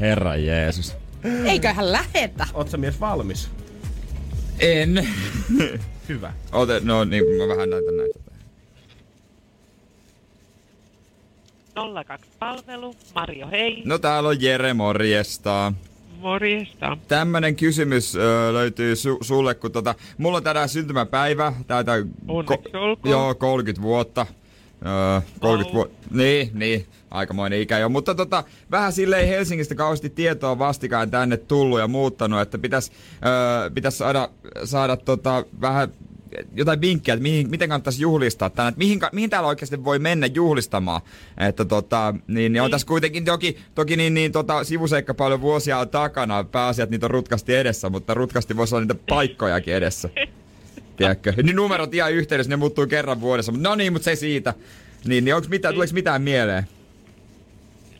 Speaker 4: Herra Jeesus.
Speaker 10: Eiköhän lähetä.
Speaker 3: Ootko mies valmis?
Speaker 4: En.
Speaker 3: Hyvä.
Speaker 4: Ote, no niin, mä vähän näytän näitä.
Speaker 8: 02 palvelu, Mario hei.
Speaker 4: No täällä on Jere, morjesta.
Speaker 8: Morjesta.
Speaker 4: Tämmönen kysymys ö, löytyy su- sulle, kun tota, mulla on tänään syntymäpäivä, täältä
Speaker 8: Onneksi olkoon.
Speaker 4: joo, 30 vuotta. Öö, 30
Speaker 8: Vau.
Speaker 4: vuotta. Niin, niin, aikamoinen ikä jo. Mutta tota, vähän silleen Helsingistä kauheasti tietoa vastikaan tänne tullut ja muuttanut, että pitäis, öö, pitäis saada, saada tota, vähän jotain vinkkejä, että mihin, miten kannattaisi juhlistaa tänne, että mihin, ka- mihin täällä oikeasti voi mennä juhlistamaan. Että tota, niin, niin on tässä kuitenkin toki, toki niin, niin tota, sivuseikka paljon vuosia on takana, pääasiat niitä on rutkasti edessä, mutta rutkasti voisi olla niitä paikkojakin edessä. Tiedätkö? Niin numerot ihan yhteydessä, ne muuttuu kerran vuodessa, mutta no niin, mutta se siitä. Niin, niin onko mitään, tuleeko mitään mieleen?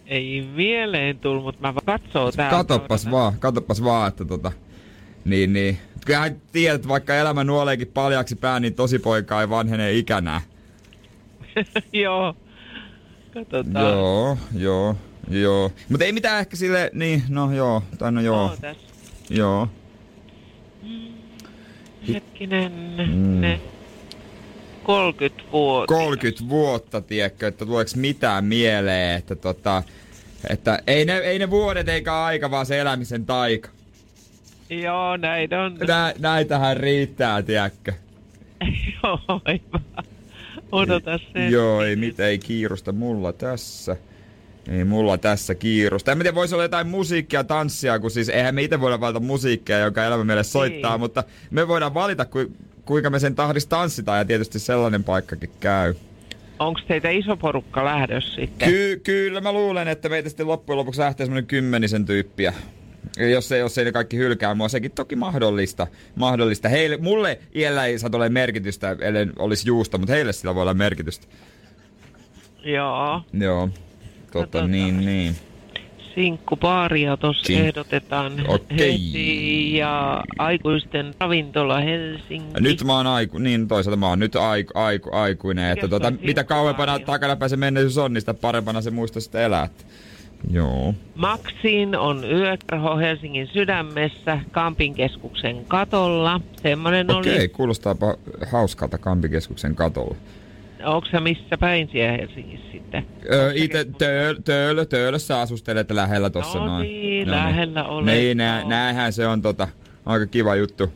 Speaker 8: Ei mieleen tullut, mutta mä vaan katsoo
Speaker 4: Siis
Speaker 8: täältä.
Speaker 4: Katopas vaan, katopas vaan, että tota... Niin, niin. Kyllähän tiedät, että vaikka elämä nuoleekin paljaksi pää, niin tosi poika ei vanhene ikänään.
Speaker 8: Joo. Katsotaan.
Speaker 4: Joo, joo, joo. Mutta ei mitään ehkä sille, niin, no joo, tai no joo,
Speaker 8: Joo, tässä.
Speaker 4: joo.
Speaker 8: Hetkinen.
Speaker 4: Mm.
Speaker 8: Ne. 30 vuotta.
Speaker 4: 30 vuotta, tiedätkö, että tuleeko mitään mieleen, että tota... Että ei ne, ei ne vuodet eikä aika, vaan se elämisen taika.
Speaker 8: Joo, näin on.
Speaker 4: Nä, näitähän riittää, tiedätkö.
Speaker 8: Joo, ei vaan. Odota sen.
Speaker 4: Joo, ei mitään, ei kiirusta mulla tässä. Ei mulla tässä kiirusta. En mä tiedä, voisi olla jotain musiikkia, tanssia, kun siis eihän me itse voida valita musiikkia, joka elämä meille soittaa,
Speaker 8: Niin.
Speaker 4: mutta me voidaan valita, ku, kuinka me sen tahdissa tanssitaan ja tietysti sellainen paikkakin käy.
Speaker 12: onko teitä iso porukka lähdössä sitten?
Speaker 4: Ky- kyllä mä luulen, että meitä sitten loppujen lopuksi lähtee semmoinen kymmenisen tyyppiä. Ja Jos ei, jos ei ne kaikki hylkää mua, sekin toki mahdollista. mahdollista. Heille, mulle iällä ei saa ole merkitystä, ellei olisi juusta, mutta heille sillä voi olla merkitystä.
Speaker 12: Joo.
Speaker 4: Joo, totta, niin, niin.
Speaker 12: Sinkkubaaria tuossa
Speaker 4: Sink-
Speaker 12: ehdotetaan
Speaker 4: Okei.
Speaker 12: heti ja aikuisten ravintola Helsinki.
Speaker 4: Ja nyt mä oon aiku, niin toisaalta mä oon nyt aiku, aiku, aikuinen, että
Speaker 12: Mikäs
Speaker 4: tota,
Speaker 12: toi
Speaker 4: mitä kauempana takanapäin se menneisyys on, niin sitä parempana se muistaa sitä elää. Joo.
Speaker 12: Maxin on yökerho Helsingin sydämessä Kampin keskuksen katolla. Semmoinen
Speaker 4: Okei, okay,
Speaker 12: oli.
Speaker 4: kuulostaapa hauskalta kampikeskuksen katolla.
Speaker 12: Onko sä missä päin siellä Helsingissä sitten?
Speaker 4: Öö, ite töö, töölö, töölössä asustelet lähellä tossa
Speaker 12: No
Speaker 4: noin.
Speaker 12: niin, lähellä olet,
Speaker 4: Niin, nä, näähän se on tota, aika kiva juttu.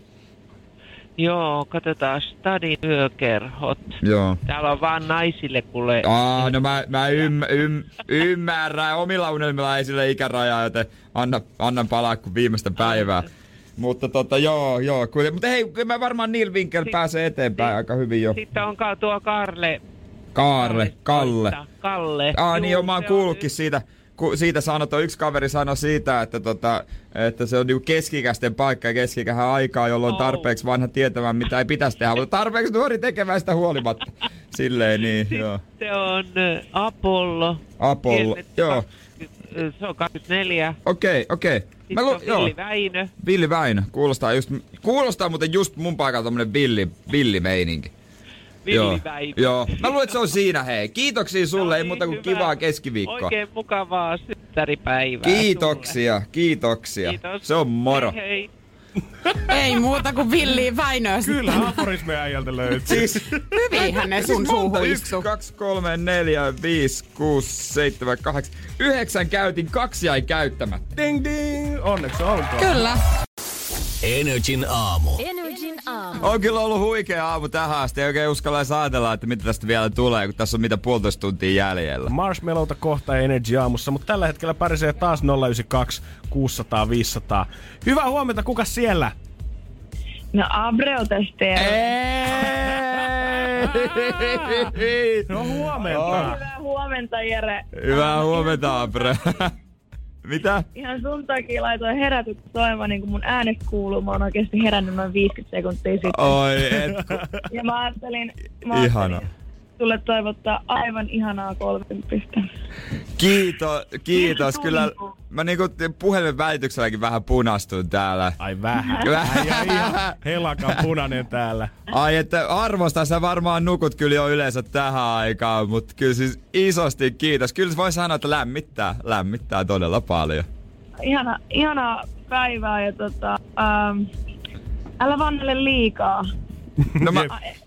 Speaker 12: Joo, katsotaan Stadin yökerhot.
Speaker 4: Joo.
Speaker 12: Täällä on vaan naisille kuule.
Speaker 4: Aa, no mä, mä ymm, ymm, ymmärrän omilla unelmilla ei sille ikärajaa, joten anna, annan palaa kuin viimeistä päivää. Mutta tota, joo, joo. Kuule, mutta hei, kyllä mä varmaan Neil Winkel pääsee eteenpäin aika hyvin jo.
Speaker 12: Sitten onkaan tuo Karle.
Speaker 4: Kaarle, Kalle.
Speaker 12: Kalle.
Speaker 4: Aa, niin
Speaker 12: Juu,
Speaker 4: joo, mä oon
Speaker 12: se on
Speaker 4: kuullutkin siitä, ku, siitä sanottu, yksi kaveri sanoi siitä, että, tota, että se on niinku keskikäisten paikka ja keskikähän aikaa, jolloin tarpeeksi vanha tietämään, mitä ei pitäisi tehdä, mutta tarpeeksi nuori tekemään sitä huolimatta. Silleen niin, joo.
Speaker 12: Se on ö, Apollo.
Speaker 4: Apollo,
Speaker 12: Kierretty
Speaker 4: joo.
Speaker 12: 20, ö, Se on 24.
Speaker 4: Okei, okei.
Speaker 12: Sitten
Speaker 4: lu-
Speaker 12: on Villi Väinö.
Speaker 4: Villi Väinö, kuulostaa, just, kuulostaa muuten just mun paikalta tommonen villi, villimeininki.
Speaker 12: Villi
Speaker 4: joo.
Speaker 12: Väinö. No niin,
Speaker 4: joo. Mä luulen, että se on siinä, hei. Kiitoksia sulle, ei muuta kuin kivaa keskiviikkoa.
Speaker 12: Oikein mukavaa synttäripäivää.
Speaker 4: Kiitoksia, kiitoksia.
Speaker 12: Kiitos.
Speaker 4: Se on moro.
Speaker 12: Hei, hei.
Speaker 10: Ei muuta kuin villiin Väinöä Kyllä,
Speaker 3: aforismeja äijältä löytyy.
Speaker 4: Siis,
Speaker 10: Hyvinhän ne sun
Speaker 4: siis monta?
Speaker 10: suuhun
Speaker 4: Yksi, kaksi, kolme, neljä, viisi, kuusi, seitsemän, kahdeksan. Yhdeksän käytin, kaksi jäi käyttämättä.
Speaker 3: Ding ding! Onneksi olkoon.
Speaker 10: Kyllä.
Speaker 2: Energin aamu.
Speaker 13: Energin aamu.
Speaker 4: On kyllä ollut huikea aamu tähän asti. Ei oikein uskalla edes ajatella, että mitä tästä vielä tulee, kun tässä on mitä puolitoista tuntia jäljellä.
Speaker 3: Marshmallowta kohta Energy aamussa, mutta tällä hetkellä pärisee taas 092 600 500. Hyvää huomenta, kuka siellä?
Speaker 14: No Abre on tässä
Speaker 3: No huomenta.
Speaker 4: Oh.
Speaker 14: Hyvää huomenta, Jere.
Speaker 4: Hyvää huomenta, Abre. Mitä?
Speaker 14: Ihan sun takia laitoin herätyt soimaan, niin kun mun ääni kuuluu. Mä oon oikeesti herännyt noin 50 sekuntia sitten.
Speaker 4: Oi, et.
Speaker 14: Ja mä ajattelin, mä ajattelin
Speaker 4: Ihana.
Speaker 14: sulle toivottaa aivan ihanaa 30.
Speaker 4: Kiito, kiitos. Kyllä mä niinku puhelimen välitykselläkin vähän punastun täällä.
Speaker 3: Ai vähän. Äijä ihan helakan punainen täällä.
Speaker 4: Ai että arvosta sä varmaan nukut kyllä jo yleensä tähän aikaan, mutta kyllä siis isosti kiitos. Kyllä voi sanoa, että lämmittää, lämmittää todella paljon.
Speaker 14: Ihana, ihanaa päivää ja tota, ähm, älä vannelle liikaa.
Speaker 4: No, mä,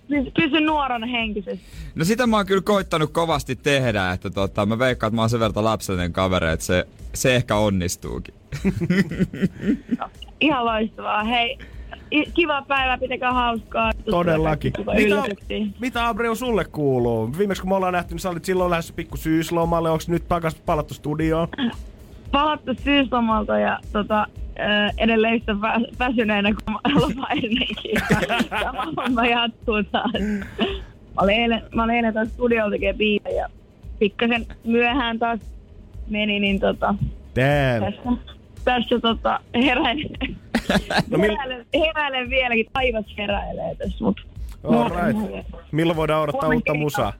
Speaker 14: Siis Pysy nuorana henkisesti.
Speaker 4: no sitä mä oon kyllä koittanut kovasti tehdä, että tota, mä veikkaan, että mä oon sen verran lapsellinen kaveri, että se, se ehkä onnistuukin.
Speaker 14: Ihan loistavaa. Hei, i- kivaa päivää, pitäkää hauskaa.
Speaker 3: Todellakin.
Speaker 14: Kiva
Speaker 3: Mitä,
Speaker 14: yllätyksiä.
Speaker 3: mitä Abreu sulle kuuluu? Viimeksi kun me ollaan nähty, niin sä olit silloin lähdössä pikku syyslomalle. Onks nyt takas palattu studioon?
Speaker 14: palattu syyslomalta ja tota, ö, edelleen yhtä vä- väsyneenä kuin mä- loma ennenkin. Sama homma jatkuu taas. Mä olin eilen, mä olin eilen taas studiolla tekee biitä ja pikkasen myöhään taas meni, niin tota,
Speaker 3: Damn.
Speaker 14: tässä, tässä tota, heräilen, no, heräilen, heräilen, vieläkin, taivas heräilee tässä, mutta
Speaker 3: All right. Milloin voidaan odottaa
Speaker 14: Huomenna
Speaker 3: uutta
Speaker 14: keikka.
Speaker 3: musaa?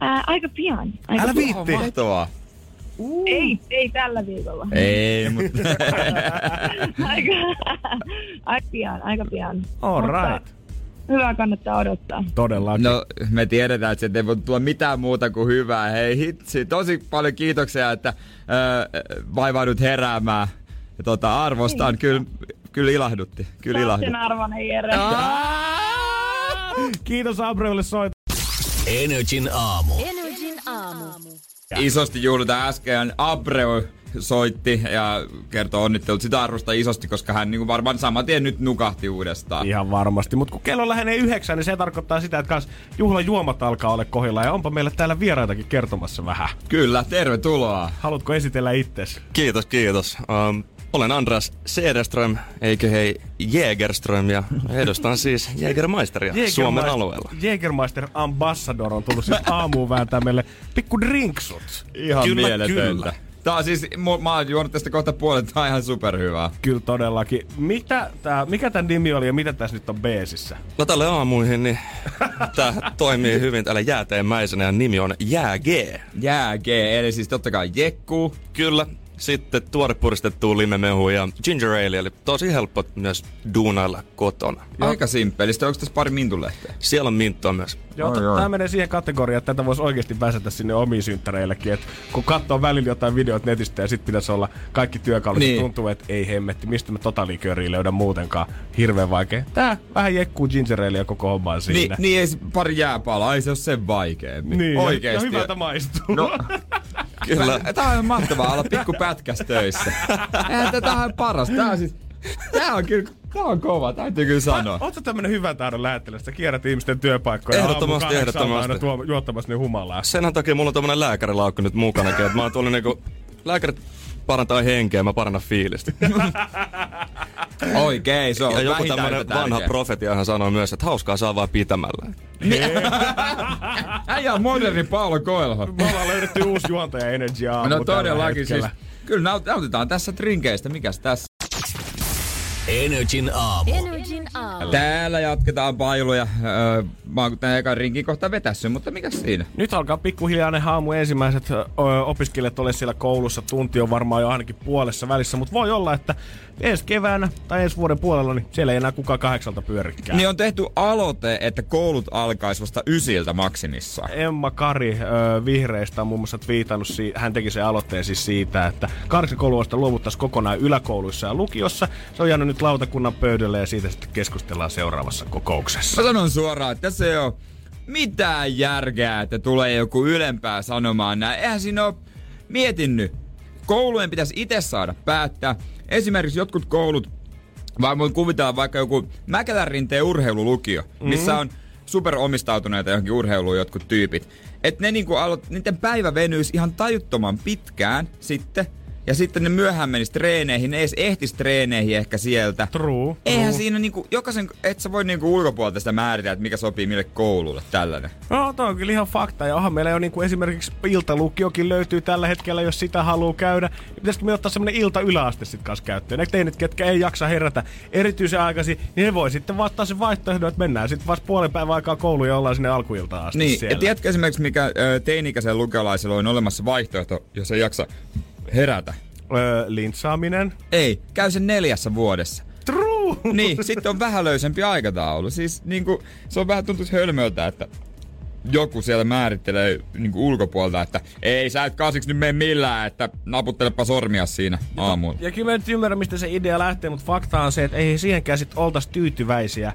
Speaker 14: ää, aika pian. Aika
Speaker 3: Älä
Speaker 14: pian.
Speaker 3: viitti.
Speaker 4: Mahtavaa.
Speaker 14: Ei, ei tällä viikolla.
Speaker 4: Mm. Ei, mutta...
Speaker 14: aika, aika pian, aika pian.
Speaker 4: All
Speaker 14: Mutta
Speaker 4: right.
Speaker 14: Hyvää kannattaa odottaa.
Speaker 3: Todellakin.
Speaker 4: No, me tiedetään, että sieltä ei voi tulla mitään muuta kuin hyvää. Hei hitsi, tosi paljon kiitoksia, että öö, vaivaudut heräämään. Ja Tota, arvostan, kyllä, kyllä ilahdutti. Kyllä ilahdutti.
Speaker 14: Sen arvoinen Jere.
Speaker 3: Kiitos Abreulle soitosta.
Speaker 2: Energin aamu.
Speaker 13: Energin aamu.
Speaker 4: Isosti juhlitaan äsken. Abreu soitti ja kertoo onnittelut sitä arvosta isosti, koska hän niin varmaan saman tien nyt nukahti uudestaan.
Speaker 3: Ihan varmasti, mutta kun kello lähenee yhdeksän, niin se tarkoittaa sitä, että kans juhlajuomat alkaa olla kohilla ja onpa meillä täällä vieraitakin kertomassa vähän.
Speaker 4: Kyllä, tervetuloa.
Speaker 3: Haluatko esitellä itsesi?
Speaker 15: Kiitos, kiitos. Um, Olen Andras Sederström, eikö hei Jägerström, ja edustan siis Jägermeisteria Suomen alueella.
Speaker 3: Jägermeister Ambassador on tullut siis aamuun vääntää meille pikku drinksut.
Speaker 4: Ihan mieletöntä. Tää on siis, mu- mä oon juonut tästä kohta puolet, tää on ihan superhyvää.
Speaker 3: Kyllä todellakin. Mitä tää, mikä tän nimi oli ja mitä tässä nyt on beesissä?
Speaker 15: No tälle aamuihin, niin tämä toimii hyvin täällä jääteenmäisenä ja nimi on Jääg.
Speaker 4: Jääg, eli siis totta kai jekku.
Speaker 15: Kyllä. Sitten tuore puristettu limemehu ja ginger ale, eli tosi helppo myös duunailla kotona.
Speaker 4: Aika simppelistä. Onko tässä pari mintulehteä?
Speaker 15: Siellä on minttua myös.
Speaker 3: Joo, t- tämä menee siihen kategoriaan, että tätä voisi oikeasti väsätä sinne omiin synttäreillekin. Et kun katsoo välillä jotain videoita netistä ja sitten pitäisi olla kaikki työkalut, niin.
Speaker 4: Niin.
Speaker 3: tuntuu, että ei hemmetti, mistä mä tota liikööriä löydän muutenkaan. Hirveän vaikea. Tää vähän jekkuu ginger ale ja koko homma on
Speaker 4: Niin,
Speaker 3: siinä.
Speaker 4: niin ei se pari jääpalaa, ei se ole sen vaikeemmin.
Speaker 3: Niin, ja-
Speaker 4: Oikeesti.
Speaker 3: ja hyvältä maistuu.
Speaker 4: No, kyllä. Tää on mahtavaa olla pikku pätkäs töissä. Eihän tää- tää on paras. Tää on siis... Tää on kyllä... Tää on kova, täytyy kyllä sanoa.
Speaker 3: Oletko tämmönen hyvän tahdon lähettilä, että sä kierrät ihmisten työpaikkoja
Speaker 15: Ehdottomasti,
Speaker 3: aamu kahdeksalta
Speaker 15: ehdottomasti.
Speaker 3: aina tuo, juottamassa ne humalaa.
Speaker 15: Sen takia mulla on tommonen lääkärilaukku nyt mukana, että mä oon tuolla niinku... Lääkärit parantaa henkeä, mä parannan fiilistä.
Speaker 4: Oikein, se on
Speaker 15: Ja joku
Speaker 4: vähintään
Speaker 15: tämmönen
Speaker 4: yhtä
Speaker 15: vanha
Speaker 4: tärkeä.
Speaker 15: profetiahan sanoo myös, että hauskaa saa vaan pitämällä.
Speaker 4: Niin. Äijä on moderni Paolo Koelho.
Speaker 3: Me ollaan löydetty uusi juontaja Energy aamu
Speaker 4: No
Speaker 3: tällä
Speaker 4: todellakin siis.
Speaker 3: hetkellä.
Speaker 4: Kyllä naut- nautitaan tässä trinkeistä. Mikäs tässä?
Speaker 2: Energin aamu.
Speaker 13: Energin aamu.
Speaker 4: Täällä jatketaan pailuja. Öö, mä oon tämän ekan rinkin kohta vetässyt, mutta mikä siinä?
Speaker 3: Nyt alkaa pikkuhiljaa ne haamu ensimmäiset ö, opiskelijat ole siellä koulussa. Tunti on varmaan jo ainakin puolessa välissä, mutta voi olla, että ensi keväänä tai ensi vuoden puolella, niin siellä ei enää kukaan kahdeksalta pyörikään.
Speaker 4: Niin on tehty aloite, että koulut alkaisi vasta ysiltä maksimissa.
Speaker 3: Emma Kari ö, vihreistä on muun muassa twiitannut, si- hän teki sen aloitteen siis siitä, että kahdeksan kouluista luovuttaisiin kokonaan yläkouluissa ja lukiossa. Se on jäänyt nyt lautakunnan pöydälle ja siitä sitten keskustellaan seuraavassa kokouksessa.
Speaker 4: Mä sanon suoraan, että tässä ei oo mitään järkeä, että tulee joku ylempää sanomaan näin. Eihän siinä oo mietin nyt. Koulujen pitäisi itse saada päättää. Esimerkiksi jotkut koulut, vaan voin kuvitella vaikka joku Mäkelän rinteen urheilulukio, missä on superomistautuneita johonkin urheiluun jotkut tyypit. Et ne niinku aloit, niiden päivä venyisi ihan tajuttoman pitkään sitten, ja sitten ne myöhään menisi treeneihin, ne edes ehtis treeneihin ehkä sieltä.
Speaker 3: True.
Speaker 4: Eihän
Speaker 3: true.
Speaker 4: siinä niinku, jokaisen, et sä voi niinku ulkopuolelta sitä määritellä, että mikä sopii mille koululle tällainen.
Speaker 3: No, toi on kyllä ihan fakta. Ja onhan meillä jo niinku esimerkiksi iltalukiokin löytyy tällä hetkellä, jos sitä haluaa käydä. Niin Pitäisikö me ottaa semmonen ilta yläaste sit kanssa käyttöön? Eikö teinit, ketkä ei jaksa herätä erityisen aikaisin, niin he voi sitten vaihtaa sen vaihtoehdon, että mennään sitten vasta puolen päivän aikaa kouluun ja ollaan sinne alkuiltaan asti
Speaker 4: Niin,
Speaker 3: siellä.
Speaker 4: ja tiedätkö esimerkiksi, mikä ö, teini-ikäisen lukiolaisella on olemassa vaihtoehto, jos ei jaksa herätä?
Speaker 3: Öö, lintsaaminen.
Speaker 4: Ei, käy sen neljässä vuodessa.
Speaker 3: True!
Speaker 4: Niin, sitten on vähän löysempi aikataulu. Siis niinku, se on vähän tuntuisi hölmöltä, että joku siellä määrittelee niinku ulkopuolta, että ei sä et kasiksi nyt mene millään, että naputtelepa sormia siinä aamulla.
Speaker 3: Ja kyllä mä nyt ymmärrän, mistä se idea lähtee, mutta fakta on se, että ei siihenkään sit oltaisi tyytyväisiä,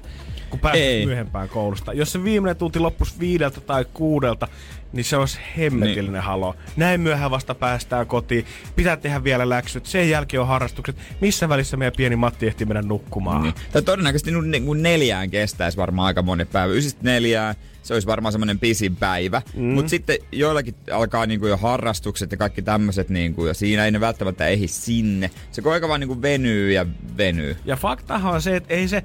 Speaker 3: kun pääsee
Speaker 4: Ei.
Speaker 3: myöhempään koulusta. Jos se viimeinen tunti loppus viideltä tai kuudelta, niin se olisi hemmetillinen niin. halo. Näin myöhään vasta päästään kotiin, pitää tehdä vielä läksyt, sen jälkeen on harrastukset. Missä välissä meidän pieni Matti ehti mennä nukkumaan? Niin.
Speaker 4: Tai todennäköisesti nu- niinku neljään kestäisi varmaan aika monen päivä. Ysistä neljään, se olisi varmaan semmoinen pisin päivä. Mm. Mutta sitten joillakin alkaa niinku jo harrastukset ja kaikki tämmöiset, niinku, ja siinä ei ne välttämättä ehdi sinne. Se koika vaan niinku venyy ja venyy.
Speaker 3: Ja faktahan on se, että ei se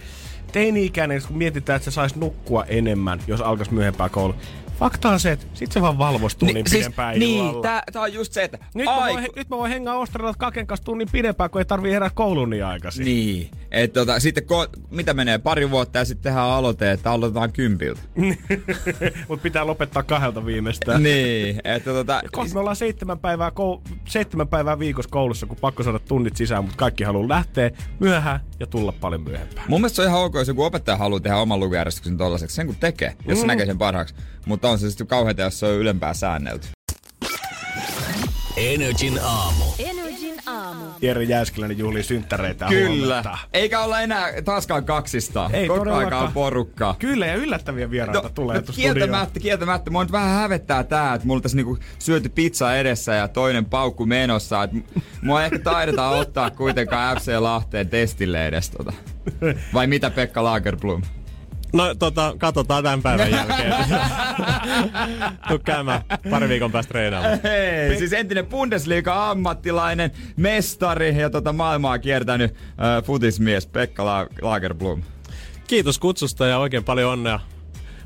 Speaker 3: teini-ikäinen, kun mietitään, että se saisi nukkua enemmän, jos alkaisi myöhempää koulua. Fakta on se, että sit se vaan valvostuu niin, niin pidempään
Speaker 4: niin
Speaker 3: illalla.
Speaker 4: tää, tää, on just se, että
Speaker 3: Nyt mä,
Speaker 4: ai,
Speaker 3: voin, nyt mä voin hengaa Ostrelat kaken kanssa tunnin pidempään, kun ei tarvii herää kouluun niin aikaisin.
Speaker 4: Niin. Et tota, sitten ko- mitä menee pari vuotta ja sitten tehdään aloite, että aloitetaan kympiltä.
Speaker 3: Mut pitää lopettaa kahdelta viimeistään.
Speaker 4: niin, että tota,
Speaker 3: Kohta me ollaan seitsemän päivää, kou- seitsemän päivää viikossa koulussa, kun pakko saada tunnit sisään, mutta kaikki haluaa lähteä myöhään ja tulla paljon myöhempään.
Speaker 4: Mun mielestä se on ihan ok, jos joku opettaja haluaa tehdä oman lukujärjestyksen tollaiseksi. Sen kun tekee, jos mm. se näkee sen parhaaksi. Mutta on se sitten kauheita, jos se on ylempää säännelty.
Speaker 2: Energin aamu.
Speaker 13: Energin aamu.
Speaker 3: Jere Jääskeläinen juhlii synttäreitä
Speaker 4: Kyllä.
Speaker 3: huomenta.
Speaker 4: Eikä olla enää taaskaan kaksista.
Speaker 3: Ei
Speaker 4: Koko
Speaker 3: todellakaan.
Speaker 4: aika on porukkaa. No,
Speaker 3: Kyllä, ja yllättäviä vieraita tulee tuosta studioon.
Speaker 4: kieltämättä, kieltämättä. Mua nyt vähän hävettää tää, että mulla on tässä niinku syöty pizza edessä ja toinen paukku menossa. Et m- mua ehkä taidetaan ottaa kuitenkaan FC Lahteen testille edes tota. Vai mitä Pekka Lagerblom?
Speaker 16: No tota, katsotaan tämän päivän jälkeen. Tuu käymään pari viikon päästä treenaamaan.
Speaker 4: Hei, siis entinen Bundesliga-ammattilainen, mestari ja tota maailmaa kiertänyt äh, futismies Pekka La- Lagerblom.
Speaker 16: Kiitos kutsusta ja oikein paljon onnea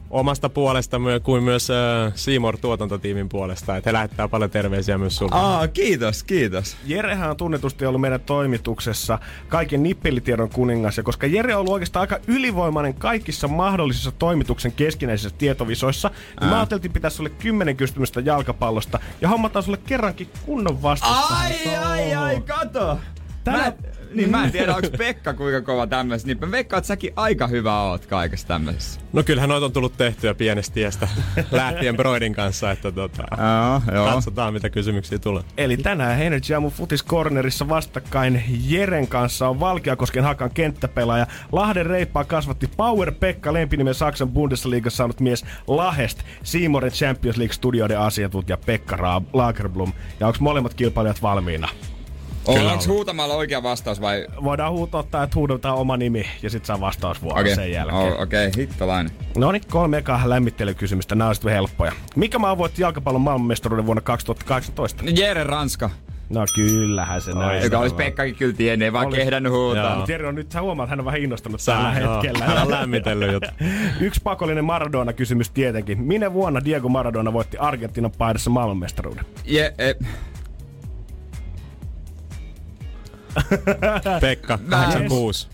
Speaker 16: omasta puolesta myö- kuin myös äh, Seymour tuotantotiimin puolesta. Että he lähettää paljon terveisiä myös sulle.
Speaker 4: Aa, kiitos, kiitos.
Speaker 3: Jerehän on tunnetusti ollut meidän toimituksessa kaiken nippelitiedon kuningas. Ja koska Jere on ollut oikeastaan aika ylivoimainen kaikissa mahdollisissa toimituksen keskinäisissä tietovisoissa, niin mä ajattelin pitää sulle kymmenen kysymystä jalkapallosta ja hommataan sulle kerrankin kunnon vastaus.
Speaker 4: Ai, ai, ai, kato!
Speaker 3: Tänä-
Speaker 4: Mä, niin mä en tiedä, onko Pekka kuinka kova tämmöisessä, niin mä veikkaan, että säkin aika hyvä oot kaikessa tämmöisessä.
Speaker 16: No kyllähän noita on tullut tehtyä pienestä tiestä lähtien Broidin kanssa, että tota,
Speaker 4: joo.
Speaker 16: katsotaan mitä kysymyksiä tulee.
Speaker 3: Eli tänään Energy Aamu Futis Cornerissa vastakkain Jeren kanssa on Valkeakosken hakan kenttäpelaaja. Lahden reippaa kasvatti Power Pekka, lempinimen Saksan Bundesliigassa saanut mies Lahest, Siimoren Champions League-studioiden asiantuntija Pekka Ra- Lagerblom. Ja onko molemmat kilpailijat valmiina? Kyllä
Speaker 4: Onko
Speaker 3: on.
Speaker 4: huutamalla oikea vastaus vai...
Speaker 3: Voidaan huutottaa, että huudetaan oma nimi ja sit saa vastausvuoro
Speaker 4: Okei,
Speaker 3: okay. sen jälkeen.
Speaker 4: okay. okay, hittolainen.
Speaker 3: No niin, kolme ekaa lämmittelykysymystä. Nämä on sitten helppoja. Mikä maa voitti jalkapallon maailmanmestaruuden vuonna 2018?
Speaker 4: Jere Ranska.
Speaker 3: No kyllähän se näin.
Speaker 4: Joka olisi Pekkakin kyllä tiennyt, ei vaan
Speaker 3: Olis-
Speaker 4: kehdannut huutaa.
Speaker 3: Mutta Jere on nyt, sä huomaat, hän on vähän innostunut
Speaker 4: Sä-
Speaker 3: tällä
Speaker 4: joo.
Speaker 3: hetkellä.
Speaker 4: Hän on lämmitellyt jotain.
Speaker 3: Yksi pakollinen Maradona-kysymys tietenkin. Minä vuonna Diego Maradona voitti Argentiinan paidassa maailmanmestaruuden?
Speaker 4: Je, e,
Speaker 16: Pekka,
Speaker 3: Mä- Hmm?
Speaker 16: 86.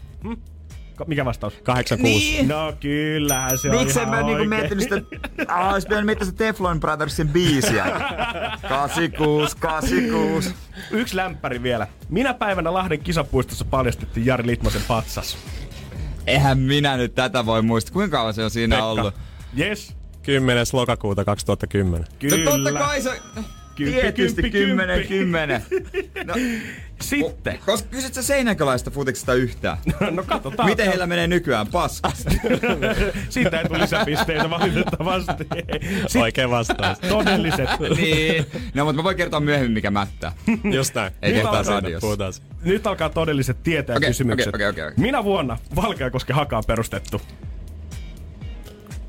Speaker 3: Ka- Mikä vastaus?
Speaker 16: 86.
Speaker 4: Niin.
Speaker 3: No kyllähän se on
Speaker 4: Miksi en
Speaker 3: ihan
Speaker 4: mä niinku
Speaker 3: oikein.
Speaker 4: miettinyt sitä, aah, olisi pitänyt miettiä sitä Teflon Brothersin biisiä. Ah! 86, 86.
Speaker 3: Yksi lämpäri vielä. Minä päivänä Lahden kisapuistossa paljastettiin Jari Litmasen patsas?
Speaker 4: Eihän minä nyt tätä voi muistaa. Kuinka kauan se on siinä
Speaker 16: Pekka.
Speaker 4: ollut?
Speaker 3: Yes.
Speaker 16: 10. lokakuuta 2010.
Speaker 4: No totta kai se...
Speaker 3: Kymppi,
Speaker 4: Tietysti
Speaker 3: kymppi,
Speaker 4: 10,
Speaker 3: kymppi.
Speaker 4: 10.
Speaker 3: Sitten.
Speaker 4: No. Koska kysyt sä seinäkäläistä futiksesta yhtään?
Speaker 3: No katsotaan.
Speaker 4: Miten heillä menee nykyään? Paskasti.
Speaker 3: Siitä ei tule lisäpisteitä valitettavasti. Sitten
Speaker 16: Oikein vastaus.
Speaker 3: todelliset.
Speaker 4: niin. No, mutta mä voin kertoa myöhemmin, mikä mättää.
Speaker 16: Just näin.
Speaker 4: Ei
Speaker 3: Nyt
Speaker 4: kertaa
Speaker 3: Niin alkaa-
Speaker 4: radiossa.
Speaker 16: Puhutaan siitä.
Speaker 3: Nyt alkaa todelliset tietää
Speaker 4: Okei,
Speaker 3: kysymykset.
Speaker 4: okei, okei, okei, okei.
Speaker 3: Minä vuonna Valkeakosken haka on perustettu?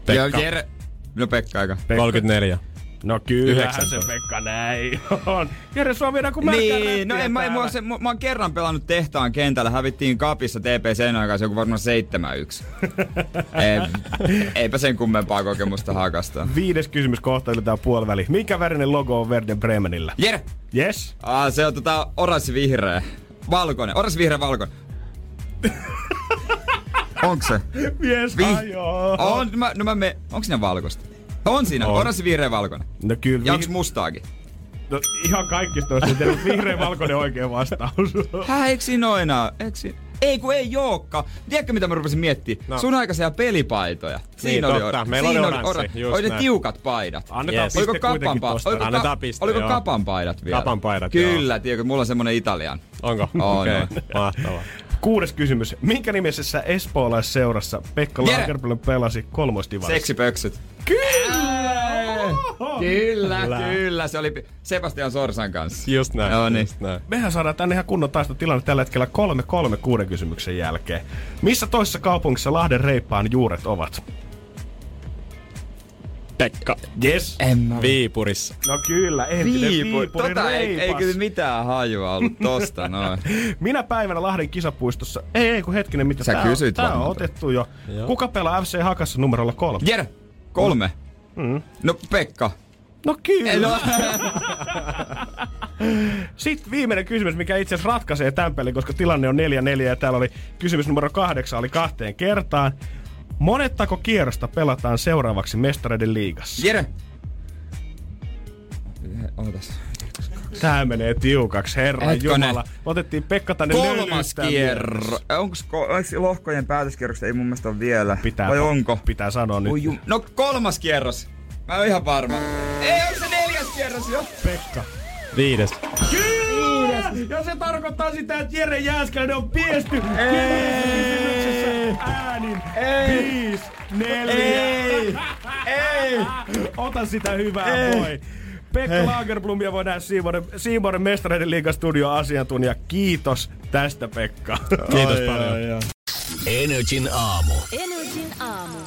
Speaker 4: Joo, Jere... No Pekka aika.
Speaker 16: 34.
Speaker 3: No kyllähän se
Speaker 16: 19.
Speaker 3: Pekka näin on. Jere, sua viedään kuin märkää rättiä
Speaker 4: Niin, no en mä,
Speaker 3: täällä.
Speaker 4: mä, se, mä, mä, oon kerran pelannut tehtaan kentällä, hävittiin kapissa TP sen kanssa joku varmaan 7-1. Ei, eipä sen kummempaa kokemusta hakasta.
Speaker 3: Viides kysymys kohta ylitetään puoliväli. Minkä värinen logo on Werder Bremenillä?
Speaker 4: Jere!
Speaker 3: Yes.
Speaker 4: Aa, se on tota oranssi-vihreä. Valkoinen, oranssi-vihreä valkoinen. Onks se?
Speaker 3: Yes,
Speaker 4: Vi-
Speaker 3: ajoo.
Speaker 4: On, no mä, no mä me, onks siinä valkoista? On siinä,
Speaker 3: On.
Speaker 4: oranssi-vihreä valkoinen.
Speaker 3: No kyllä.
Speaker 4: Ja onks mustaakin?
Speaker 3: No, ihan kaikista olisi tehnyt vihreä valkoinen oikea vastaus.
Speaker 4: Häh, eikö siinä oo enää? Eikö siinä? Ei kun ei jookka. Tiedätkö mitä mä rupesin miettimään?
Speaker 16: No.
Speaker 4: Sun aikaisia pelipaitoja. Siinä
Speaker 16: Niin,
Speaker 4: oli
Speaker 16: totta.
Speaker 4: or-
Speaker 16: Meillä oli
Speaker 4: siinä
Speaker 16: oranssi, just
Speaker 4: Oli ne
Speaker 16: näin.
Speaker 4: tiukat paidat.
Speaker 3: Annetaan yes.
Speaker 16: Yes.
Speaker 4: Oliko
Speaker 3: piste
Speaker 4: kapan,
Speaker 3: kuitenkin
Speaker 4: pa-
Speaker 3: tosta.
Speaker 4: oliko,
Speaker 16: Annetaan piste,
Speaker 4: oliko
Speaker 16: joo.
Speaker 4: kapan paidat vielä?
Speaker 16: Kapan paidat, joo.
Speaker 4: Kyllä, tiedätkö, mulla on semmonen italian.
Speaker 16: Onko?
Speaker 4: On,
Speaker 16: Okei,
Speaker 4: on.
Speaker 16: mahtavaa.
Speaker 3: Kuudes kysymys. Minkä nimisessä espoolaisseurassa Pekka
Speaker 4: Jere.
Speaker 3: Lagerblom pelasi kolmoistivarissa?
Speaker 4: Seksipöksyt. Kyllä! Kyllä, kyllä. Se oli pi- Sebastian Sorsan kanssa.
Speaker 16: Just näin.
Speaker 4: Joo, niin.
Speaker 16: just näin.
Speaker 3: Mehän saadaan tänne ihan kunnon taistotilanne tällä hetkellä 3-3 kuuden kysymyksen jälkeen. Missä toisessa kaupungissa Lahden reippaan juuret ovat?
Speaker 16: Pekka.
Speaker 3: Yes.
Speaker 4: En mä...
Speaker 16: Viipurissa.
Speaker 3: No kyllä, entinen Viipuri,
Speaker 4: Tota ei, ei
Speaker 3: reipas.
Speaker 4: kyllä mitään hajua ollut tosta no. noin.
Speaker 3: Minä päivänä Lahden kisapuistossa... Ei, ei, kun hetkinen, mitä
Speaker 4: Sä
Speaker 3: tää
Speaker 4: kysyit
Speaker 3: on? Tää on
Speaker 4: varmaan.
Speaker 3: otettu jo.
Speaker 16: Joo.
Speaker 3: Kuka pelaa FC Hakassa numerolla kolme? Mm.
Speaker 4: Jere, kolme. No Pekka.
Speaker 3: No kyllä.
Speaker 4: Ei, no.
Speaker 3: Sitten viimeinen kysymys, mikä itse asiassa ratkaisee tämän pelin, koska tilanne on 4-4 ja täällä oli kysymys numero kahdeksan, oli kahteen kertaan. Monettako kierrosta pelataan seuraavaksi mestareiden liigassa?
Speaker 4: Jere. Ootas.
Speaker 3: Tää menee tiukaksi, herra
Speaker 4: Hetkonen.
Speaker 3: Jumala. Otettiin Pekka tänne
Speaker 4: Kolmas
Speaker 3: löylyttää
Speaker 4: kierro.
Speaker 3: mielessä.
Speaker 4: Onks, ko- onks lohkojen päätöskierrosta? Ei mun mielestä ole vielä.
Speaker 3: Pitää,
Speaker 4: Vai onko?
Speaker 3: Pitää sanoa nyt.
Speaker 4: Oi jum- No kolmas kierros. Mä oon ihan varma. Ei, onko se neljäs kierros jo?
Speaker 3: Pekka.
Speaker 16: Viides.
Speaker 3: Kyllä! Ja se tarkoittaa sitä, että Jere Jääskäinen on piesty kierroskysymyksessä äänin
Speaker 4: Ei.
Speaker 3: 5, 4.
Speaker 4: Ei. Ei.
Speaker 3: Ota sitä hyvää
Speaker 4: Ei.
Speaker 3: voi. Pekka Lagerblumia voi nähdä Siivoren, Siivoren mestareiden liigan studio asiantuntija. Kiitos tästä Pekka.
Speaker 16: Kiitos paljon.
Speaker 2: Energin aamu.
Speaker 13: Energin aamu.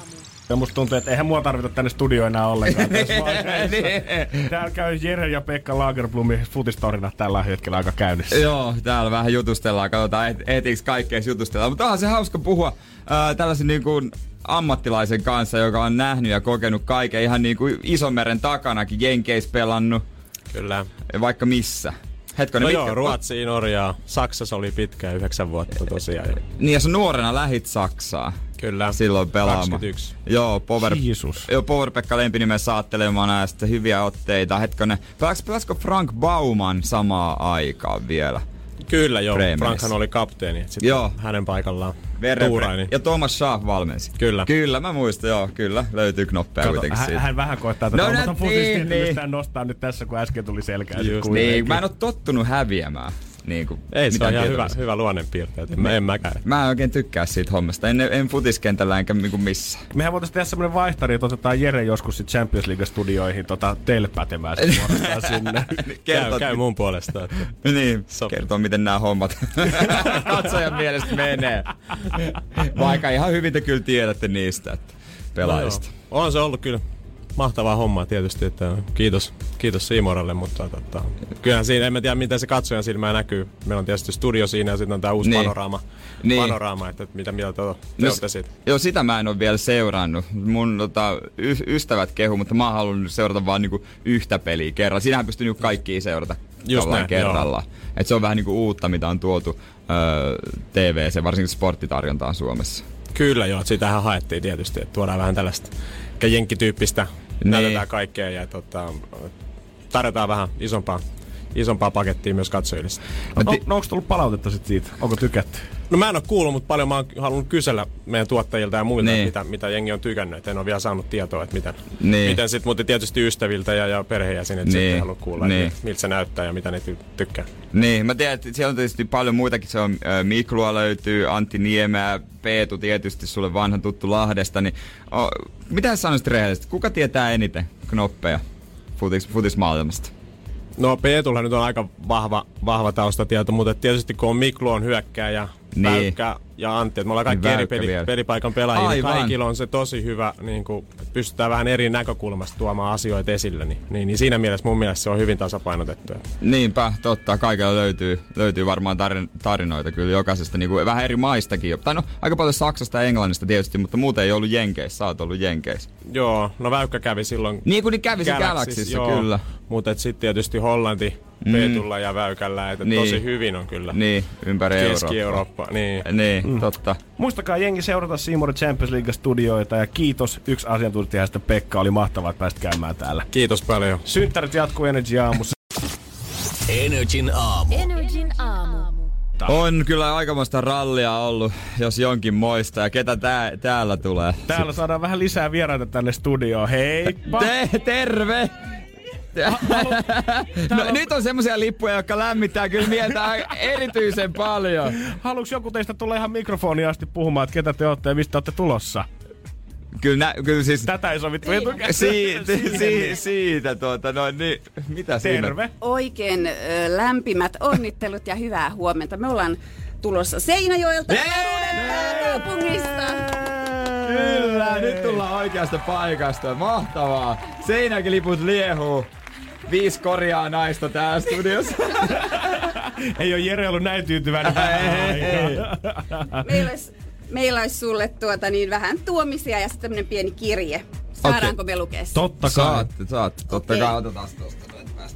Speaker 3: Ja musta tuntuu, että eihän mua tarvita tänne studioon enää ollenkaan. Tässä vaan- Täällä käy Jere ja Pekka Lagerblumin futistarina tällä hetkellä aika käynnissä.
Speaker 4: Joo, täällä vähän jutustellaan, katsotaan et, etiks kaikkea jutustellaan. Mutta onhan se hauska puhua ää, tällaisen niin kuin ammattilaisen kanssa, joka on nähnyt ja kokenut kaiken ihan niin kuin isomeren takanakin, Jenkeis pelannut.
Speaker 16: Kyllä.
Speaker 4: Vaikka missä. Hetkonen,
Speaker 16: no
Speaker 4: mitkä-
Speaker 16: joo, Ruotsiin, Norjaa. Saksassa oli pitkään, yhdeksän vuotta tosiaan.
Speaker 4: Niin ja sä nuorena lähit Saksaa.
Speaker 16: Kyllä.
Speaker 4: Silloin pelaamaan.
Speaker 16: 21.
Speaker 4: Joo, Power, joo, Power Pekka Lempinimen saattelemana ja sitten hyviä otteita. Hetkonen, pelas, pelasko Frank Bauman samaa aikaan vielä?
Speaker 16: Kyllä joo,
Speaker 4: Preemeissä.
Speaker 16: Frankhan oli kapteeni. et Sitten
Speaker 4: Joo.
Speaker 16: joo. hänen paikallaan
Speaker 4: Verre-
Speaker 16: tuuraini.
Speaker 4: Ja Thomas Schaaf valmensi.
Speaker 16: Kyllä.
Speaker 4: Kyllä, mä muistan, joo, kyllä. Löytyy knoppia kuitenkin
Speaker 3: hän,
Speaker 4: siitä.
Speaker 3: hän vähän koittaa tätä
Speaker 4: No
Speaker 3: omata
Speaker 4: näin,
Speaker 3: futistiin
Speaker 4: niin.
Speaker 3: niin. nostaa nyt tässä, kun äsken tuli selkää. sit
Speaker 4: Just
Speaker 3: kuitenkin.
Speaker 4: niin, mä en oo tottunut häviämään. Niin kuin,
Speaker 16: Ei, se
Speaker 4: mitään
Speaker 16: on ihan hyvä,
Speaker 4: tietoista.
Speaker 16: hyvä luonnepiirte. et En, mä, en mäkään.
Speaker 4: Mä en oikein tykkää siitä hommasta. En, en futiskentällä enkä niinku missä.
Speaker 3: Mehän voitaisiin tehdä semmoinen vaihtari, että otetaan Jere joskus sit Champions League-studioihin tota, teille pätemään
Speaker 4: Niin.
Speaker 3: sit suorastaan sinne.
Speaker 4: Kertot- käy mun
Speaker 16: puolesta.
Speaker 4: niin, kertoo miten nämä hommat katsojan mielestä menee. Vaikka ihan hyvin te kyllä tiedätte niistä että pelaajista.
Speaker 16: No joo. on se ollut kyllä mahtavaa hommaa tietysti, että kiitos, kiitos Siimoralle, mutta tota, kyllähän siinä, en mä tiedä miten se katsojan silmää näkyy. Meillä on tietysti studio siinä ja sitten on tämä uusi
Speaker 4: Niin.
Speaker 16: niin. panoraama,
Speaker 4: Niin.
Speaker 16: niin. panoraama että mitä, mitä te, te
Speaker 4: No
Speaker 16: no,
Speaker 4: s-
Speaker 16: olette siitä.
Speaker 4: Joo, sitä mä en ole vielä seurannut. Mun tota, y- ystävät kehu, mutta mä oon halunnut seurata vaan niinku yhtä peliä kerralla. Siinähän pystyy niinku kaikkia seurata
Speaker 16: Just
Speaker 4: tavallaan
Speaker 16: näin,
Speaker 4: kerralla. Et se on vähän niinku uutta, mitä on tuotu öö, TVC, varsinkin sporttitarjontaan Suomessa.
Speaker 16: Kyllä joo, että sitähän haettiin tietysti, että tuodaan vähän tällaista ehkä jenkkityyppistä,
Speaker 4: Niin.
Speaker 16: niin. näytetään kaikkea ja tota, tarjotaan vähän isompaa, isompaa pakettia myös katsojille.
Speaker 3: No, no onko tullut palautetta sit siitä? Onko tykätty?
Speaker 16: No mä en ole kuullut, mutta paljon mä oon halunnut kysellä meidän tuottajilta ja muilta, niin. mitä, mitä jengi on tykännyt. Et en ole vielä saanut tietoa, että miten,
Speaker 4: Niin.
Speaker 16: niin. miten sit, mutta tietysti ystäviltä ja, ja perheenjäsenet niin.
Speaker 4: Niin.
Speaker 16: sitten halunnut kuulla,
Speaker 4: Niin.
Speaker 16: niin. että miltä se näyttää ja mitä ne ty- tykkää.
Speaker 4: Niin, mä tiedän, että siellä on tietysti paljon muitakin. Se on ö, Miklua löytyy, Antti Niemeä, Peetu tietysti, sulle vanha tuttu Lahdesta. Niin, o, mitä sä sanoisit rehellisesti? Kuka tietää eniten knoppeja futis, futismaailmasta?
Speaker 16: No Peetulla nyt on aika vahva, vahva taustatieto, mutta et tietysti kun on Miklu on hyökkääjä,
Speaker 4: Niin.
Speaker 16: niin. Väykkä ja Antti, että me ollaan kaikki
Speaker 4: Niin,
Speaker 16: eri
Speaker 4: Väykkä
Speaker 16: peli,
Speaker 4: vielä.
Speaker 16: pelipaikan pelaajia, niin
Speaker 4: Aivan.
Speaker 16: kaikilla on se tosi hyvä, niin kuin, että pystytään vähän eri näkökulmasta tuomaan asioita esille, niin, niin, niin siinä mielessä mun mielestä se on hyvin tasapainotettu.
Speaker 4: Niinpä, totta. Kaikella löytyy, löytyy varmaan tarin, tarinoita kyllä jokaisesta. Niin kuin, vähän eri maistakin. jo. Tai no, aika paljon Saksasta ja Englannista tietysti, mutta muuten ei ollut Jenkeissä. Sä oot ollut Jenkeissä.
Speaker 16: Joo, no Väykkä kävi silloin.
Speaker 4: Niin kuin niin kävi se Galaxissa, kyllä.
Speaker 16: Mutta sitten tietysti Hollanti
Speaker 4: Mm.
Speaker 16: mm. Peetulla ja Väykällä, että
Speaker 4: Niin.
Speaker 16: niin. tosi hyvin on kyllä.
Speaker 4: Niin, ympäri Eurooppaa.
Speaker 16: Keski-Eurooppa, niin.
Speaker 4: Niin, mm. totta.
Speaker 3: Muistakaa jengi seurata Seymour Champions League-studioita ja kiitos yksi asiantuntijasta Pekka. Oli mahtavaa, että pääsit käymään täällä.
Speaker 16: Kiitos paljon.
Speaker 3: Synttärit jatkuu Energy aamussa.
Speaker 2: Energin aamu.
Speaker 13: Energin aamu.
Speaker 4: On kyllä aikamoista rallia ollut, jos jonkin moista. Ja ketä tää, täällä tulee?
Speaker 3: Täällä saadaan vähän lisää vieraita tänne studioon. Heippa!
Speaker 4: Te- terve! No, nyt on semmoisia lippuja, jotka lämmittää kyllä mieltä erityisen paljon.
Speaker 3: Haluatko joku teistä tulla ihan mikrofoniin asti puhumaan, että ketä te olette ja mistä olette tulossa?
Speaker 4: Kyllä, nä, kyllä siis...
Speaker 3: Tätä ei sovittu etukäteen.
Speaker 4: Siitä,
Speaker 3: Siihen
Speaker 4: si, siitä tuota, no niin, mitä
Speaker 3: Terve.
Speaker 17: Oikein ö, lämpimät onnittelut ja hyvää huomenta. Me ollaan tulossa Seinäjoelta ja Uudenmaan kaupungista.
Speaker 4: Kyllä, nyt tullaan oikeasta paikasta. Mahtavaa. Seinäkin liput liehuu. Viisi korjaa naista täällä studiossa.
Speaker 3: ei ole Jere ollut näin tyytyväinen.
Speaker 4: Ei, ei.
Speaker 17: Meillä olisi, meillä olisi sulle tuota niin vähän tuomisia ja sitten tämmöinen pieni kirje. Saadaanko me lukea se?
Speaker 3: Totta kai.
Speaker 4: Saatte, saatte. Totta
Speaker 17: Okei.
Speaker 4: kai, otetaan tuosta.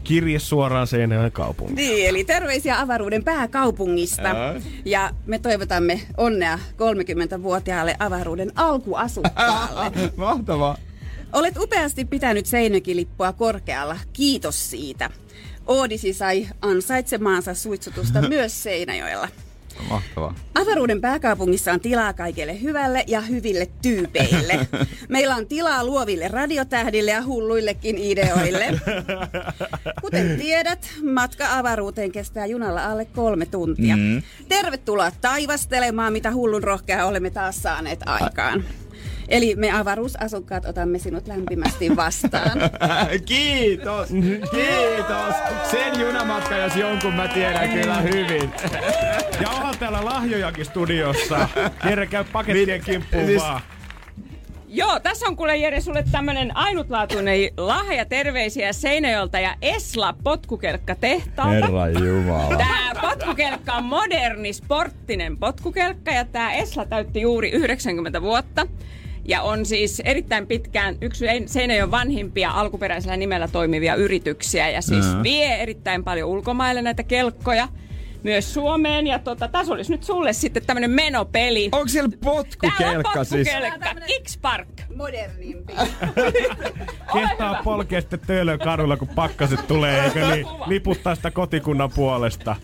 Speaker 3: Kirje suoraan Seinäjoen kaupunkiin.
Speaker 17: Niin, eli terveisiä avaruuden pääkaupungista.
Speaker 3: Ää.
Speaker 17: Ja me toivotamme onnea 30-vuotiaalle avaruuden alkuasukkaalle.
Speaker 4: Mahtavaa.
Speaker 17: Olet upeasti pitänyt Seinäkilippua korkealla. Kiitos siitä. Oodisi sai ansaitsemaansa suitsutusta myös Seinäjoella.
Speaker 4: Mahtavaa.
Speaker 17: Avaruuden pääkaupungissa on tilaa kaikelle hyvälle ja hyville tyypeille. Meillä on tilaa luoville radiotähdille ja hulluillekin ideoille. Kuten tiedät, matka avaruuteen kestää junalla alle kolme tuntia.
Speaker 4: Mm.
Speaker 17: Tervetuloa taivastelemaan, mitä hullun rohkeaa olemme taas saaneet aikaan. Eli me avaruusasukkaat otamme sinut lämpimästi vastaan.
Speaker 4: Kiitos! Kiitos! Sen junamatka, jos jonkun mä tiedän kyllä hyvin.
Speaker 3: Ja onhan täällä lahjojakin studiossa. Jere, käy pakettien kimppuun
Speaker 4: siis-
Speaker 3: vaan.
Speaker 18: Joo, tässä on kuule Jere sulle tämmönen ainutlaatuinen lahja terveisiä Seinäjolta ja Esla potkukelkka tehtaalta.
Speaker 4: Jumala.
Speaker 18: Tää potkukelkka on moderni, sporttinen potkukelkka ja tää Esla täytti juuri 90 vuotta. Ja on siis erittäin pitkään yksi Ein- Seinäjoen vanhimpia alkuperäisellä nimellä toimivia yrityksiä ja siis
Speaker 19: Mm.
Speaker 18: vie erittäin paljon ulkomaille näitä kelkkoja. Myös Suomeen ja tota, tässä olisi nyt sulle sitten tämmönen menopeli.
Speaker 4: Onko siellä potkukelkka
Speaker 18: Täällä on
Speaker 4: siis?
Speaker 18: potkukelkka, X-Park.
Speaker 17: Modernimpi.
Speaker 3: Kehtaa polkea sitten töölön kadulla, kun pakkaset tulee, eikö niin? Liputtaa sitä kotikunnan puolesta.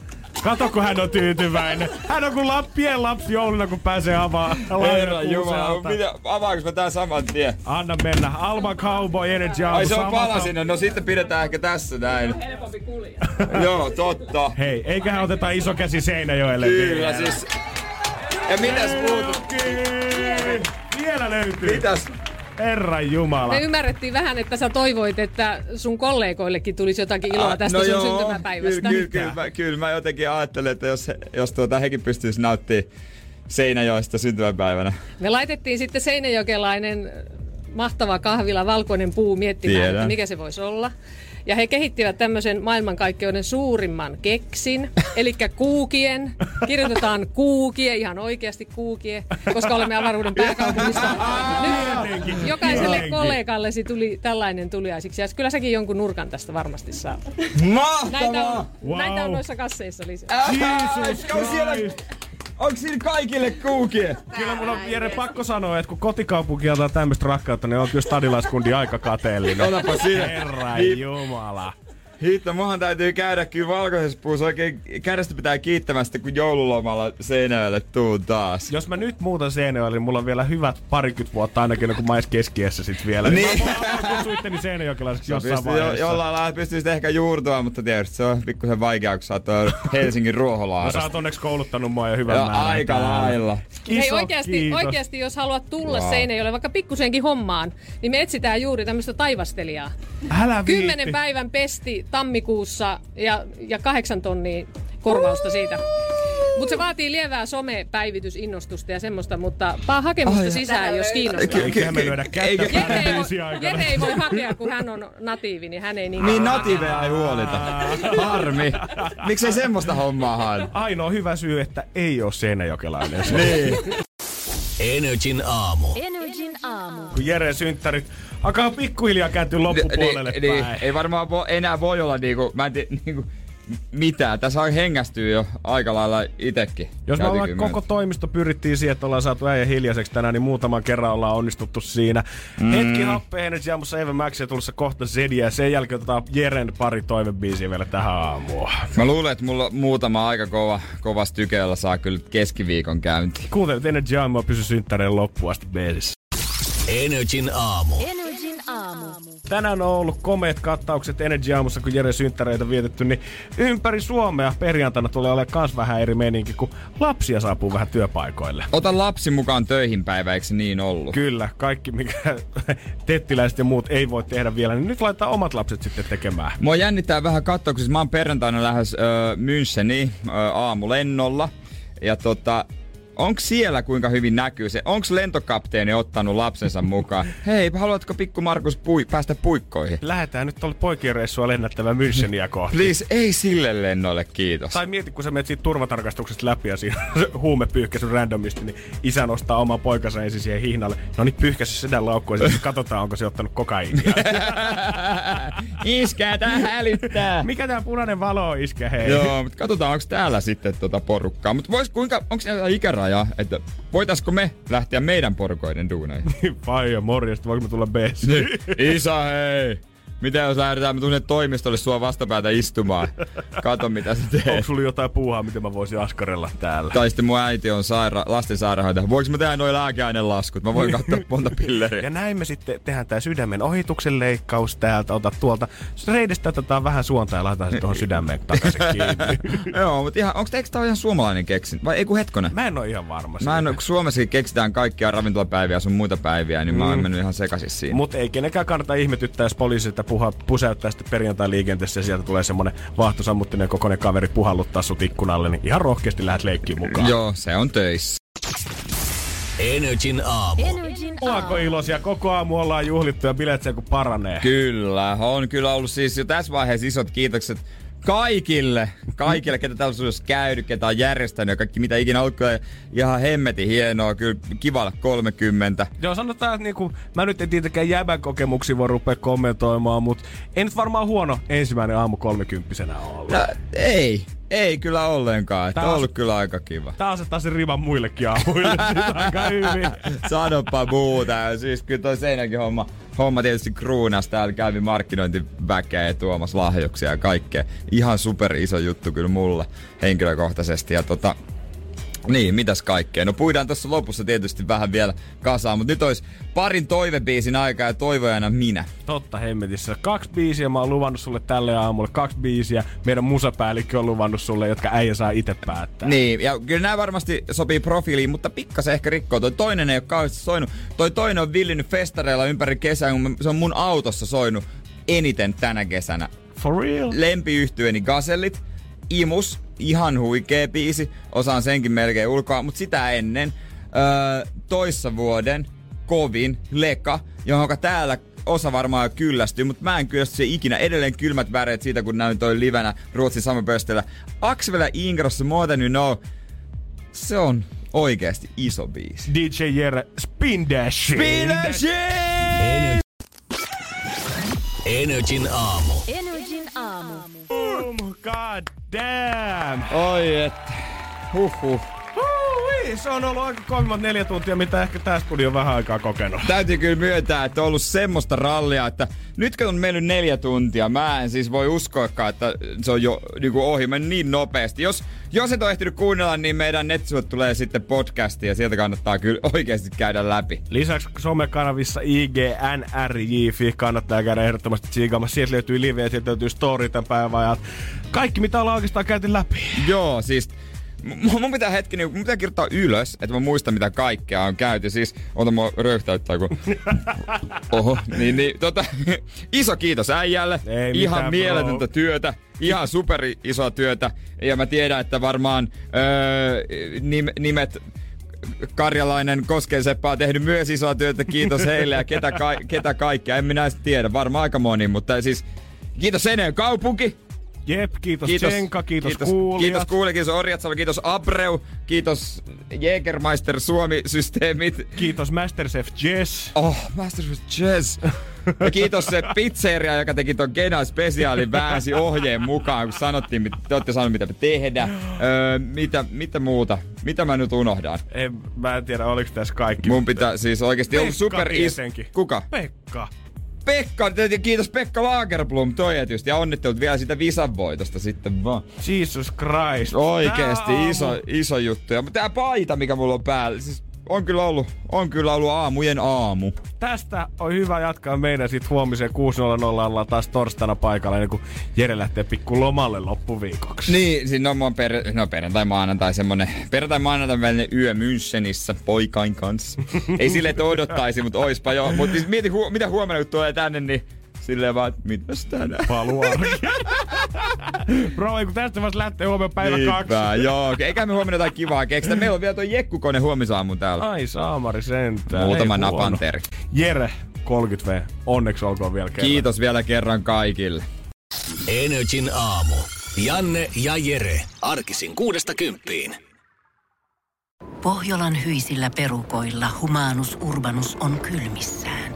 Speaker 3: Kato, kun hän on tyytyväinen. Hän on kuin lappien lapsi jouluna, kun pääsee avaa
Speaker 4: Herra
Speaker 3: lahjan
Speaker 4: Jumala,
Speaker 3: kuuselta.
Speaker 4: mitä, avaanko mä tää saman tien?
Speaker 3: Anna mennä. Alma Cowboy Energy Auto.
Speaker 4: Ai se on
Speaker 3: sama
Speaker 4: palasinen, no sitten pidetään ehkä tässä näin. Joo, totta.
Speaker 3: Hei, eiköhän oteta iso käsi Seinäjoelle.
Speaker 4: Kyllä
Speaker 3: vielä.
Speaker 4: siis. Ja mitäs muuta?
Speaker 3: Vielä löytyy.
Speaker 4: Mitäs?
Speaker 3: Herra Jumala.
Speaker 20: Me ymmärrettiin vähän, että sä toivoit, että sun kollegoillekin tulisi jotakin iloa tästä sun syntymäpäivästä.
Speaker 4: Ah, no Kyllä, kyllä, kyllä, mä, kyllä mä jotenkin ajattelen, että jos, jos tuota, hekin pystyisi nauttimaan Seinäjoesta syntymäpäivänä.
Speaker 20: Me laitettiin sitten seinäjokelainen mahtava kahvila Valkoinen puu miettimään,
Speaker 4: Tiedän.
Speaker 20: että mikä se voisi olla. Ja he kehittivät tämmöisen maailmankaikkeuden suurimman keksin, eli kuukien. Kirjoitetaan kuukie, ihan oikeasti kuukie, koska olemme avaruuden pääkaupungissa. Nyt jokaiselle
Speaker 4: Tietenkin.
Speaker 20: kollegallesi tuli tällainen tuliaisiksi. Ja kyllä säkin jonkun nurkan tästä varmasti saa. Näitä on,
Speaker 4: Mahtavaa!
Speaker 20: näitä on noissa kasseissa lisää.
Speaker 4: Ää, onko siellä, onko siinä kaikille kuukie?
Speaker 3: Kyllä mun on Jere pakko sanoa, että kun kotikaupunki antaa tämmöistä rakkautta, niin on kyllä stadilaiskundi aika kateellinen.
Speaker 4: Otapa Niin siinä.
Speaker 3: Herra
Speaker 4: Niin.
Speaker 3: Jumala.
Speaker 4: Hitto, muuhan täytyy käydä kyllä valkoisessa puussa oikein kädestä pitää kiittämästä, kun joululomalla Seinäjoelle tuun taas.
Speaker 3: Jos mä nyt muutan Seinäjoelle, niin mulla on vielä hyvät parikymmentä vuotta ainakin, kun mä ois keskiässä sit vielä.
Speaker 4: Niin.
Speaker 3: Mä voin kutsuitteni seinäjokelaiseksi
Speaker 4: Sä
Speaker 3: jossain
Speaker 4: pystyt, jo,
Speaker 3: vaiheessa.
Speaker 4: jollain lailla pystyisit ehkä juurtua, mutta tietysti se on pikkusen vaikeaa, kun sä oot tuolla Helsingin
Speaker 3: No sä
Speaker 4: ruoholaarasta.
Speaker 3: oot onneksi kouluttanut mua jo hyvän
Speaker 4: Joo,
Speaker 3: määrän
Speaker 4: aika
Speaker 3: täällä.
Speaker 4: lailla.
Speaker 20: Hei oikeasti, oikeasti, jos haluat tulla
Speaker 3: Wow.
Speaker 20: wow. Seinäjoelle vaikka pikkusenkin hommaan, niin me etsitään juuri tämmöistä taivastelijaa.
Speaker 3: Älä viitti.
Speaker 20: Kymmenen päivän pesti tammikuussa ja, ja kahdeksan tonnia korvausta siitä. Mutta se vaatii lievää somepäivitysinnostusta ja semmoista, mutta paa hakemusta
Speaker 4: Ai.
Speaker 20: sisään, jos kiinnostaa.
Speaker 4: Ky- ky-
Speaker 3: Eiköhän me
Speaker 4: ky-
Speaker 3: lyödä
Speaker 4: eikö-
Speaker 3: kättä
Speaker 4: Jere
Speaker 3: päälle
Speaker 4: ei voi-
Speaker 3: ensi aikana.
Speaker 20: Jere ei voi hakea, kun hän on natiivi, niin hän ei niin
Speaker 4: Niin natiiveja ei huolita. Harmi. Miksei semmoista hommaa hae?
Speaker 3: Ainoa hyvä syy, että ei oo seinäjokelainen.
Speaker 4: niin.
Speaker 2: Energin aamu.
Speaker 13: Energin aamu.
Speaker 3: Kun Jere synttärit alkaa pikkuhiljaa kääntyä loppupuolelle
Speaker 4: Ni-
Speaker 3: päin.
Speaker 4: ni- ei varmaan vo, enää voi olla niinku, mä en tiedä, niinku, m- mitään. Tässä on hengästyy jo aika lailla itekin.
Speaker 3: Jos me
Speaker 4: Täytyy
Speaker 3: ollaan
Speaker 4: kyllä
Speaker 3: koko toimisto pyrittiin siihen, että ollaan saatu äijä hiljaiseksi tänään, niin muutaman kerran ollaan onnistuttu siinä. Mm. Hetki happea nyt jäämässä Eva Max ja tulossa kohta Zediä ja sen jälkeen otetaan Jeren pari toivebiisiä vielä tähän aamua.
Speaker 4: Mä luulen, että mulla muutama aika kova, kova stykeellä saa kyllä keskiviikon käynti.
Speaker 3: Kuuntelet Energy Aamua, pysy synttäreen loppuun asti beesissä.
Speaker 2: Energin aamu.
Speaker 13: Energin aamu.
Speaker 3: Tänään on ollut komeet kattaukset Energy Aamussa, kun Jere synttäreitä vietetty, niin ympäri Suomea perjantaina tulee olemaan kans vähän eri meininki, kun lapsia saapuu vähän työpaikoille.
Speaker 4: Ota lapsi mukaan töihin päivä, eikö se niin ollut?
Speaker 3: Kyllä, kaikki mikä tettiläiset ja muut ei voi tehdä vielä, niin nyt laittaa omat lapset sitten tekemään.
Speaker 4: Mua jännittää vähän katsoa, kun siis mä oon perjantaina lähes ö, Müncheniin ö, aamulennolla. Ja tota, onko siellä kuinka hyvin näkyy se? Onko lentokapteeni ottanut lapsensa mukaan? Hei, haluatko pikku Markus pui, päästä puikkoihin?
Speaker 3: Lähetään nyt tuolle poikien reissua lennättävä Müncheniä kohti.
Speaker 4: Please, ei sille lennolle, kiitos.
Speaker 3: Tai mieti, kun sä menet siitä turvatarkastuksesta läpi ja siinä on se huumepyyhkäisy randomisti, niin isä nostaa oma poikansa ensin siihen hihnalle. No niin, pyyhkäisy sedän laukkuun ja sitten katsotaan, onko se ottanut kokaiinia.
Speaker 4: Iskää, tää hälyttää.
Speaker 3: Mikä tää punainen valo on, iskä hei?
Speaker 4: Joo, mutta katsotaan, onko täällä sitten tota porukkaa. Mutta vois kuinka, onko siellä ikärajaa, että voitaisko me lähteä meidän porukoiden duuneihin? Niin.
Speaker 3: Faija, morjesta, voinko mä tulla b
Speaker 4: Isä, hei! Mitä jos lähdetään me tunne toimistolle sua vastapäätä istumaan? Kato mitä sä teet.
Speaker 3: Onko sulla jotain puuhaa, miten mä voisin askarella täällä?
Speaker 4: Tai sitten mun äiti on saira- lastensairaanhoitaja. Voinko mä tehdä noin lääkeainelaskut? Mä
Speaker 3: Niin.
Speaker 4: voin katsoa monta pilleriä.
Speaker 3: Ja näin me sitten tehdään tää sydämen ohituksen leikkaus täältä, ota tuolta. Reidestä otetaan vähän suonta ja laitetaan se tuohon sydämeen takaisin kiinni.
Speaker 4: Joo, mutta ihan, onko tää ole ihan suomalainen keksin? Vai ei kun hetkonen?
Speaker 3: Niin. Mä en ole ihan varma.
Speaker 4: Mä en, oo- kun Suomessakin keksitään kaikkia ravintolapäiviä sun muita päiviä, niin mä oon
Speaker 3: Mm.
Speaker 4: mennyt ihan sekaisin siinä.
Speaker 3: Mutta ei kenenkään kannata ihmetyttää, jos poliisi sitä puha, pusäyttää sitten perjantai liikenteessä ja sieltä tulee semmonen vahtosammuttinen kokoinen kaveri puhalluttaa sut ikkunalle, niin ihan rohkeasti lähdet leikkiin mukaan.
Speaker 4: Joo, se on töissä.
Speaker 2: Energin aamu.
Speaker 13: Energin
Speaker 3: Ollaanko iloisia? Koko aamu ollaan juhlittu ja bileet sen kun paranee.
Speaker 4: Kyllä, on kyllä ollut siis jo tässä vaiheessa isot kiitokset kaikille, kaikille, ketä täällä on käynyt, ketä on järjestänyt ja kaikki mitä ikinä ollutkaan. Ja Ihan hemmeti hienoa, kyllä kivalla 30.
Speaker 3: Joo, sanotaan, että niinku, mä nyt en tietenkään jäbän kokemuksia voi rupea kommentoimaan, mutta ei nyt varmaan huono ensimmäinen aamu kolmekymppisenä olla.
Speaker 4: No, ei, ei kyllä ollenkaan. Että
Speaker 3: Tää
Speaker 4: on
Speaker 3: on-
Speaker 4: ollut kyllä aika kiva.
Speaker 3: Tää asettaa sen riman muillekin aamuille. Siitä aika hyvin.
Speaker 4: Sanopa muuta. Ja Siis kyllä toi seinäkin homma, homma tietysti kruunas. Täällä kävi markkinointiväkeä tuomassa lahjuksia ja kaikkea. Ihan super iso juttu kyllä mulle henkilökohtaisesti. Ja tota, niin, mitäs kaikkea? No puidaan tuossa lopussa tietysti vähän vielä kasaan, mutta nyt olisi parin toivebiisin aika ja toivojana minä.
Speaker 3: Totta hemmetissä. Kaksi biisiä mä oon luvannut sulle tälle aamulle. Kaksi biisiä meidän musapäällikkö on luvannut sulle, jotka äijä saa itse päättää.
Speaker 4: Niin, ja kyllä nämä varmasti sopii profiiliin, mutta pikkasen ehkä rikkoo. Toi toinen ei ole kauheasti soinut. Toi toinen on villinyt festareilla ympäri kesää, kun mä- se on mun autossa soinut eniten tänä kesänä.
Speaker 3: For real?
Speaker 4: Lempiyhtyeni Gazellit, Imus, ihan huikea biisi, osaan senkin melkein ulkoa, mutta sitä ennen öö, toissa vuoden kovin leka, johon täällä osa varmaan jo kyllästyy, mutta mä en kyllästy se ikinä. Edelleen kylmät väreet siitä, kun näin toi livenä Ruotsin samapöstellä. Axvela Ingrosso, More Than You Know, se on oikeasti iso biisi.
Speaker 3: DJ Jere, spin that shit.
Speaker 4: Spin that shit!
Speaker 2: Energin aamu.
Speaker 13: Energin aamu.
Speaker 3: Oh my god damn!
Speaker 4: Oi et. Huhhuh.
Speaker 3: Hui, se on ollut aika kovimmat neljä tuntia, mitä ehkä tää studio on vähän aikaa kokenut.
Speaker 4: Täytyy kyllä myöntää, että on ollut semmoista rallia, että nyt kun on mennyt neljä tuntia, mä en siis voi uskoakaan, että se on jo niinku ohi mennyt niin nopeasti. Jos, jos et ole ehtinyt kuunnella, niin meidän nettisivuille tulee sitten podcasti ja sieltä kannattaa kyllä oikeasti käydä läpi.
Speaker 3: Lisäksi somekanavissa IGNRJ.fi kannattaa käydä ehdottomasti tsiigaamassa. Sieltä löytyy live ja sieltä löytyy story tämän päivän ajalta. Kaikki mitä ollaan oikeastaan käyty läpi.
Speaker 4: Joo, siis m- mun pitää hetki, niin mun pitää kirjoittaa ylös, että mä muistan mitä kaikkea on käyty. Siis, ota mua röyhtäyttää, kun... Oho, niin, niin, tota, iso kiitos äijälle.
Speaker 3: Ei
Speaker 4: Ihan
Speaker 3: mitään,
Speaker 4: mieletöntä
Speaker 3: bro.
Speaker 4: työtä, ihan superi isoa työtä. Ja mä tiedän, että varmaan öö, nim, nimet Karjalainen Koskenseppä on tehnyt myös isoa työtä, kiitos heille ja ketä, ka- ketä kaikkia. En minä edes tiedä, varmaan aika moni, mutta siis kiitos Seneen kaupunki,
Speaker 3: Jep, kiitos, kiitos Tsenka, kiitos, kiitos kuulijat.
Speaker 4: Kiitos kuulijat, kiitos Orjatsalo, kiitos Abreu, kiitos Jägermeister Suomi-systeemit.
Speaker 3: Kiitos Masterchef Jess.
Speaker 4: Oh, Masterchef Jess. Ja kiitos se pizzeria, joka teki ton Gena spesiaalin väänsi ohjeen mukaan, kun sanottiin, mit, te olette sanoneet, mitä me tehdä. Öö, mitä, mitä muuta? Mitä mä nyt unohdan?
Speaker 3: En, mä en tiedä, oliko tässä kaikki.
Speaker 4: Mun pitää siis oikeasti olla
Speaker 3: Pekka
Speaker 4: super is...
Speaker 3: tietenkin.
Speaker 4: Kuka?
Speaker 3: Pekka.
Speaker 4: Pekka, kiitos Pekka Lagerblom, toi tietysti. Ja onnittelut vielä sitä visan voitosta sitten vaan.
Speaker 3: Jesus Christ. Tää
Speaker 4: Oikeesti
Speaker 3: aamu-
Speaker 4: iso, iso juttu. Ja tää paita, mikä mulla on päällä, siis on kyllä ollut, on kyllä ollut aamujen aamu.
Speaker 3: Tästä on hyvä jatkaa meidän sit huomiseen 6.00 ollaan taas torstaina paikalla, ennen kuin Jere lähtee pikku lomalle loppuviikoksi.
Speaker 4: Niin, siinä on mun per, no, perjantai maanantai semmonen, perjantai maanantai välinen yö Münchenissä poikain kanssa. Ei sille, että odottaisi, mutta oispa joo. Mutta siis mieti, huo, mitä huomenna kun tulee tänne, niin silleen vaan, että mitäs tänään.
Speaker 3: Paluu arki. Bro, ei kun tästä vasta lähtee huomenna päivä
Speaker 4: Niinpä,
Speaker 3: kaksi.
Speaker 4: Niin, joo. Eikä me huomenna jotain kivaa keksitä. Meillä on vielä tuo jekkukone huomisaamun täällä.
Speaker 3: Ai saamari sentään.
Speaker 4: Muutama
Speaker 3: ei huono.
Speaker 4: napanteri.
Speaker 3: Jere, 30V. Onneksi olkoon vielä kerran.
Speaker 4: Kiitos vielä kerran kaikille.
Speaker 2: Energin aamu. Janne ja Jere. Arkisin kuudesta kymppiin.
Speaker 21: Pohjolan hyisillä perukoilla humanus urbanus on kylmissään.